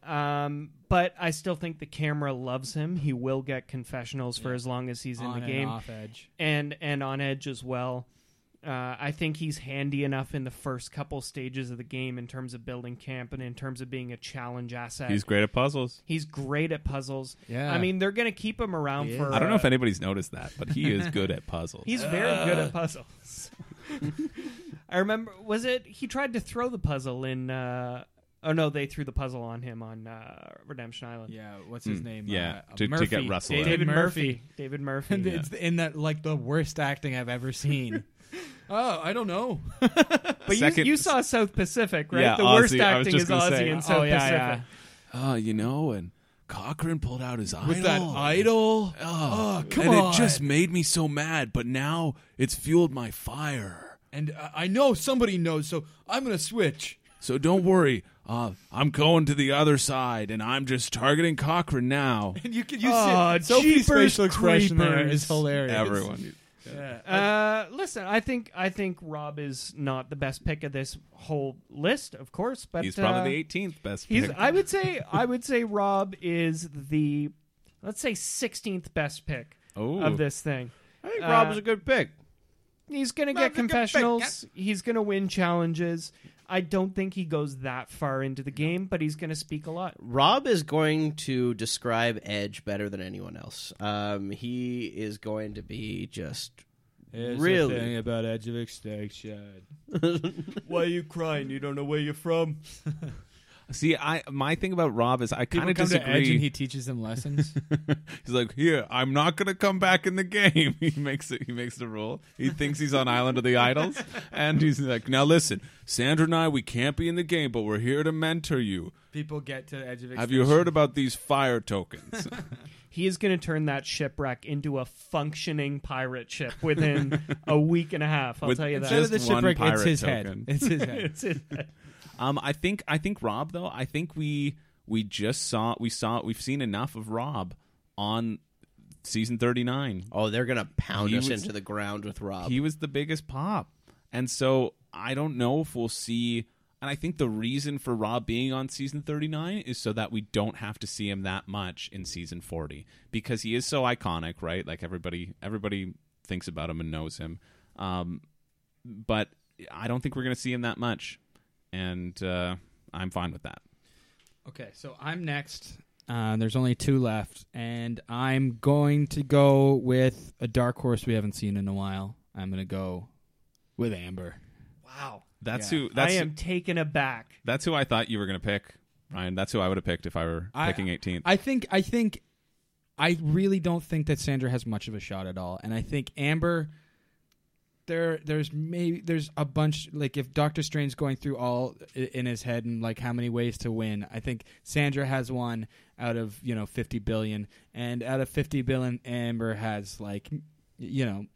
S1: Um, but I still think the camera loves him. He will get confessionals for as long as he's in
S5: on
S1: the game
S5: and off edge.
S1: and and on edge as well. Uh, I think he's handy enough in the first couple stages of the game in terms of building camp and in terms of being a challenge asset.
S3: He's great at puzzles.
S1: He's great at puzzles.
S2: Yeah.
S1: I mean, they're going to keep him around for.
S3: I don't know if
S1: uh,
S3: anybody's noticed that, but he is good at puzzles. [laughs]
S1: He's very good at puzzles. [laughs] I remember. Was it he tried to throw the puzzle in? Uh, oh no, they threw the puzzle on him on uh, Redemption Island.
S2: Yeah, what's his
S3: Mm,
S2: name?
S3: yeah,
S2: uh,
S3: to- to
S2: Murphy.
S3: get Russell
S2: David,
S3: out.
S1: David
S2: Murphy.
S1: Murphy. David Murphy.
S2: And It's in that like the worst acting I've ever
S3: [laughs]
S2: seen. oh, I don't
S5: [laughs]
S2: know.
S1: But
S3: Second-
S1: you, you saw South Pacific, right?
S3: Yeah,
S1: the worst
S3: Ozzy, I was
S1: acting
S3: just
S1: is
S3: gonna
S1: Aussie
S3: say.
S1: in
S3: Oh,
S1: South
S2: yeah,
S1: Pacific.
S2: yeah.
S3: Oh, you know, and Cochran pulled out his idol.
S2: With that idol.
S3: Oh,
S2: come
S3: and
S2: on.
S3: it just made me so mad, but now it's fueled my fire.
S2: And uh, I know somebody knows, so I'm going to switch.
S3: So don't worry. Uh, I'm going to the other side, and I'm just targeting Cochran now.
S2: And you can you
S1: Aw,
S2: see Ah, Sophie's
S1: jeepers
S2: facial expression there
S1: creepers.
S2: is hilarious.
S3: Everyone.
S1: Uh, listen, I think I think Rob is not the best pick of this whole list, of course, but
S3: [laughs] He's
S1: uh,
S3: probably the 18th best
S1: He's.
S3: pick.
S1: I would say. I would say Rob is the, let's say, sixteenth best pick
S3: Oh.
S1: of this thing.
S4: I think
S2: Ah.
S1: Uh,
S4: Rob was a good pick.
S1: He's gonna
S3: Rob's
S1: get
S3: a good pick,
S1: confessionals. He's gonna win challenges. I don't think he goes that far into the game, but he's gonna speak a lot.
S4: Rob is going to describe Edge better than anyone else. Um, he is going to be just really
S2: about Edge of
S3: [laughs]
S2: Extinction.
S1: Why are you crying? You don't know where you're from.
S3: See, I my thing about Rob is I kind
S2: People
S3: of
S2: come
S3: disagree.
S2: to Edge and he teaches them
S3: [laughs]
S2: lessons.
S3: he's like, here, I'm not gonna come back in the game. [laughs] He makes it. He makes the rule. He thinks he's on Island of the Idols, and he's like, now listen, Sandra and I, we can't be in the game, but we're here to mentor you.
S2: People get to Edge of Extinction.
S3: Have you heard about these fire tokens?
S1: He is gonna turn that shipwreck into a functioning pirate ship within a
S3: [laughs]
S1: week and a half. I'll
S3: With-
S1: tell you
S3: Instead
S1: that.
S3: of the Just one shipwreck,
S2: shipwreck,
S3: it's pirate
S2: it's
S3: his
S2: his
S3: head. token.
S2: head. It's his head.
S3: [laughs]
S1: [laughs] It's in-
S3: Um, I think I think Rob though. I think we we just saw we saw we've seen enough of Rob on season thirty nine.
S4: Oh, they're gonna pound
S3: He
S4: us
S3: was-
S4: into the ground with Rob.
S3: He was the biggest pop, and so I don't know if we'll see. And I think the reason for Rob being on season thirty nine is so that we don't have to see him that much in season forty because he is so iconic, right? Like everybody everybody thinks about him and knows him. Um, but I don't think we're going to see him that much, and uh, I'm fine with that.
S2: Okay, so I'm next. Uh, there's only two left, and I'm going to go with a dark horse we haven't seen in a while. I'm going to go with Amber.
S1: wow.
S3: That's
S2: Yeah.
S3: who. That's
S1: I am taken aback.
S3: that's who I thought you were going to pick, Ryan. That's who I would have picked if I were
S2: I-
S3: picking 18th.
S2: [laughs] I think I think I really don't think that Sandra has much of a shot at all, and I think Amber. There, there's maybe there's a bunch like if Doctor Strange's going through all i- in his head and like how many ways to win. I think Sandra has one out of you know 50 billion, and out of 50 billion, Amber has like you know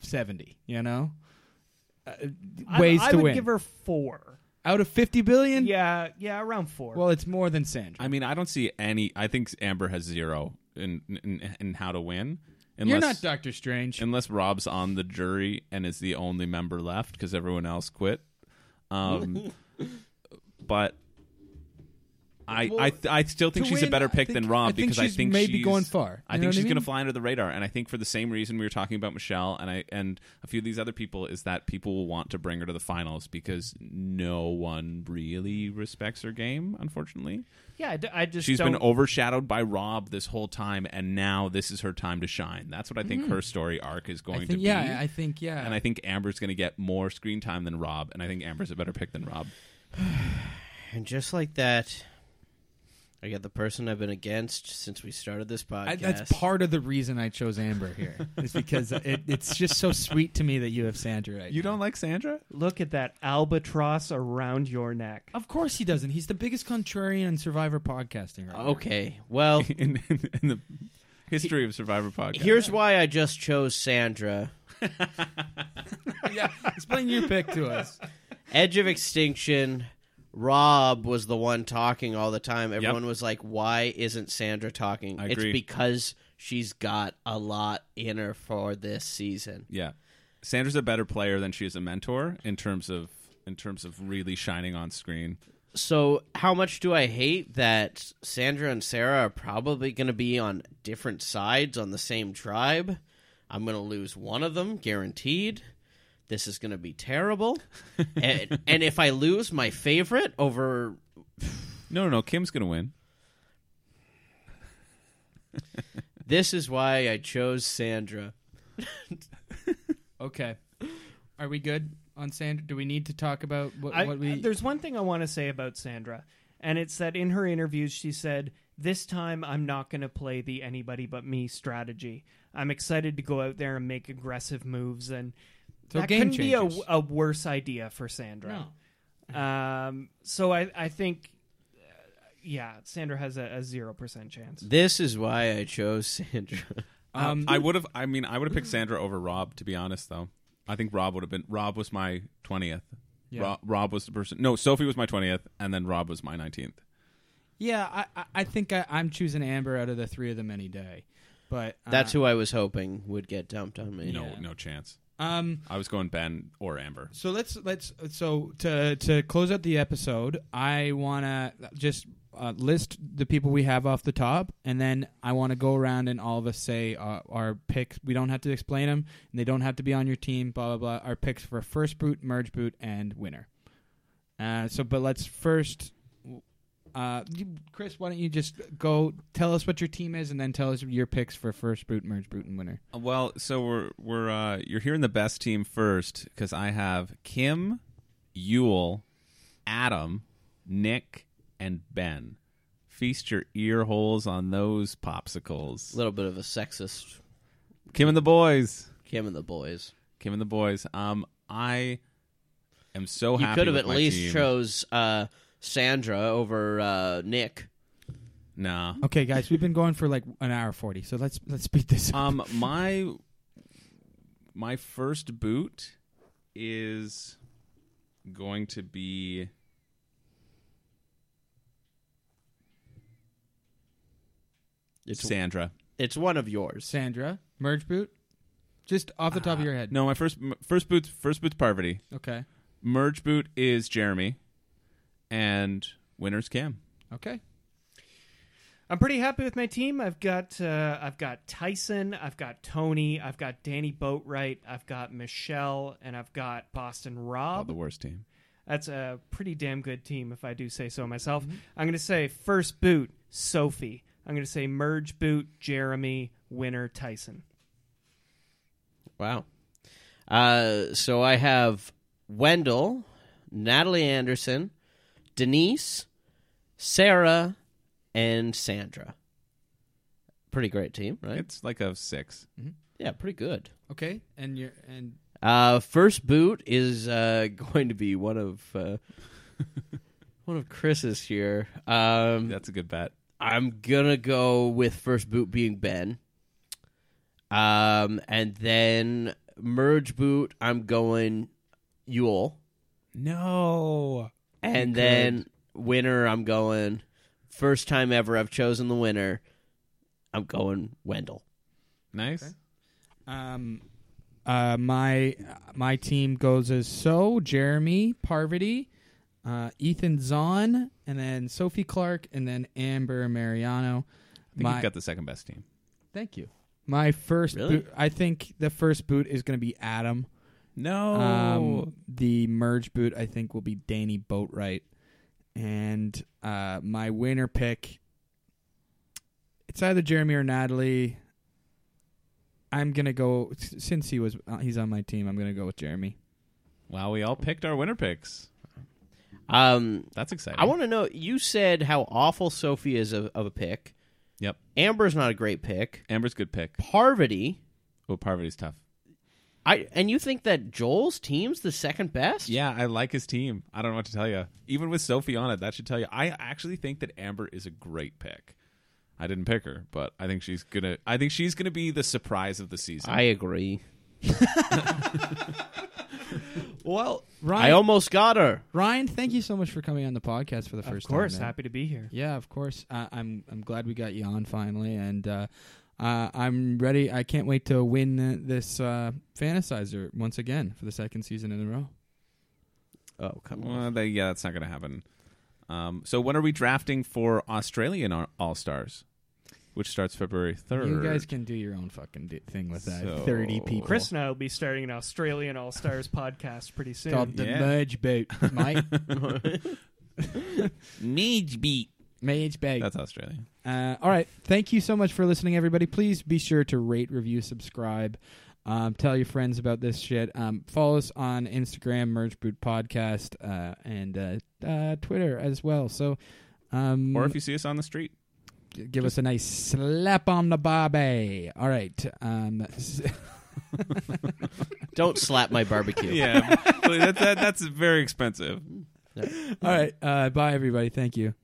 S2: 70. You know uh,
S1: I-
S2: ways
S1: I,
S2: to
S1: would
S2: win
S1: give her four.
S2: out of 50 billion.
S1: Yeah, yeah, around four.
S2: Well, it's more than Sandra.
S3: I mean, I don't see any. I think Amber has zero in in, in how to win. Unless,
S2: You're not Doctor Strange.
S3: unless Rob's on the jury and is the only member left because everyone else quit.
S2: [laughs]
S3: Um, but I I I still think
S2: to
S3: she's a
S2: win,
S3: better
S2: I
S3: pick than
S2: think-
S3: Rob
S2: I think
S3: because I
S2: she's
S3: think
S2: maybe
S3: she's-
S2: going far.
S3: I
S2: You know
S3: think
S2: what I
S3: she's going to
S2: mean?
S3: fly under the radar, and I think for the same reason we were talking about Michelle and I and a few of these other people is that people will want to bring her to the finals because no one really respects her game, unfortunately.
S1: yeah, I, d- I just
S3: She's
S1: don't,
S3: been overshadowed by Rob this whole time, and now this is her time to shine. That's what I think her story arc is going
S2: Mm-hmm. I
S3: to
S2: think
S3: be.
S2: yeah, I think yeah.
S3: and I think Amber's going to get more screen time than Rob, and I think Amber's a better pick than Rob.
S4: and just like that, I got the person I've been against since we started this podcast.
S2: I, that's part of the reason I chose Amber here is because it, it's just so sweet to me that you have Sandra. Right now.
S3: like Sandra?
S1: Look at that albatross around your neck.
S2: Of course he doesn't. He's the biggest contrarian in Survivor podcasting. Right
S4: Okay, well,
S3: In, in, in the history of Survivor podcast,
S4: here's why I just chose Sandra.
S2: now. yeah. Explain your pick to us.
S4: Edge of Extinction. Rob was the one talking all the time. Everyone was like, "Why isn't Sandra talking?"
S3: I
S4: it's
S3: agree.
S4: because she's got a lot in her for this season.
S3: yeah, Sandra's a better player than she is a mentor in terms of in terms of really shining on screen.
S4: So, how much do I hate that Sandra and Sarah are probably going to be on different sides on the same tribe? I'm going to lose one of them, guaranteed. this is going to be
S3: [laughs]
S4: terrible. and, and if I lose my favorite over
S3: No, no, no. Kim's gonna win.
S4: this is why I chose Sandra.
S2: Okay. Are we good on Sandra? Do we need to talk about what,
S1: I,
S2: what we?
S1: there's one thing I want to say about Sandra, and it's that in her interviews she said, "This time I'm not going to play the anybody but me strategy. I'm excited to go out there and make aggressive moves." And
S2: So
S1: that
S2: game
S1: couldn't
S2: changers.
S1: be a, a worse idea for Sandra. Um, so I, I think, uh, yeah, Sandra has a zero percent chance.
S4: This is why I chose Sandra. [laughs]
S3: Um, I would have. I mean, I would have picked Sandra over Rob. To be honest, though, I think Rob would have been. Rob was my twentieth. Rob, was the person. No, Sophie was my twentieth, and then Rob was my nineteenth.
S2: yeah, I- I, I think I, I'm choosing Amber out of the three of them any day. But uh,
S4: That's who I was hoping would get dumped on me.
S3: Ah. No, no chance.
S2: um.
S3: I was going Ben or Amber.
S2: So let's let's so to to close out the episode, I want to just uh, list the people we have off the top, and then I want to go around and all of us say uh, our picks. We don't have to explain them, and they don't have to be on your team. Blah blah blah. Our picks for first boot, merge boot, and winner. Uh, so, but let's first. Uh, you- Chris, why don't you just go tell us what your team is, and then tell us your picks for first boot, merge boot, and winner.
S3: Well, so we're we're uh, you're hearing the best team first because I have Kim, Yule, Adam, Nick, and Ben. Feast your ear holes on those popsicles.
S4: A little bit of a sexist.
S3: Kim and the boys.
S4: Kim and the boys.
S3: Kim and the boys. Um, I am so
S4: You
S3: happy.
S4: could have
S3: with
S4: at
S3: my
S4: least
S3: team.
S4: chose uh, Sandra over uh, Nick.
S3: Nah.
S2: Okay, guys, we've been going for like an hour forty, so let's let's beat [laughs] this. up.
S3: Um, my my first boot is going to be.
S4: It's
S3: Sandra.
S4: it's one of yours.
S2: Sandra, merge boot, just off the top of your head.
S3: Uh, No, my first m- first boot's first boot's Parvati.
S2: Okay.
S3: Merge boot is Jeremy, and winner's Kim.
S2: Okay.
S1: I'm pretty happy with my team. I've got uh, I've got Tyson, I've got Tony, I've got Danny Boatwright, I've got Michelle, and I've got Boston
S3: Oh,
S1: Rob.
S3: the worst team.
S1: That's a pretty damn good team, if I do say so myself.
S2: Mm-hmm.
S1: I'm going to say first boot, Sophie. I'm going to say merge boot, Jeremy, winner, Tyson.
S4: Wow. Uh, so I have Wendell, Natalie Anderson, Denise, Sarah, and Sandra. Pretty great team, right? Mm-hmm.
S3: It's like a six.
S4: yeah, pretty good.
S2: Okay. And you're and
S4: Uh, first boot is uh, [laughs] going to be one of
S2: [laughs]
S4: uh, one of Chris's here. Um,
S3: That's a good bet.
S4: I'm gonna go with first boot being Ben. Um, and then merge boot, I'm going Yule,
S2: no.
S4: and then winner, I'm going first time ever I've chosen the winner. I'm going Wendell.
S3: Nice.
S2: Um, uh, my my team goes as so Jeremy Parvati, uh, Ethan Zahn, and then Sophie Clark, and then Amber Mariano.
S3: I think
S2: My-
S3: you've got the second best team.
S2: thank you. My first
S4: Really?
S2: boot. I think the first boot is going to be Adam.
S3: No.
S2: Um, the merge boot, I think, will be Danny Boatwright. And uh, my winner pick, it's either Jeremy or Natalie. I'm gonna go s- since he was uh, he's on my team. I'm gonna go with Jeremy.
S3: wow, we all picked our winner picks.
S4: Um,
S3: That's exciting.
S4: I want to know. You said how awful Sophie is of, of a pick.
S3: Yep.
S4: Amber's not a great pick.
S3: Amber's good pick.
S4: Parvati,
S3: Oh, Parvati's tough.
S4: I and you think that Joel's team's the second best?
S3: Yeah, I like his team. I don't know what to tell you. Even with Sophie on it, that should tell you. I actually think that Amber is a great pick. I didn't pick her, but I think she's gonna. I think she's gonna be the surprise of the season.
S4: I agree.
S2: Well,
S4: I
S2: Ryan,
S4: almost got her.
S2: Ryan, thank you so much for coming on the podcast for the
S1: Of
S2: first time.
S1: course,
S2: man.
S1: happy to be here.
S2: Yeah, of course. Uh, I'm I'm glad we got you on finally, and uh, uh, I'm ready. I can't wait to win uh, this uh, fantasizer once again for the second season in a row.
S4: Oh, come on.
S3: Well, they, yeah, that's not gonna happen. Um, so when are we drafting for Australian All Stars? which starts February third.
S2: You guys can do your own fucking di- thing with that.
S3: So-
S2: Thirty people.
S1: Chris and I will be starting an Australian All Stars [laughs] podcast pretty soon.
S2: called the
S3: Yeah.
S2: merge
S3: [laughs]
S2: boat, mate.
S3: Mage beat.
S2: merge boat.
S3: That's Australian.
S2: Uh, all right. Thank you so much for listening, everybody. Please be sure to rate, review, subscribe. Um, tell your friends about this shit. Um, follow us on Instagram, Merge Boot Podcast, uh, and uh, uh, Twitter as well. So, um,
S3: Or if you see us on the street,
S2: [laughs] g- give us a nice slap on the bobby. All right. Um, [laughs] s-
S4: Don't slap my
S3: [laughs]
S4: barbecue.
S3: yeah, that, that, that's very expensive.
S2: all right. Uh, bye, everybody. Thank you.